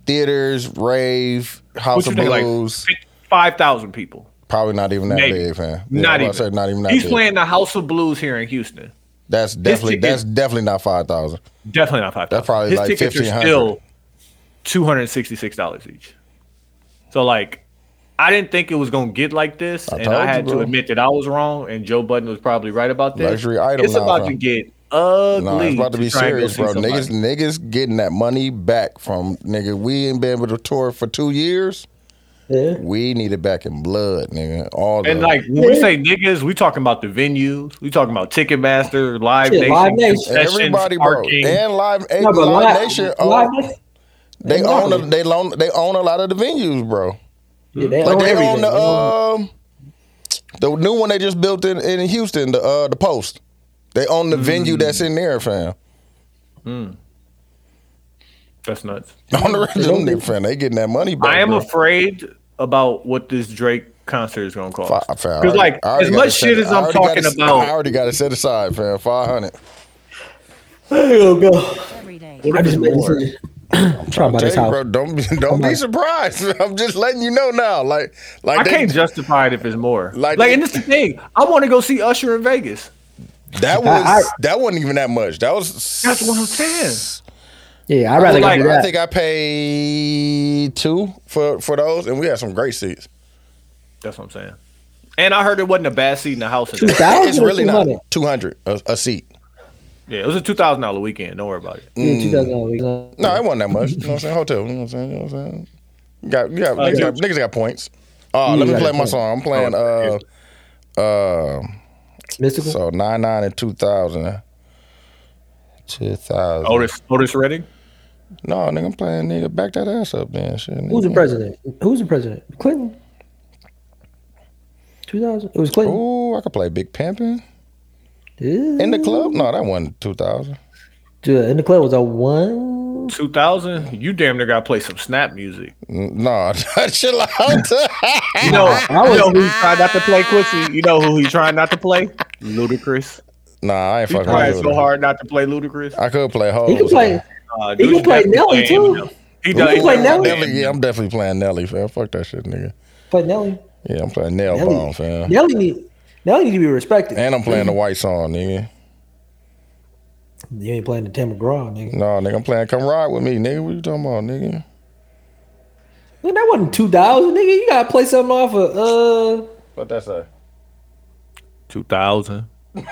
A: theaters, rave,
C: What
A: house
C: you
A: of
C: think, like,
A: blues.
C: five thousand people.
A: Probably not even that
C: Maybe.
A: big, man.
C: not
A: I
C: even.
A: was about to say, not even that
C: He's
A: big.
C: playing the House of Blues here in Houston.
A: That's definitely
C: ticket-
A: that's definitely not five thousand.
C: Definitely not five.
A: That's probably
C: his
A: like
C: tickets are
A: 1500.
C: still two hundred sixty six dollars each. So like, I didn't think it was gonna get like this, and
A: told
C: I
A: you,
C: had to
A: bro.
C: admit that I was wrong, and Joe Budden was probably right about this.
A: Luxury item
C: It's
A: now,
C: about
A: bro.
C: to get ugly.
A: No, it's about to be
C: try and go
A: serious,
C: see
A: bro.
C: somebody.
A: Niggas, niggas getting that money back from nigga. We ain't been able to tour for two years.
B: Yeah.
A: We need it back in blood, nigga. All
C: And
A: the,
C: like when we say niggas, we talking about the venues. We talking about Ticketmaster, Live
B: Shit,
C: Nation,
B: Live Nation.
C: concessions,
A: everybody, bro,
C: parking.
A: and live, A-
B: No, but
A: live
B: Live-
A: nation.
B: Live
A: own-
B: Nation-
A: they
B: Live
A: own, a,
B: Nation.
A: they own, they own a lot of the venues, bro.
B: Yeah, they uh,
A: Like
B: own
A: they own
B: everything.
A: the um, the new one they just built in in Houston, the uh, the Post. They own the venue
B: Mm.
A: that's in there, fam.
C: That's nuts.
A: [laughs] On the them nigga, fam, they getting that money back.
C: I am
A: bro.
C: afraid about what this Drake concert is gonna cost.
A: Fi- fam, I
C: Because
A: already-
C: like
A: I already
C: as
A: got
C: much
A: it set-
C: shit as
A: I
C: I'm
A: already got
C: talking
A: it-
C: about,
A: I already got it set aside, fam. Five hundred.
B: There you go.
J: every day.
B: I just made a decision. [clears throat] I'm trying about
A: Tell
B: this
A: you,
B: house.
A: bro, don't be, don't be surprised. [laughs] I'm just letting you know now. Like, like
C: I
A: they-
C: can't justify it if it's more. Like,
A: Like-
C: and it's the thing. I want to go see Usher in Vegas.
A: that was
B: I-
A: that wasn't even that much. That was
C: That's what I'm saying.
B: Yeah, I'd rather
A: like,
B: go do
A: I
B: that.
A: think I paid two for for those, and we had some great seats.
C: That's what I'm saying. And I heard it wasn't a bad seat in the house. Today.
B: That was
A: It's really not
B: money.
A: two hundred a, a seat.
C: Yeah, it was a two thousand dollar weekend. Don't worry about it.
A: mm.
B: Yeah, two thousand dollars.
A: No, it wasn't that much. You know what I'm saying? Hotel. You know what I'm saying? You know what I'm saying? You got, you got,
C: Uh,
A: niggas,
C: yeah.
A: got niggas got points. Oh, let
B: Yeah,
A: me
B: got
A: play my
B: points.
A: song. I'm playing uh uh
B: Mystical.
A: so nine nine and two thousand. Two thousand.
C: Otis Otis Redding.
A: No, nigga, I'm playing nigga. Back that ass up then. Shit, nigga.
B: Who's the president? Who's the president? Clinton. Two thousand. It was Clinton.
A: Ooh, I could play Big Pimpin'.
B: Yeah.
A: In the club? No, that wasn't two thousand.
B: Dude, in the club was a one.
C: Two thousand. You damn near got to play some snap music.
A: No, [laughs] chill out.
C: You know,
B: Ah.
C: you know who he tried not to play, Quincy. You know who he tried not to play? Ludacris.
A: nah, I ain't
C: He
A: fucking
C: tried
A: with
C: so
A: it.
C: hard not to play Ludacris.
A: I could play hoes.
B: He could play.
A: man.
C: Uh,
B: He
C: dude,
B: could play
C: definitely
B: Nelly
C: playing
B: too.
C: Eminem.
E: He does. He
F: play
E: does.
F: Nelly?
A: Nelly, yeah, I'm definitely playing Nelly, fam. Fuck that shit, nigga.
F: But Nelly,
A: Yeah, I'm playing Nail
F: Nelly-
A: Bomb, fam.
F: Nelly need Nelly need to be respected.
A: And I'm playing the White Song, nigga.
F: You ain't playing the Tim McGraw, nigga.
A: No, nigga, I'm playing Come Ride With Me, nigga. What you talking about, nigga?
F: Nigga, that wasn't two thousand, nigga. You gotta play something off of uh.
A: What that's a...
C: 2000.
A: [laughs]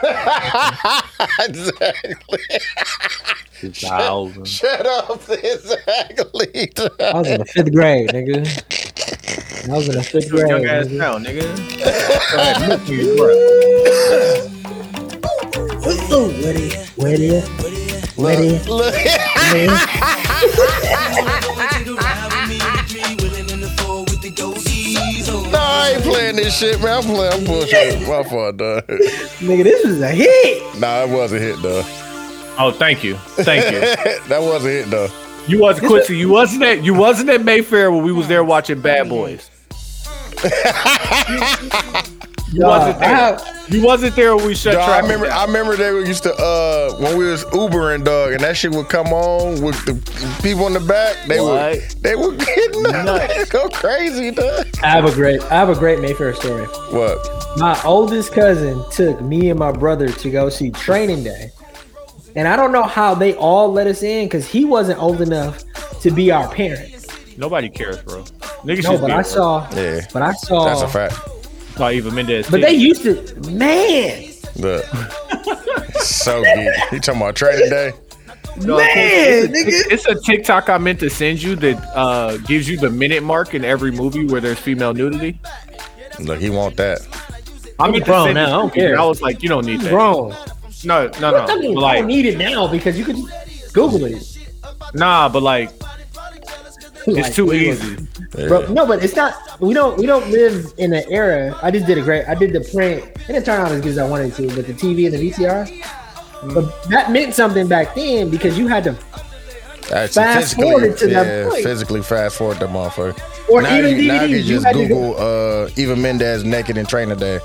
A: exactly.
C: 2000.
A: Shut up. [laughs] Exactly.
F: I was in the fifth grade, nigga. I was in the fifth grade.
C: Young ass
F: nigga.
C: now, nigga.
A: [laughs]
C: Go ahead, look for your breath.
F: Where you?
A: Look, [laughs] look. [laughs] No, I ain't playing this shit, man. I'm playing. I'm bullshit. My fault, dog.
F: Nigga, this was a hit.
A: Nah, it was a hit, though. [laughs]
C: Oh, thank you. Thank you.
A: that was a hit, though.
B: [laughs]
C: You was Quincy. You wasn't at you wasn't at Mayfair when we was there watching Bad Boys. you wasn't
F: I
C: there.
F: have-
C: You wasn't there when we shut
A: Dog, I
C: traffic
A: remember.
C: down.
A: I remember they were used to uh when we was Ubering, dog, and that shit would come on with the people in the back. They
C: What?
A: would they would get [laughs] nuts. go crazy, dog.
B: I have a great I have a great Mayfair story.
A: What?
B: My oldest cousin took me and my brother to go see Training Day. And I don't know how they all let us in because he wasn't old enough to be our parent.
C: Nobody cares, bro. Niggas
B: No,
C: just
B: but
C: be
B: I saw
A: Yeah,
B: but I saw
A: that's a fact.
C: not even Mendez.
B: But they used to man,
A: Look, so geek. You talking about trading day?
B: man, nigga.
C: It's a TikTok I meant to send you that uh, gives you the minute mark in every movie where there's female nudity.
A: Look, he want that.
C: I meant to
B: grown now, I don't
C: send this to you, and
B: care.
C: I was like, you don't need that.
B: Wrong.
C: No, no, no.
B: I mean,
C: But
B: I don't
C: like,
B: need it now because you could just Google it.
C: nah, but like, it's
B: Like,
C: too
B: we was-
C: easy.
A: Yeah.
B: Bro, no, but it's not. We don't. We don't live in an era. I just did a great. I did the print. It didn't turn out as good as I wanted it to, but the TV and the VCR. But that meant something back then because you had to,
A: Actually,
B: fast
A: physically-
B: forward to
A: yeah,
B: that point.
A: physically fast forward that motherfucker.
B: or
A: now
B: even
A: you, now
B: DVDs.
A: you
B: You,
A: just
B: had to go,
A: Google uh even Mendez naked and training day.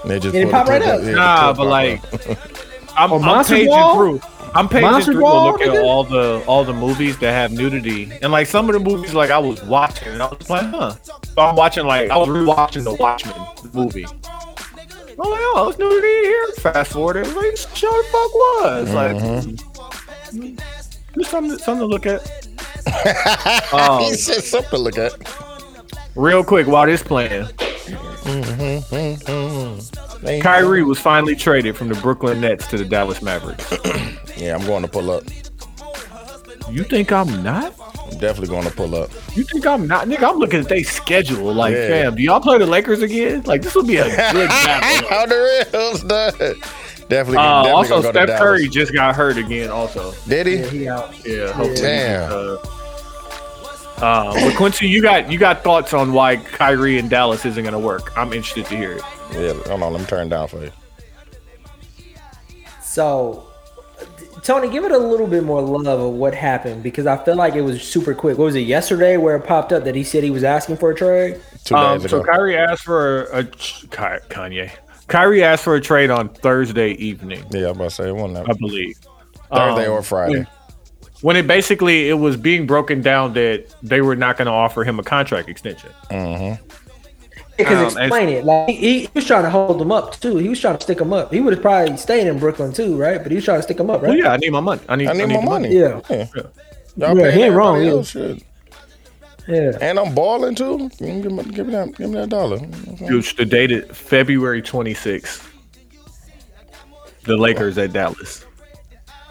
A: And they just
B: And it
A: pull the
B: pop right
A: clip
B: up.
A: yeah, the
C: Nah,
A: clip
C: but
A: pop
C: like,
A: up.
C: [laughs] I'm,
B: Or
C: I'm
B: Oh, Monster
C: paging
B: Ball?
C: through. I'm paging
B: Monster
C: through
B: Ball,
C: to look at
B: nigga?
C: all the all the movies that have nudity, and like some of the movies, like I was watching, and I was like, huh. So I'm watching like I was rewatching the Watchmen movie. Oh, like, oh, it's nudity in here. Fast forward, it was like, sure the fuck was like. Just something, something to look at. Um,
A: he said something to look at.
C: real quick, while this playing, Kyrie was finally traded from the Brooklyn Nets to the Dallas Mavericks.
A: Yeah, I'm going to pull up.
C: You think I'm not?
A: I'm definitely going to pull up.
C: You think I'm not, nigga? I'm looking at their schedule. Like,
A: Yeah.
C: fam, do y'all play the Lakers again? Like, this
A: [laughs]
C: would be a good battle.
A: How the reals done? Definitely.
C: Uh,
A: definitely gonna
C: also,
A: go to
C: Steph
A: Dallas.
C: Curry just got hurt again. Also,
A: Did he?
B: he out.
C: yeah. hopefully he
A: Damn.
C: can, Uh, uh, but Quincy, you got you got thoughts on why Kyrie and Dallas isn't gonna work? I'm interested to hear it.
A: Yeah. Hold on, let me turn it down for you.
B: So, Tony, give it a little bit more love of what happened because I feel like it was super quick. What was it yesterday where it popped up that he said he was asking for a trade?
A: Two
C: Um,
A: days
C: so
A: ago.
C: Kyrie asked for a, a Ky- Kanye. Kyrie asked for a trade on Thursday evening,
A: yeah, I'm about to say it wasn't that.
C: I believe.
A: Thursday
C: Um,
A: or Friday.
C: when it basically it was being broken down that they were not going to offer him a contract extension. Um,
B: Because
C: it's-
B: explain it. Like he, he was trying to hold him up too. He was trying to stick him up. He would have probably stayed in Brooklyn too, right? But he was trying to stick him up,
C: Well,
B: right?
C: Oh, yeah, I need my money. I need,
A: I need my money.
B: Yeah.
A: Y'all
B: Yeah,
A: paying
B: he ain't wrong,
A: everybody
B: yeah.
A: else shit.
B: yeah.
A: And I'm balling too. Give me, give me that. Give me that dollar.
C: Dude, the date is February 26th. The Lakers at Dallas.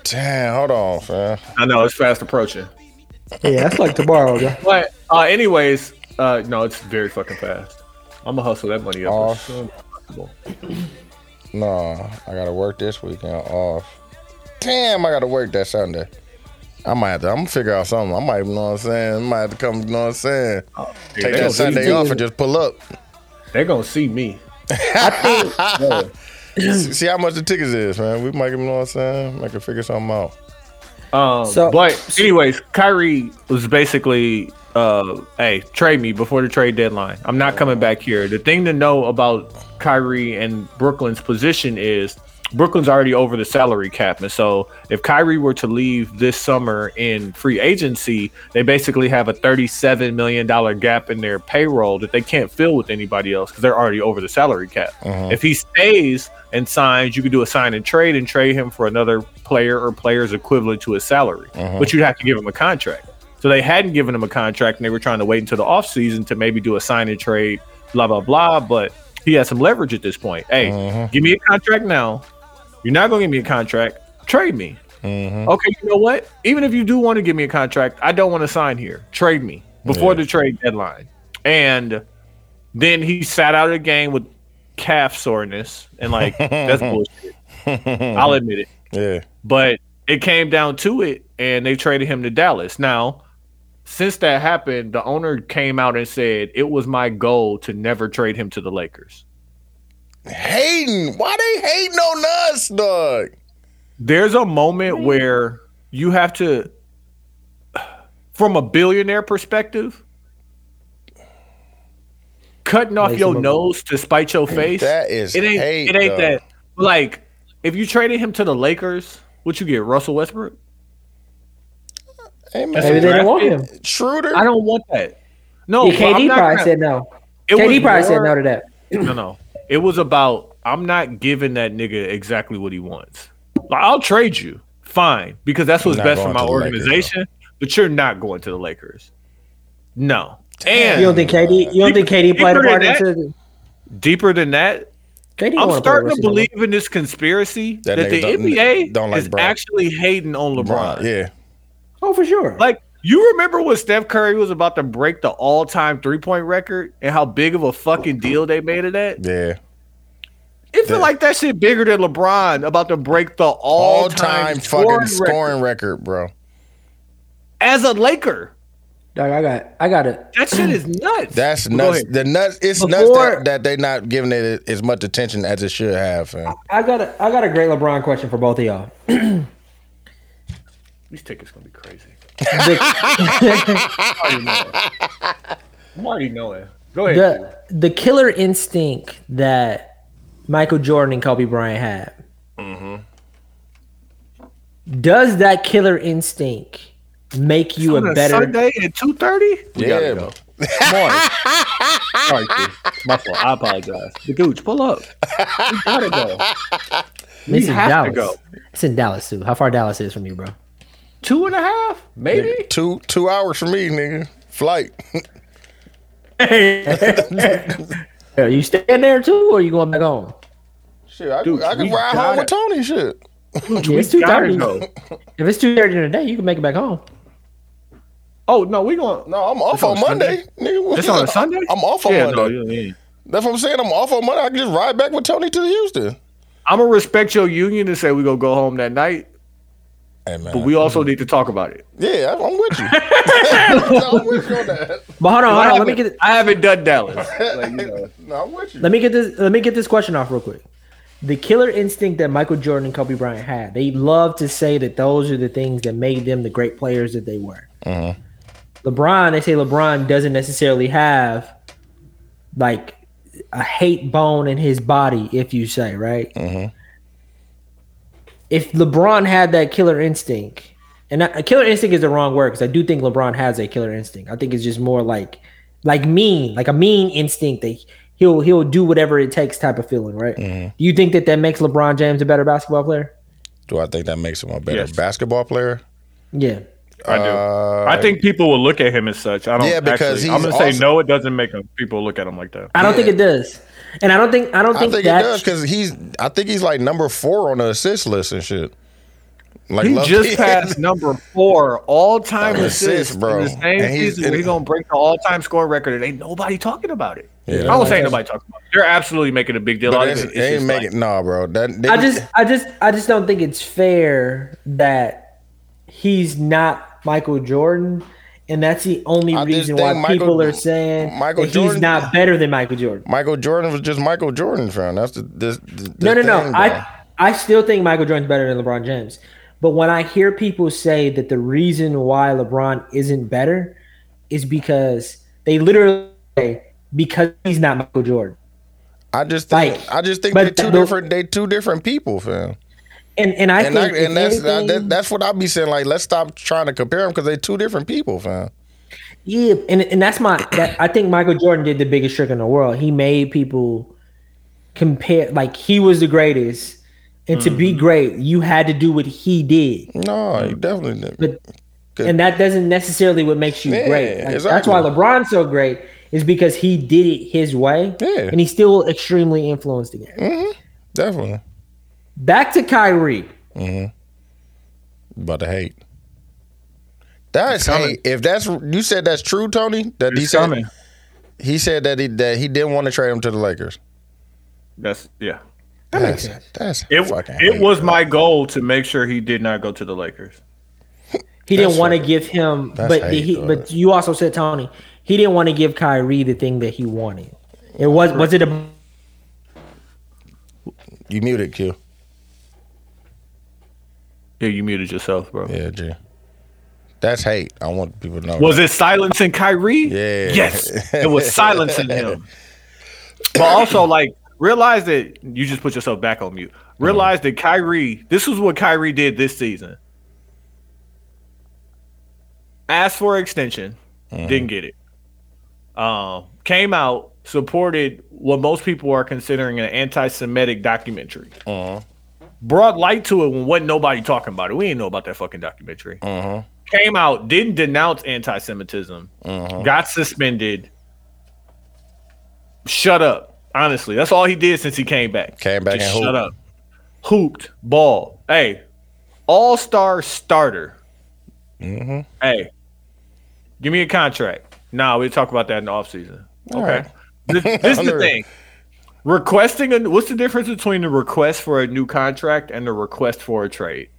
A: Damn. Hold on, fam.
C: I know it's fast approaching.
F: Yeah, that's like tomorrow. bro.
C: But uh, anyways, uh, no, it's very fucking fast. I'm gonna hustle that money up.
A: Oh.
C: as soon as possible.
A: No, I gotta work this weekend off. Damn, I gotta work that Sunday. I might have to. I'm gonna figure out something. I might, you know what I'm saying. I might have to come, you know what I'm saying.
C: Dude,
A: Take
C: they
A: that
C: gonna see-
A: Sunday off and just pull up.
C: They're gonna see me.
A: See how much the tickets is, man. We might, you know what I'm saying. Make can figure something out.
C: Um,
B: So-
C: but anyways, Kyrie was basically, uh, hey, trade me before the trade deadline. I'm not coming back here. The thing to know about Kyrie and Brooklyn's position is Brooklyn's already over the salary cap, and so if Kyrie were to leave this summer in free agency, they basically have a thirty-seven million dollar gap in their payroll that they can't fill with anybody else because they're already over the salary cap. If he stays and signs, you could do a sign and trade and trade him for another player or players equivalent to his salary, but you'd have to give him a contract. So they hadn't given him a contract and they were trying to wait until the offseason to maybe do a sign and trade, blah, blah, blah. But he has some leverage at this point. Hey, give me a contract now. You're not going to give me a contract. Trade me. Okay, you know what? Even if you do want to give me a contract, I don't want to sign here. Trade me before the trade deadline. And then he sat out of the game with calf soreness and like that's bullshit. I'll admit it.
A: Yeah.
C: But it came down to it, and they traded him to Dallas. Now, since that happened, the owner came out and said it was my goal to never trade him to the Lakers.
A: Hating. Why they hating on us, dog?
C: There's a moment where you have to, from a billionaire perspective, cutting off
K: Make
C: your
K: him a-
C: nose to spite your face.
A: That is
C: it ain't
A: hate.
C: it ain't
A: dog.
C: that like if you traded him to the Lakers, what you get Russell Westbrook?
A: Hey,
C: That's
A: man.
C: a
B: Maybe they
C: draft
B: don't want
C: pick.
B: him.
A: Schroeder.
C: I don't want that. No,
B: Yeah,
C: but Oh, I'm
B: KD
C: not
B: probably
C: gonna-
B: said no.
C: it was
B: KD probably said
C: more-
B: no to that.
C: No, no. It was about I'm not giving that nigga exactly what he wants. Like, I'll trade you, fine, because that's what's
A: You're not
C: best
A: going
C: for my
A: to the Lakers,
C: organization. but you're not going to the Lakers. No.
B: You don't
C: And
B: think KD? You don't think KD played a part into the
C: deeper than that,
B: KD
C: I'm
B: wanna play
C: starting to
B: Russell Westbrook.
C: believe in this conspiracy
A: That
C: that,
A: nigga
C: the
A: don't-
C: NBA
A: don't like
C: is
A: Bron.
C: actually hating on LeBron.
A: LeBron. Yeah.
B: Oh, for sure.
C: Like you remember when Steph Curry was about to break the all-time three-point record and how big of a fucking deal they made of that?
A: Yeah.
C: It feel
A: Yeah.
C: like that shit bigger than LeBron about to break the
A: All
C: all-time
A: time
C: scoring
A: fucking
C: record
A: scoring record, bro.
C: as a Laker.
B: Dog, I got, I got it.
C: That
A: [clears throat]
C: shit is nuts.
A: That's
C: Go
A: nuts.
C: ahead.
A: The nuts. It's nuts
B: Before-
A: that, that they not giving it as much attention as it should have. Fam.
B: I got a, I got a great LeBron question for both of y'all.
C: These tickets gonna
A: [laughs]
C: be crazy.
B: The,
C: I'm already knowing. Go ahead.
B: the, the killer instinct that Michael Jordan and Kobe Bryant had. Does that killer instinct make you
C: On
B: a
C: a
B: better?
C: Sunday at two thirty.
A: Yeah, [laughs]
C: go. Morning. Sorry, Q. my fault. I apologize. The gooch, pull up. We gotta go.
A: [laughs]
B: It's
C: You
B: in
C: have
B: Dallas.
C: to go.
B: It's in Dallas too. How far Dallas is from you, bro?
C: Two and a half, maybe.
A: two two hours for me, nigga. Flight.
B: Are you staying there too, or are you going back home?
A: shit, I,
C: Dude,
A: I could
C: we
A: ride home
C: gotta-
A: with Tony. Shit.
B: Yeah, it's two
C: Gotta
B: thirty.
C: go.
B: If it's two thirty in the day, you can make it back home.
C: [laughs] Oh no, we going.
A: No, I'm off on,
C: on
A: Monday. Nigga,
C: It's
A: [laughs]
C: on a Sunday.
A: I'm off on
C: Yeah,
A: Monday.
C: no, you ain't.
A: That's what I'm saying. I'm off on Monday. I can just ride back with Tony to Houston.
C: I'm gonna respect your union and say we gonna go home that night,
A: Hey man.
C: but we also
A: Mm-hmm.
C: need to talk about it.
A: yeah, I'm with
C: [laughs]
A: you. [laughs] no, I'm with you on that.
B: But hold on,
C: I
B: hold on. Let me
C: haven't-
B: get
C: I haven't
A: [laughs]
C: done Dallas.
A: No, I'm with you.
B: let me get this let me get this question off real quick. The killer instinct that Michael Jordan and Kobe Bryant had, they love to say that those are the things that made them the great players that they were. LeBron, they say LeBron doesn't necessarily have like a hate bone in his body, if you say, right? If LeBron had that killer instinct, and a killer instinct is the wrong word because I do think LeBron has a killer instinct. I think it's just more like like mean, like a mean instinct that he'll he'll do whatever it takes type of feeling, right?
A: Mm-hmm.
B: Do you think that that makes LeBron James a better basketball player?
A: Do I think that makes him a better
L: Yes.
A: basketball player?
B: Yeah.
L: I do.
A: Uh,
L: I think people will look at him as such. I don't.
A: Yeah, because
L: actually, I'm
A: he's
L: gonna say
A: also-
L: no. It doesn't make him, people look at him like that.
B: I don't think it does. And I don't think I don't
A: I
B: think,
A: think
B: that
A: it does because he's. I think he's like number four on the assist list and shit. Like
C: He
A: low- [laughs]
C: just passed number four all time
A: Assists,
C: assists,
A: bro.
C: in the same
A: And he's-
C: season. where
A: and-
C: he gonna break the all time score record, and ain't nobody talking about it.
A: Yeah.
C: I won't say nobody talking about it. They're absolutely making a big deal
A: But
C: out of
A: it's-
C: it. It's
A: they ain't
C: just
A: make it.
C: like-
A: Nah, bro. That, they-
B: I just I just I just don't think it's fair that he's not Michael Jordan. And that's the only
A: I just
B: reason
A: think
B: why
A: Michael-
B: people are saying
A: Michael
B: that
A: Jordan-
B: he's not better than Michael Jordan.
A: Michael Jordan was just Michael Jordan, fam. That's the this. the
B: No, no, no.
A: thing, bro.
B: I I still think Michael Jordan's better than LeBron James. But when I hear people say that the reason why LeBron isn't better is because they literally say because he's not Michael Jordan.
A: I just think
B: Like,
A: I just think
B: but
A: they're two
B: the-
A: different they two different people, fam.
B: And and I
A: And I,
B: think if
A: and that's I-
B: anything-
A: that, that's what I be saying. Like, let's stop trying to compare them because they two different people, fam.
B: Yeah, and and that's my that I think Michael Jordan did the biggest trick in the world. He made people compare like he was the greatest. And to
A: Mm-hmm.
B: be great, you had to do what he did.
A: No, you definitely didn't.
B: But
A: Good.
B: and that doesn't necessarily what makes you
A: Yeah,
B: great. Like, That's
A: exactly.
B: why LeBron's so great is because he did it his way.
A: Yeah.
B: And he's still extremely influenced again.
A: Definitely
B: Back to Kyrie.
A: about to hate. That's hate. If that's you said that's true, Tony. That he
C: He's
A: said
C: coming.
A: he said that he that he didn't want to trade him to the Lakers.
C: That's yeah.
A: That's that's
C: It
A: fucking
C: it
A: hate,
C: was
A: bro.
C: my
A: Oh,
C: goal to make sure he did not go to the Lakers.
B: He didn't
A: That's
B: want to
A: right.
B: give him
A: That's
B: but
A: how
B: he,
A: you do
B: but
A: it.
B: you also said Tony, he didn't want to give Kyrie the thing that he wanted. It was was it a oh,
A: you muted Q.
C: Yeah, you muted yourself, bro.
A: Yeah, G. That's hate. I want people to know.
C: Was it silencing Kyrie?
A: Yeah.
C: Yes,
A: [laughs]
C: it was silencing him. But also, like, realize that you just put yourself back on mute.
A: Mm-hmm.
C: Realize that Kyrie, this is what Kyrie did this season. Asked for extension,
A: Mm-hmm.
C: didn't get it. Um, came out, supported what most people are considering an anti-Semitic documentary. Brought light to it when wasn't nobody talking about it. We ain't know about that fucking documentary
A: Mm-hmm.
C: came out, didn't denounce anti-Semitism,
A: Mm-hmm.
C: got suspended, shut up. Honestly, that's all he did since he came back.
A: Came back
C: Just
A: and hooped.
C: shut up, hooped, ball. Hey, all-star starter. Hey, give me a contract. Nah, we'll talk about that in the offseason. Okay.
A: [laughs]
C: This, this is the thing. Requesting a what's the difference between the request for a new contract and the request for a trade?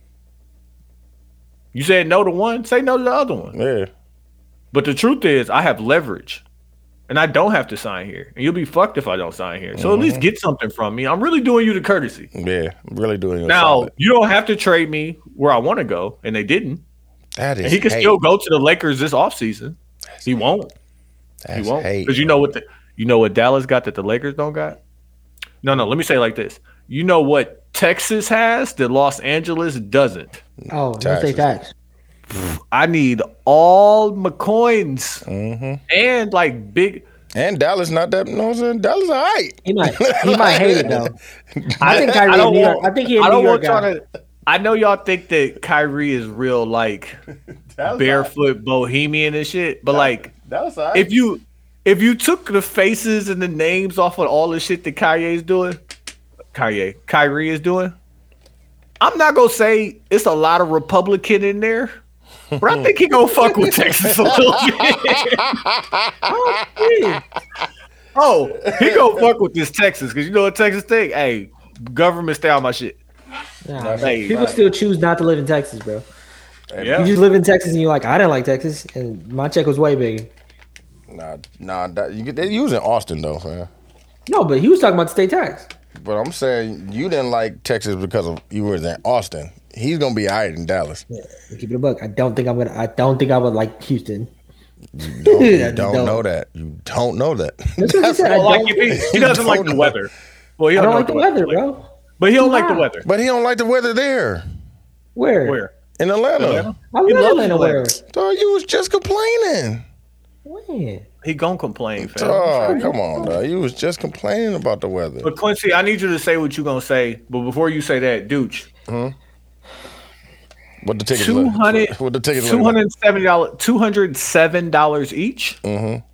C: You said no to one, say no to the other one.
A: Yeah.
C: But the truth is, I have leverage, and I don't have to sign here. And you'll be fucked if I don't sign here. So at
A: Mm-hmm.
C: least get something from me. I'm really doing you the courtesy.
A: Yeah. Really doing it.
C: Now
A: solid.
C: you don't have to trade me where I want to go, and they didn't.
A: that is
C: And he can
A: hate.
C: still go to the Lakers this offseason. He won't.
A: That's
C: he won't
A: hate.
C: because you know what the, you know what Dallas got that the Lakers don't got. No, no. Let me say it like this. You know what Texas has that Los Angeles doesn't.
B: Oh, don't say
A: Taxes.
B: tax.
C: I need all McCoins Mm-hmm.
A: Mhm.
C: and like big.
A: And Dallas not that. You know what I'm saying? Dallas, all right.
B: He might he might hate it though. I think Kyrie.
C: I
B: I,
C: don't
B: New York,
C: want-
B: I think he. A
C: I don't
B: New York
C: want
B: guy.
C: y'all to. I know y'all think that Kyrie is
H: [laughs]
C: real like barefoot bohemian and shit, but like
H: That was all right.
C: if you if you took the faces and the names off of all the shit that Kanye is doing, Kanye, Kyrie is doing, I'm not gonna say it's a lot of Republican in there, but I think he gonna
H: [laughs]
C: fuck with Texas a little bit.
B: Yeah.
C: oh, he gonna fuck with this Texas because you know what Texas thing? Hey, government stay on my shit.
B: Nah,
C: Hey,
B: people still choose not to live in Texas, bro. You
C: yeah.
B: just live in Texas and you're like, I didn't like Texas, and my check was way bigger.
A: Nah, nah. That, you, they using Austin though, man.
B: No, but he was talking about the state tax.
A: But I'm saying you didn't like Texas because of you were in Austin. He's gonna be all right in Dallas.
B: Keep it a buck. I don't think I'm gonna. I don't think I would like
A: [laughs]
B: Houston.
A: You don't, you
B: [laughs] I
A: don't
B: don't.
A: know that. You don't know that. [laughs]
B: That's what I said. I
C: Well, like
B: don't,
C: if
B: [laughs]
C: he, he doesn't like the weather. Well, he
B: I
C: don't,
B: don't like the weather,
C: like.
B: bro.
C: But he don't like the
B: Wow.
C: weather.
A: But he don't like the weather there
B: Where?
C: Where?
A: in Atlanta.
C: Atlanta?
B: I'm
C: He
B: not
C: loves
B: Atlanta. Where?
C: Atlanta.
A: Dog, you was just complaining.
B: When?
C: He gonna complain, fam.
A: Dog, come on, dog. You was just complaining about the weather.
C: But Quincy, I need you to say what you're gonna say. But before you say that, Dooch,
A: What the tickets? look-
C: 200
A: What the tickets? look like?
C: $270 $207 each
A: Where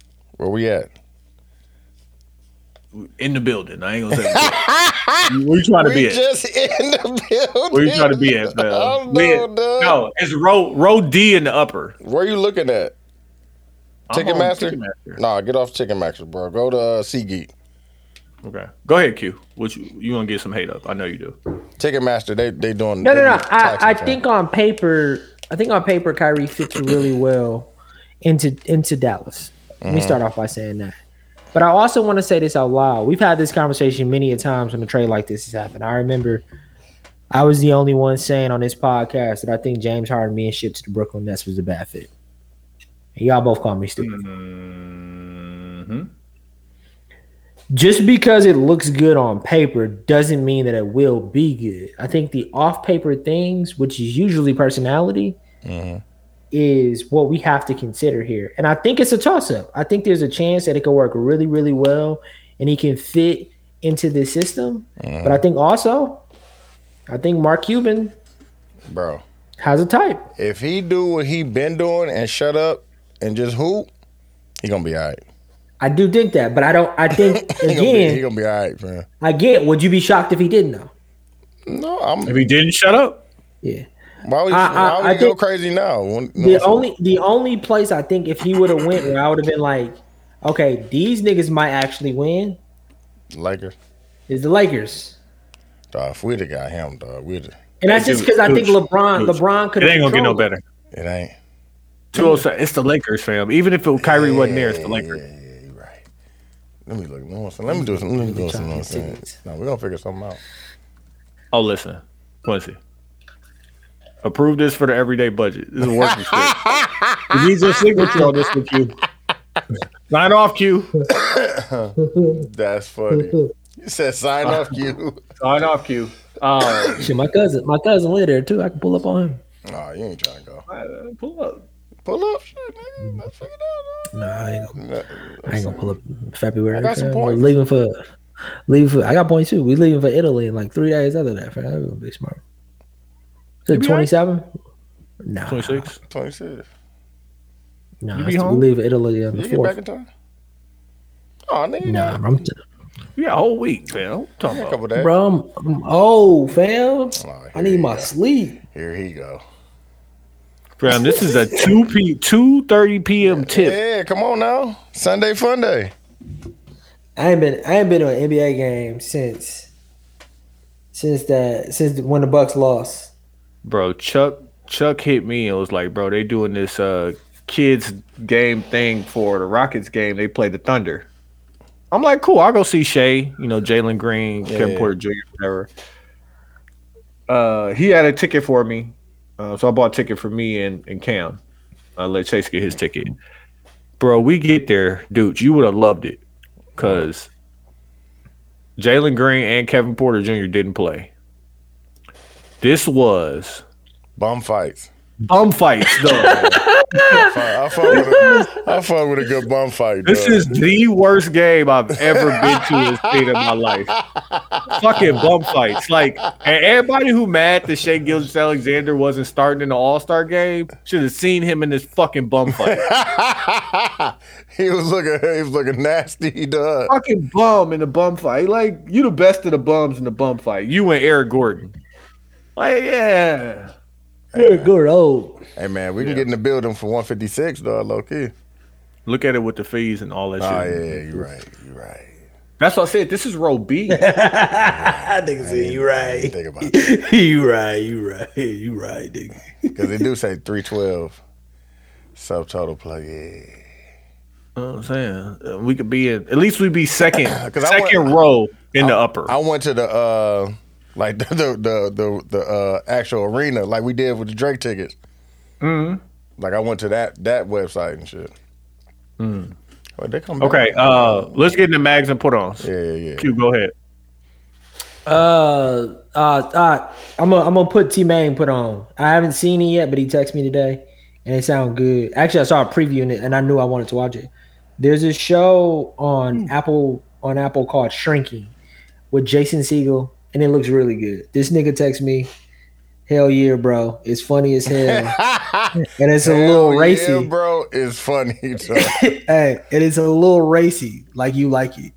A: we at?
C: in the building. I ain't gonna say
A: [laughs]
C: where you trying to be
A: We
C: at.
A: just in the building.
C: Where you trying to be at,
A: [laughs]
C: fam?
A: Oh,
C: We
A: no,
C: at-
A: dog.
C: no, it's row row D in the upper.
A: Where you looking at?
C: I'm on
A: Ticketmaster?
C: Ticketmaster.
A: Nah, get off Ticketmaster, bro. Go to uh, SeaGeek.
C: Okay, go ahead, Q. What you you gonna get some hate up? I know you do.
A: Ticketmaster, they they doing.
B: No,
A: they
B: no, no.
A: doing
B: I,
A: taxes,
B: I
A: fam.
B: think on paper, I think on paper, Kyrie fits really well into into Dallas. Let me start off by saying that. But I also want to say this out loud. We've had this conversation many a times when a trade like this has happened. I remember I was the only one saying on this podcast that I think James Harden being shipped to the Brooklyn Nets was a bad fit.
C: Mm-hmm.
B: And y'all both called me stupid. just because it looks good on paper doesn't mean that it will be good. I think the off paper things, which is usually personality,
A: Mm-hmm.
B: is what we have to consider here. And I think it's a toss up. I think there's a chance that it could work really, really well and he can fit into this system.
A: Mm-hmm.
B: But I think also, I think Mark Cuban
A: bro.
B: has a type.
A: If he do what he been doing and shut up and just hoop, he gonna be all right.
B: I do think that, but I don't. I think
A: [laughs] He gonna be, he
B: again,
A: gonna be all right, man.
B: I get. Would you be shocked if he didn't though?
A: No, I'm.
C: If he didn't shut up,
B: Yeah.
A: Why would,
B: I- I-
A: why would
B: I
A: he go
B: think-
A: crazy now? When-
B: The
A: when-
B: only the only place I think if he would have went where I would have been like, okay, these niggas might actually win
A: Lakers.
B: is the Lakers.
A: Dog, if we'd have got him, dog, we'd. have
B: And that's just because I think
C: Cooch,
B: LeBron
C: Cooch.
B: LeBron could
C: it ain't gonna get no better.
A: It ain't.
C: 207. It's the Lakers, fam. Even if it, Kyrie wasn't there, it's the Lakers.
A: Yeah, yeah, yeah, you right. Let me look. You know what I'm saying? Let me do some. Let me do some. you know what I'm saying? No, we're gonna figure something out.
C: Oh, listen, Quincy. Approve this for the everyday budget. This is a working script. If These are signature on this with you. Sign off, Q.
A: That's
B: [laughs]
A: funny. You said sign off, you.
C: Sign off, Q. Uh,
B: Shit, my cousin, my cousin live there too. I can pull up on him.
A: Nah, you ain't trying to go.
C: pull up.
A: Pull up, shit,
B: Mm-hmm.
A: nigga. Let's figure it
B: Nah, I ain't gonna,
A: out. dog.
B: I ain't gonna pull up in February.
A: I got some
B: fam. We're
A: points.
B: leaving for leaving for I got points too. We leaving for Italy in like three days after that, fam. That's gonna be smart. Is it twenty seven? No.
C: 26.
A: 26.
B: No,
C: You be
B: we
C: home?
B: leave Italy on
A: Did
B: the
A: you get back
B: fourth.
A: in time? Oh, nigga, you
B: Nah,
A: got
B: I'm t-
C: Yeah, a whole week, fam. What you talking
A: a
C: about?
A: couple days.
B: bro. I'm, I'm old,
A: Oh,
B: fam. I
A: here
B: need
A: he
B: my
A: go.
B: sleep.
A: Here he go.
C: Fam, this is a 2 p 2:30 p.m. tip.
A: Yeah, come on now. Sunday fun day.
B: I ain't been I ain't been to an NBA game since since that since when the Bucks lost.
C: Bro, Chuck Chuck hit me and was like, "Bro, they doing this uh kids game thing for the Rockets game. They play the Thunder." I'm like, "Cool, I'll go see Shay, you know, Jalen Green, Kevin
A: Yeah.
C: Porter Jr., whatever." Uh, he had a ticket for me, uh, so I bought a ticket for me and and Cam. I let Chase get his ticket. Bro, we get there, dude. You would have loved it, cause Jalen Green and Kevin Porter Jr. didn't play. This was
A: Bum fights.
C: bum fights [laughs] though.
A: I fuck with
C: [laughs]
A: a, I fuck with a good bum fight.
C: this
A: dog.
C: is the worst game I've ever been to and seen in my life. Fucking bum fights. Like and everybody who mad that Shea Gilgis Alexander wasn't starting in the All Star game should have seen him in this fucking bum fight.
A: [laughs] he was looking. He was looking nasty, dog.
C: [laughs] fucking bum in the bum fight. Like you the best of the bums in the bum fight. You and Eric Gordon. Like yeah.
B: You're good old.
A: Hey man, we can get in the building for one fifty six, dog. Low key.
C: Look at it with the fees and all that
A: Oh
C: shit.
A: yeah, you're right. You're right.
C: That's what I said. This is row [laughs] B.
M: I think so. You right.
A: Think about
M: [laughs]
A: it,
M: you right. You right. [laughs] You right, nigga.
A: because they do say three twelve subtotal play. Yeah.
C: You know what I'm saying Uh, we could be in at least we'd be second
A: [coughs] 'Cause I
C: second
A: went-
C: row in the upper.
A: I went to the uh, like [laughs] the the the the, the uh, actual arena, like we did with the Drake tickets. Mm-hmm. Like I went to that that website and shit. Well, they come back.
C: okay, uh, let's get in the mags and put ons.
A: Yeah, yeah, yeah.
C: Q, go ahead.
B: Uh, uh, uh I'm gonna I'm gonna put T Main put on. I haven't seen it yet, but he texted me today, and it sounded good. Actually, I saw a preview in it, and I knew I wanted to watch it. There's a show
A: Hmm.
B: on Apple on Apple called Shrinking with Jason Siegel, and it looks really good. This nigga texted me, "Hell yeah, bro! It's funny as hell,
A: [laughs]
B: and it's a little
A: Hell yeah,
B: racy."
A: bro. It's funny. [laughs] dog.
B: [laughs] hey, it is a little racy, like you like it.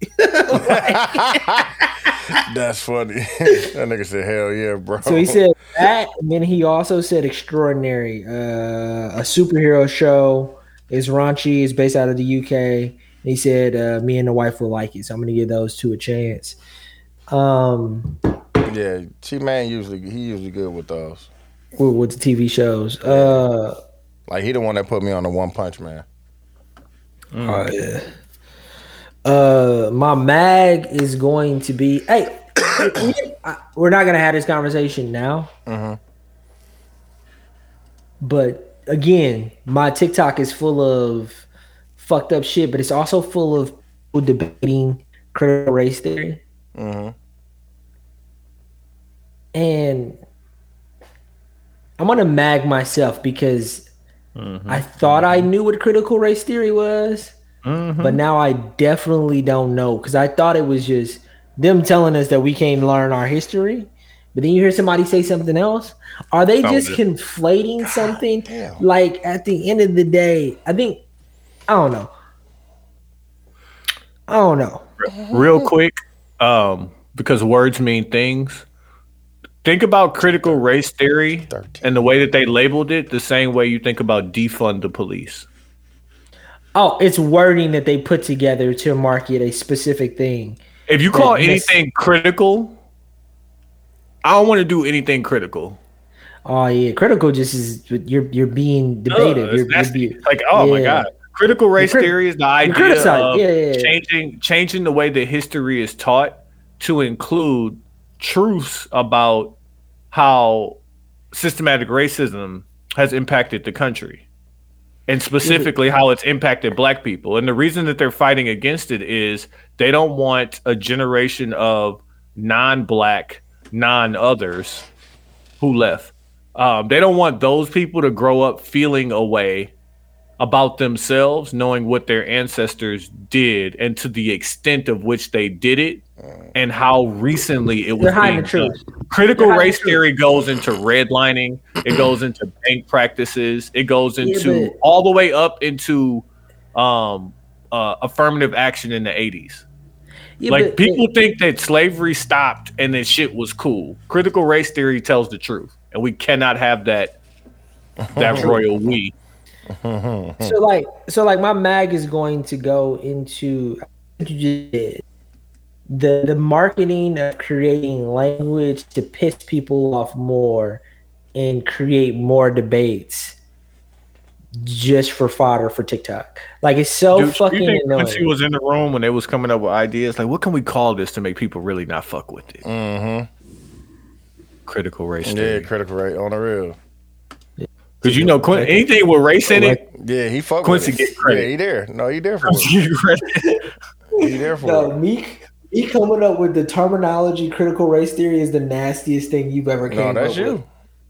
A: That's funny. [laughs] that nigga said, "Hell yeah, bro."
B: So he said that, and then he also said extraordinary. Uh, a superhero show is raunchy. It's based out of the UK. And he said uh, me and the wife will like it, so I'm gonna give those two a chance. Um,
A: [laughs] "Yeah, T man usually he usually good with those.
B: with, with the TV shows. Uh,
A: Like he the one that put me on the One Punch Man.
B: oh, yeah. Uh, my mag is going to be. Hey, [coughs] we didn't- I- we're not gonna have this conversation now. But again, my TikTok is full of fucked up shit, but it's also full of people debating critical race theory,
A: Mm-hmm.
B: and I'm gonna mag myself because I thought I knew what critical race theory was, but now I definitely don't know because I thought it was just them telling us that we can't learn our history. But then you hear somebody say something else. Are they
C: Found
B: just
C: it.
B: conflating something?
A: damn.
B: Like at the end of the day, I think I don't know. I don't know.
C: real quick um because words mean things think about critical race theory and the way that they labeled it the same way you think about defund the police
B: Oh, it's wording that they put together to market a specific thing.
C: if you call
B: Right, yes.
C: anything critical i don't want to do anything critical
B: Oh yeah, critical just is you're you're being
C: Ugh,
B: debated.
C: Oh, it's
B: you're, you're
C: nasty.
B: being-
C: like oh my
B: yeah.
C: god critical race
B: crit-
C: theory is the
B: criticized.
C: idea of
B: Yeah, yeah, yeah.
C: changing changing the way that history is taught to include truths about how systematic racism has impacted the country and specifically how it's impacted black people and the reason that they're fighting against it is they don't want a generation of non-black non-others who left um, they don't want those people to grow up feeling a way about themselves, knowing what their ancestors did and to the extent of which they did it and how recently it was.
B: They're hiding
C: being
B: the truth.
C: done. Critical
B: They're hiding
C: race
B: the truth.
C: theory goes into redlining, it goes into bank practices, it goes into
B: but-
C: all the way up into um, uh, affirmative action in the 80s
B: Yeah,
C: like
B: but-
C: people think that slavery stopped and that shit was cool. Critical race theory tells the truth, and we cannot
B: [laughs]
C: have that that royal we.
B: so like so like my mag is going to go into I think you just did. the the marketing of creating language to piss people off more and create more debates just for fodder for TikTok. Like it's so
C: Dude, you
B: fucking
C: think Quincy
B: annoying.
C: was in the room when they was coming up with ideas? Like, what can we call this to make people really not fuck with it?
A: Mm-hmm.
C: Critical race
A: Yeah,
C: theory,
A: critical rate on the real.
C: because you know Quin- anything with race in it.
A: Yeah, he fuck
C: Quincy
A: with it.
C: get credit.
A: Yeah, he there. No, he there
C: [laughs]
A: for it. He there for
F: No,
A: it.
F: me, me coming up with the terminology critical race theory is the nastiest thing you've ever
A: No,
F: came
A: that's
F: up
A: you.
F: with.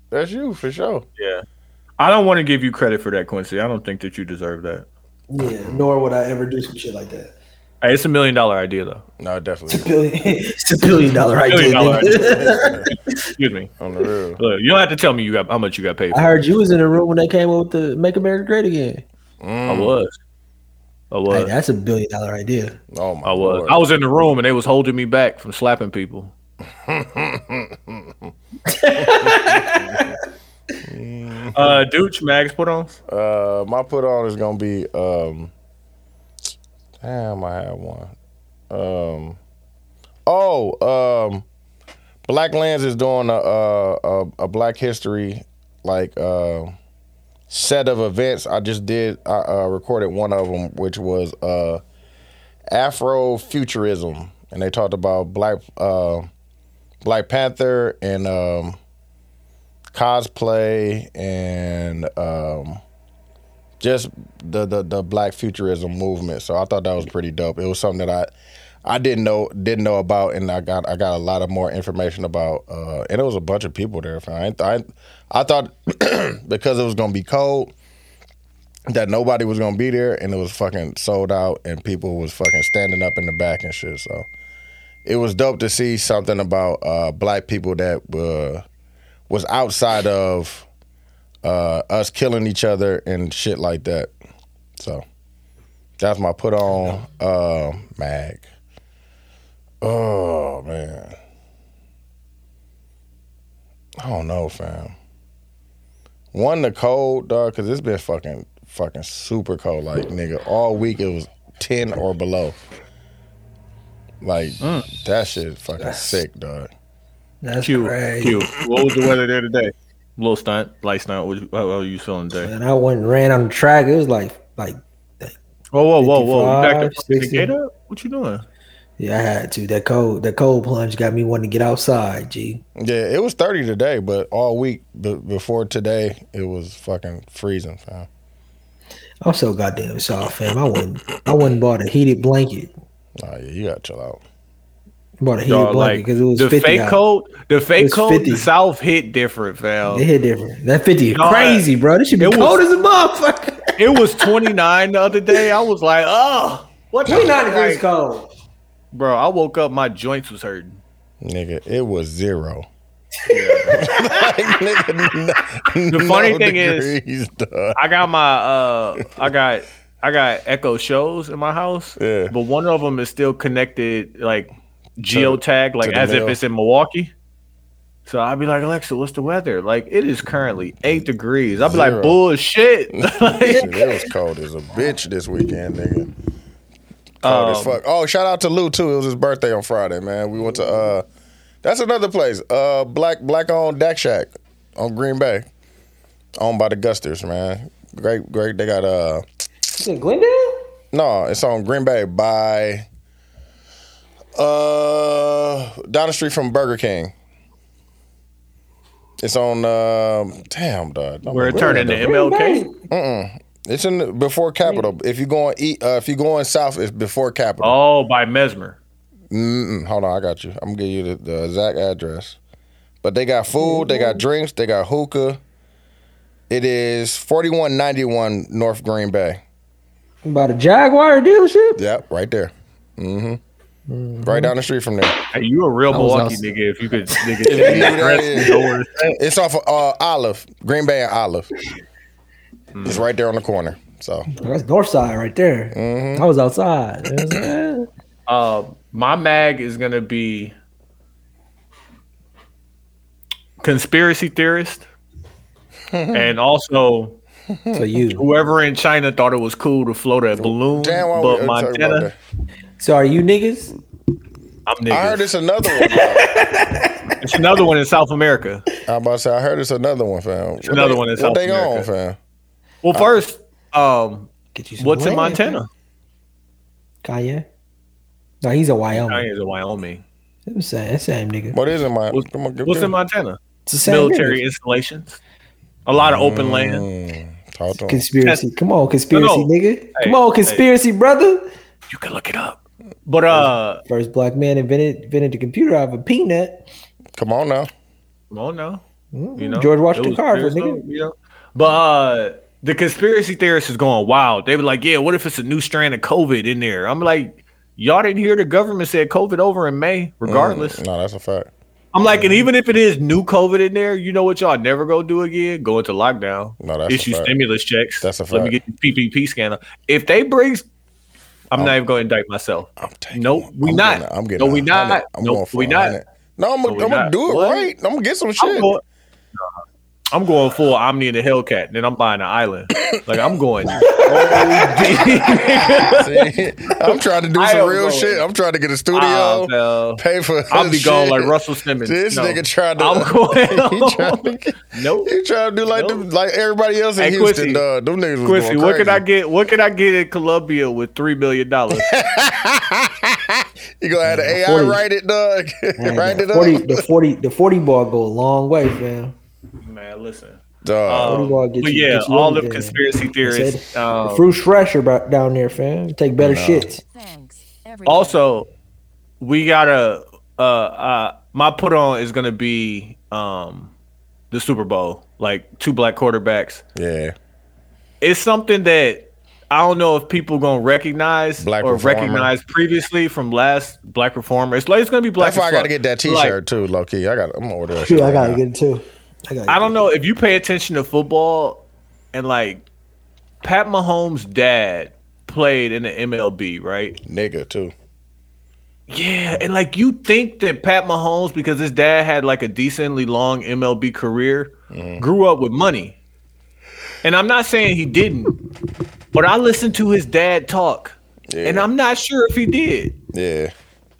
A: That's you for sure.
C: yeah, I don't want to give you credit for that, Quincy. I don't think that you deserve that.
F: Yeah, nor would I ever do some shit like that. [laughs]
C: Hey, it's a million dollar idea though.
A: No, definitely
F: Billion, it's a billion dollar idea.
C: Billion dollar [laughs]
F: nigga.
C: Excuse me.
A: on the real.
C: Look, you don't have to tell me you got how much you got paid.
F: [laughs]
C: For.
F: I heard you was in a room when they came up with the Make America Great Again.
C: I was. I
F: Hey,
C: was.
F: that's a billion dollar idea.
A: Oh my
C: I was.
A: Lord.
C: I was in the room and they was holding me back from slapping [laughs] people. uh Dooch Mags put on.
A: Uh, my put on is gonna be um. Damn, I had one. Um, oh, um, Black Lands is doing a a, a, a Black History like uh, set of events. I just did. I uh, recorded one of them, which was uh, Afrofuturism, and they talked about Black uh, Black Panther and um, cosplay and um, just the, the the black futurism movement. So I thought that was pretty dope. It was something that I I didn't know didn't know about, and I got I got a lot of more information about. Uh, and it was a bunch of people there. I I, I thought [clears throat] because it was gonna be cold that nobody was gonna be there, and it was fucking sold out, and people was fucking standing up in the back and shit. So it was dope to see something about uh, black people that uh, was outside of uh, us killing each other and shit like that. So that's my put on uh, mag. Oh man, I don't know, fam. One the cold dog, cause it's been fucking fucking super cold. Like nigga, all week it was ten or below. Like that shit fucking sick, dog.
F: That's
C: Q.
F: crazy.
C: Q. What was the weather there today? Little stunt, light stunt. What you- how, how you feeling today?
F: And I went and ran on the track. It was like, like,
C: Whoa, whoa, whoa, whoa! You back
F: 55,
C: to fucking the
F: 60.
C: gate up? What you doing?
F: yeah, I had to. That cold, that cold plunge got me wanting to get outside. G.
A: Yeah, it was 30 today, but all week b- before today, it was fucking freezing, fam.
F: I'm so goddamn soft, fam. I wouldn't, I wouldn't bought a heated blanket.
A: Oh yeah, you gotta chill out.
B: Bought a heat
C: Dog,
B: blanket
C: like
B: because it was
C: the
B: 50
C: fake
B: out.
C: code, the
B: It
C: fake
B: was
C: code,
B: 50.
C: the South hit different, fam.
B: It hit different. That 50 is
C: Dog,
B: crazy, bro. This should be
C: it was-
B: cold as a motherfucker.
C: It was 29 the other day. I was like, oh,
F: [laughs]
C: what? the-
B: 29 degrees
C: like,
B: cold.
C: bro. I woke up, my joints was hurting.
A: Nigga, it was zero. [laughs] like, nigga, no,
C: The funny thing is-
A: is, dog.
C: I got my, uh, I got, I got Echo shows in my house,
A: Yeah.
C: but one of them is still connected, like geotag, like
A: to the
C: as if
A: mail.
C: it's in Milwaukee. So I'd be like, Alexa, what's the weather? Like, it is currently eight degrees. I'd be like,
A: Zero.
C: bullshit. [laughs] like,
A: Shit, it was cold as a bitch this weekend, nigga. Cold
C: Um,
A: as fuck. Oh, shout out to Lou too. It was his birthday on Friday, man. We went to uh, that's another place. Uh, black black owned Dak Shack on Green Bay, owned by the Gusters, man. Great, great. They got uh,
B: It's in Glendale?
A: No, it's on Green Bay by uh down the street from Burger King. It's on um damn dog. Don't
C: we're
A: remember
C: turning to
A: that.
C: MLK.
A: It's in the, before Capitol. If you going eat, uh, if you going south, it's before Capitol.
C: Oh, by Mesmer.
A: Mm-mm. Hold on, I got you. I'm gonna give you the, the exact address. But they got food, they got drinks, they got hookah. It is 4191 North Green Bay.
B: By the Jaguar dealership?
A: Yep, right there. Mm-hmm. Right down the street from there.
C: Hey, you a real
N: was
C: Milwaukee
N: awesome.
C: nigga if you could nigga
A: you knew that,
C: address the doors.
A: It's off of uh, Olive, Green Bay and Olive.
C: Hmm.
A: It's right there on the corner. So
B: That's north side right there.
A: Mm-hmm.
B: I was outside. It
A: [laughs]
B: was, eh.
C: Uh, my mag is gonna be conspiracy theorist, and also
B: So you.
C: whoever in China thought it was cool to float a balloon,
A: damn, why we uh,
C: but
A: talking about
C: Montana,
A: that?
B: So are you niggas?
C: I'm
A: I heard
C: niggas.
A: it's another
C: [laughs]
A: one. dog.
C: It's another one in South America.
A: I'm about to say I heard it's another one, fam. What
C: another
A: they-
C: one in
A: What
C: South
A: they on,
C: America.
A: fam?
C: Well,
A: Uh,
C: first, um,
B: Get you some
C: what's in
B: land,
C: Montana?
B: Kanye? No, he's a Wyoming.
C: China's in Wyoming.
B: It was the same, same nigga.
A: What is in my?
C: What's-
A: come on, give
C: What's
A: it.
C: in Montana?
B: It's the same
C: Military
B: nigga.
C: installations, a lot of open land.
A: Mm, talk to him.
B: Conspiracy. Come on, conspiracy,
C: No, no.
B: nigga. Come
C: Hey,
B: on, conspiracy, brother.
C: You can look it up. But uh,
B: First black man invented invented the computer out of a peanut.
A: Come on now.
C: well, no, you
A: Mm-hmm.
C: know
B: George
C: it
B: Washington
C: was
B: Carver,
C: serious
B: nigga.
C: stuff, You know? But uh, the conspiracy theorists is going wild. They were like, "Yeah, what if it's a new strand of COVID in there?" I'm like, "Y'all didn't hear the government said COVID over in May, regardless."
A: No, that's a fact.
C: I'm like,
A: mm.
C: and even if it is new COVID in there, you know what y'all never go do again? Go into lockdown.
A: No, that's a
C: issue
A: fact.
C: stimulus checks.
A: That's a
C: Let me
A: fact.
C: get the PPP scanner. If they bring,
A: Oh.
C: I'm not even going to indict myself.
A: I'm taking.
C: Nope,
A: it.
C: we
A: I'm
C: not.
A: Getting, I'm getting.
C: No, we
A: a
C: not.
A: hundred. I'm
C: Nope,
A: going for
C: we
A: a
C: not.
A: hundred. No, I'm
C: No, we
A: gonna
C: not.
A: do it
C: What?
A: right. I'm gonna get some shit.
C: I'm going, I'm going full Omni and the Hellcat, and then I'm buying an island. Like
A: [laughs]
C: I'm going.
A: [laughs]
B: Oh,
A: See? I'm trying to do
C: [laughs] I
A: some
C: am
A: real
C: going.
A: shit. I'm trying to get a
C: Oh,
A: studio,
C: no.
A: pay for.
C: I'll be
A: shit.
C: going like Russell Simmons.
A: This
C: No.
A: nigga trying to. [laughs]
C: I'm [laughs]
A: he
C: going.
A: trying to.
C: nope.
A: He trying to do like them, like everybody else in
C: Hey,
A: Houston.
C: Quincy.
A: dog. them niggas was
C: Quincy,
A: going
C: what
A: crazy.
C: can I get? What can I get in Colombia with three
A: [laughs]
C: million dollars?
A: You gonna have the AI
B: 40.
A: write it, [laughs] Doug?
B: Man,
A: write
B: the,
A: it
B: 40,
A: up,
B: the 40 the 40 ball go a long way, fam.
C: Man, listen.
A: Dog.
C: Um,
B: What do you all get
C: but
B: you-
C: yeah,
B: get you
C: all
B: over
C: them
B: there?
C: conspiracy theorists.
B: Said,
C: Um,
B: Fruit fresher about down there, fam. Take better shits.
O: Thanks. Every day.
C: also, we gotta. Uh, uh, my put on is gonna be um, the Super Bowl, like two black quarterbacks.
A: yeah,
C: It's something that I don't know if people gonna recognize
A: Black
C: or
A: Reformer.
C: recognize previously from last Black Reformer. It's like it's gonna be Black.
A: that's why I
C: as
A: gotta
C: fuck.
A: get that
C: Like,
A: T-shirt too, low key. I got. I'm gonna order that.
B: Shoot,
A: shit
B: I
A: right
B: gotta
A: now.
B: get it too. I, gotta
C: I don't know if you pay attention to football and like Pat Mahomes' dad played in the MLB, right?
A: nigga too.
C: Yeah, and like you think that Pat Mahomes, because his dad had like a decently long MLB career, grew up with money. And I'm not saying he didn't, but I listened to his dad talk,
A: Yeah,
C: and I'm not sure if he did.
A: yeah.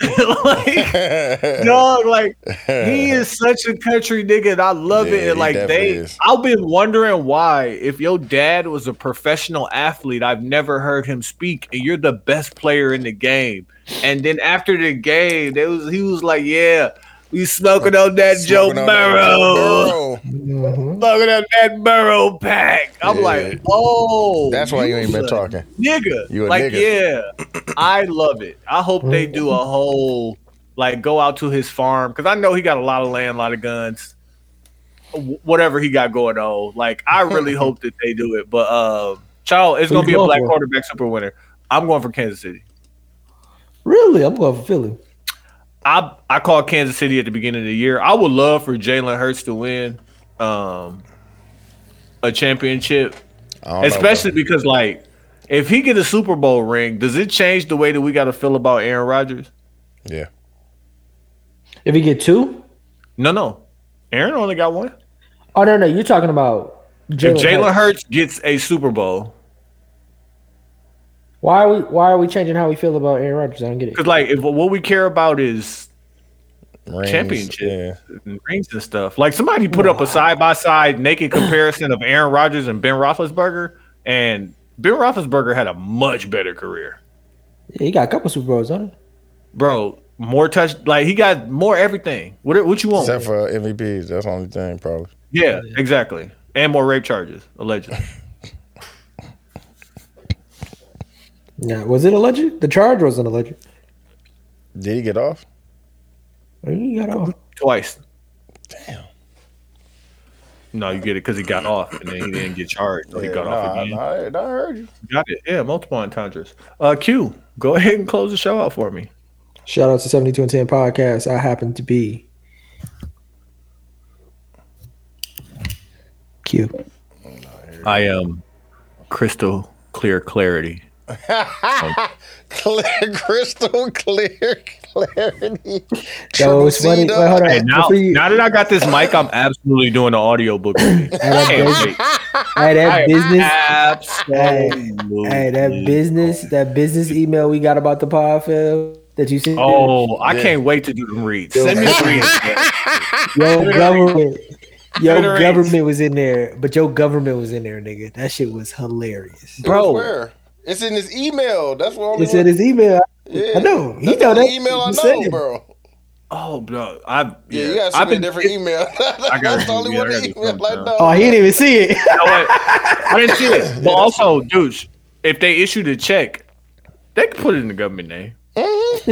C: [laughs] like, dog, like
A: [laughs]
C: he is such a country nigga, and I love
A: Yeah,
C: it.
A: he
C: And like they,
A: definitely is.
C: I've been wondering why, if your dad was a professional athlete, I've never heard him speak, and you're the best player in the game. And then after the game, they was he was like, yeah. We smoking on that
A: Smoking
C: Joe
A: on that Burrow.
C: Burrow. [laughs] Smoking on that Burrow pack. I'm
A: Yeah.
C: like, oh,
A: That's why you ain't been
C: a
A: talking.
C: nigga.
A: You a
C: like,
A: nigga.
C: yeah, I love it. I hope they do a whole like go out to his farm because I know he got a lot of land, a lot of guns, wh- whatever he got going on. Like,
A: [laughs]
C: I really hope that they do it. But uh, child, it's
P: Who
C: gonna be
P: you
C: a
P: going
C: black
P: for?
C: quarterback super winner. I'm going for Kansas City.
P: Really? I'm going for Philly.
C: I I called Kansas City at the beginning of the year. I would love for Jalen Hurts to win um, a championship,
A: I don't know,
C: especially because like if he get a Super Bowl ring, does it change the way that we got to feel about Aaron Rodgers?
A: bro. yeah.
B: If you get two?
C: No, no, Aaron only got one.
B: Oh no, no, you're talking about Jalen.
C: if Jalen
B: Hurts.
C: Hurts gets a Super Bowl,
B: Why are we why are we changing how we feel about Aaron Rodgers? I don't get it.
C: because like if what we care about is
A: Rings,
C: Championship.
A: Yeah.
C: rings and stuff. Like somebody put up a side by side naked comparison of Aaron Rodgers and Ben Roethlisberger, and Ben Roethlisberger had a much better career.
B: Yeah, he got a couple Super Bowls on it.
C: bro. More touch, like he got more everything. What what you want?
A: Except for MVPs, that's the only thing probably.
C: yeah, exactly. And more rape charges, allegedly.
B: Yeah, was it alleged? The charge wasn't alleged.
A: Did he get off?
B: Oh, He got off.
C: Twice. Damn. No, you get it because he got off and then he didn't get charged. So he got off
A: nah,
C: again.
A: nah, I, I heard you.
C: Got it. Yeah, multiple entendres. Uh, Q, go ahead and close the show out for me.
P: Shout out to 72 and 10 podcast. I happen to be Q.
C: I am crystal clear clarity.
A: [laughs] Clear, crystal clear clarity.
B: Yo, it's funny. Wait, hold on.
C: Hey, now,
B: Before you-
C: now that I got this mic, I'm absolutely doing an audiobook. with it.
B: [laughs] Hey,
C: Can't
B: that
C: wait.
B: Hey, that business.
C: Absolutely.
B: Hey, that business. That business email we got about the pod, Phil, that you sent.
C: Oh, I can't wait to do them reads.
B: Yo,
C: Send me the reads.
B: your government. Your
C: Literally.
B: government was in there, but your government was in there, nigga. That shit was hilarious.
A: bro. It's in his email. That's what I'm
B: He said his email.
A: yeah.
B: I know. He
A: That's
B: know
A: the
B: that.
A: email I
B: I'm
A: know,
B: saying.
A: bro.
C: Oh, bro. I've,
A: Yeah,
C: yeah,
A: you got to send
C: I've
A: me a
C: been
A: different [laughs] email.
C: gotta
A: That's the
C: do-
A: only
C: yeah,
A: one
C: I gotta do
A: email I
C: something.
A: know.
B: Oh, he didn't even see it. [laughs]
C: you know what? I didn't see it. But also, dude, if they issued a check, they could put it in the government name. That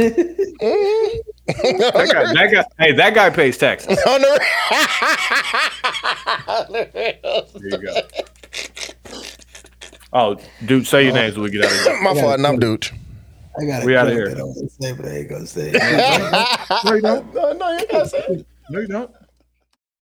C: guy, that guy, hey, that guy pays taxes.
A: On [laughs] the-
C: There you go. Oh, dude, say your names when we get out of here.
A: My fault, and I'm Dooch.
P: I got
C: We outta here.
P: I ain't gonna say it.
A: [laughs] no, no, you gotta say it.
C: No, you don't.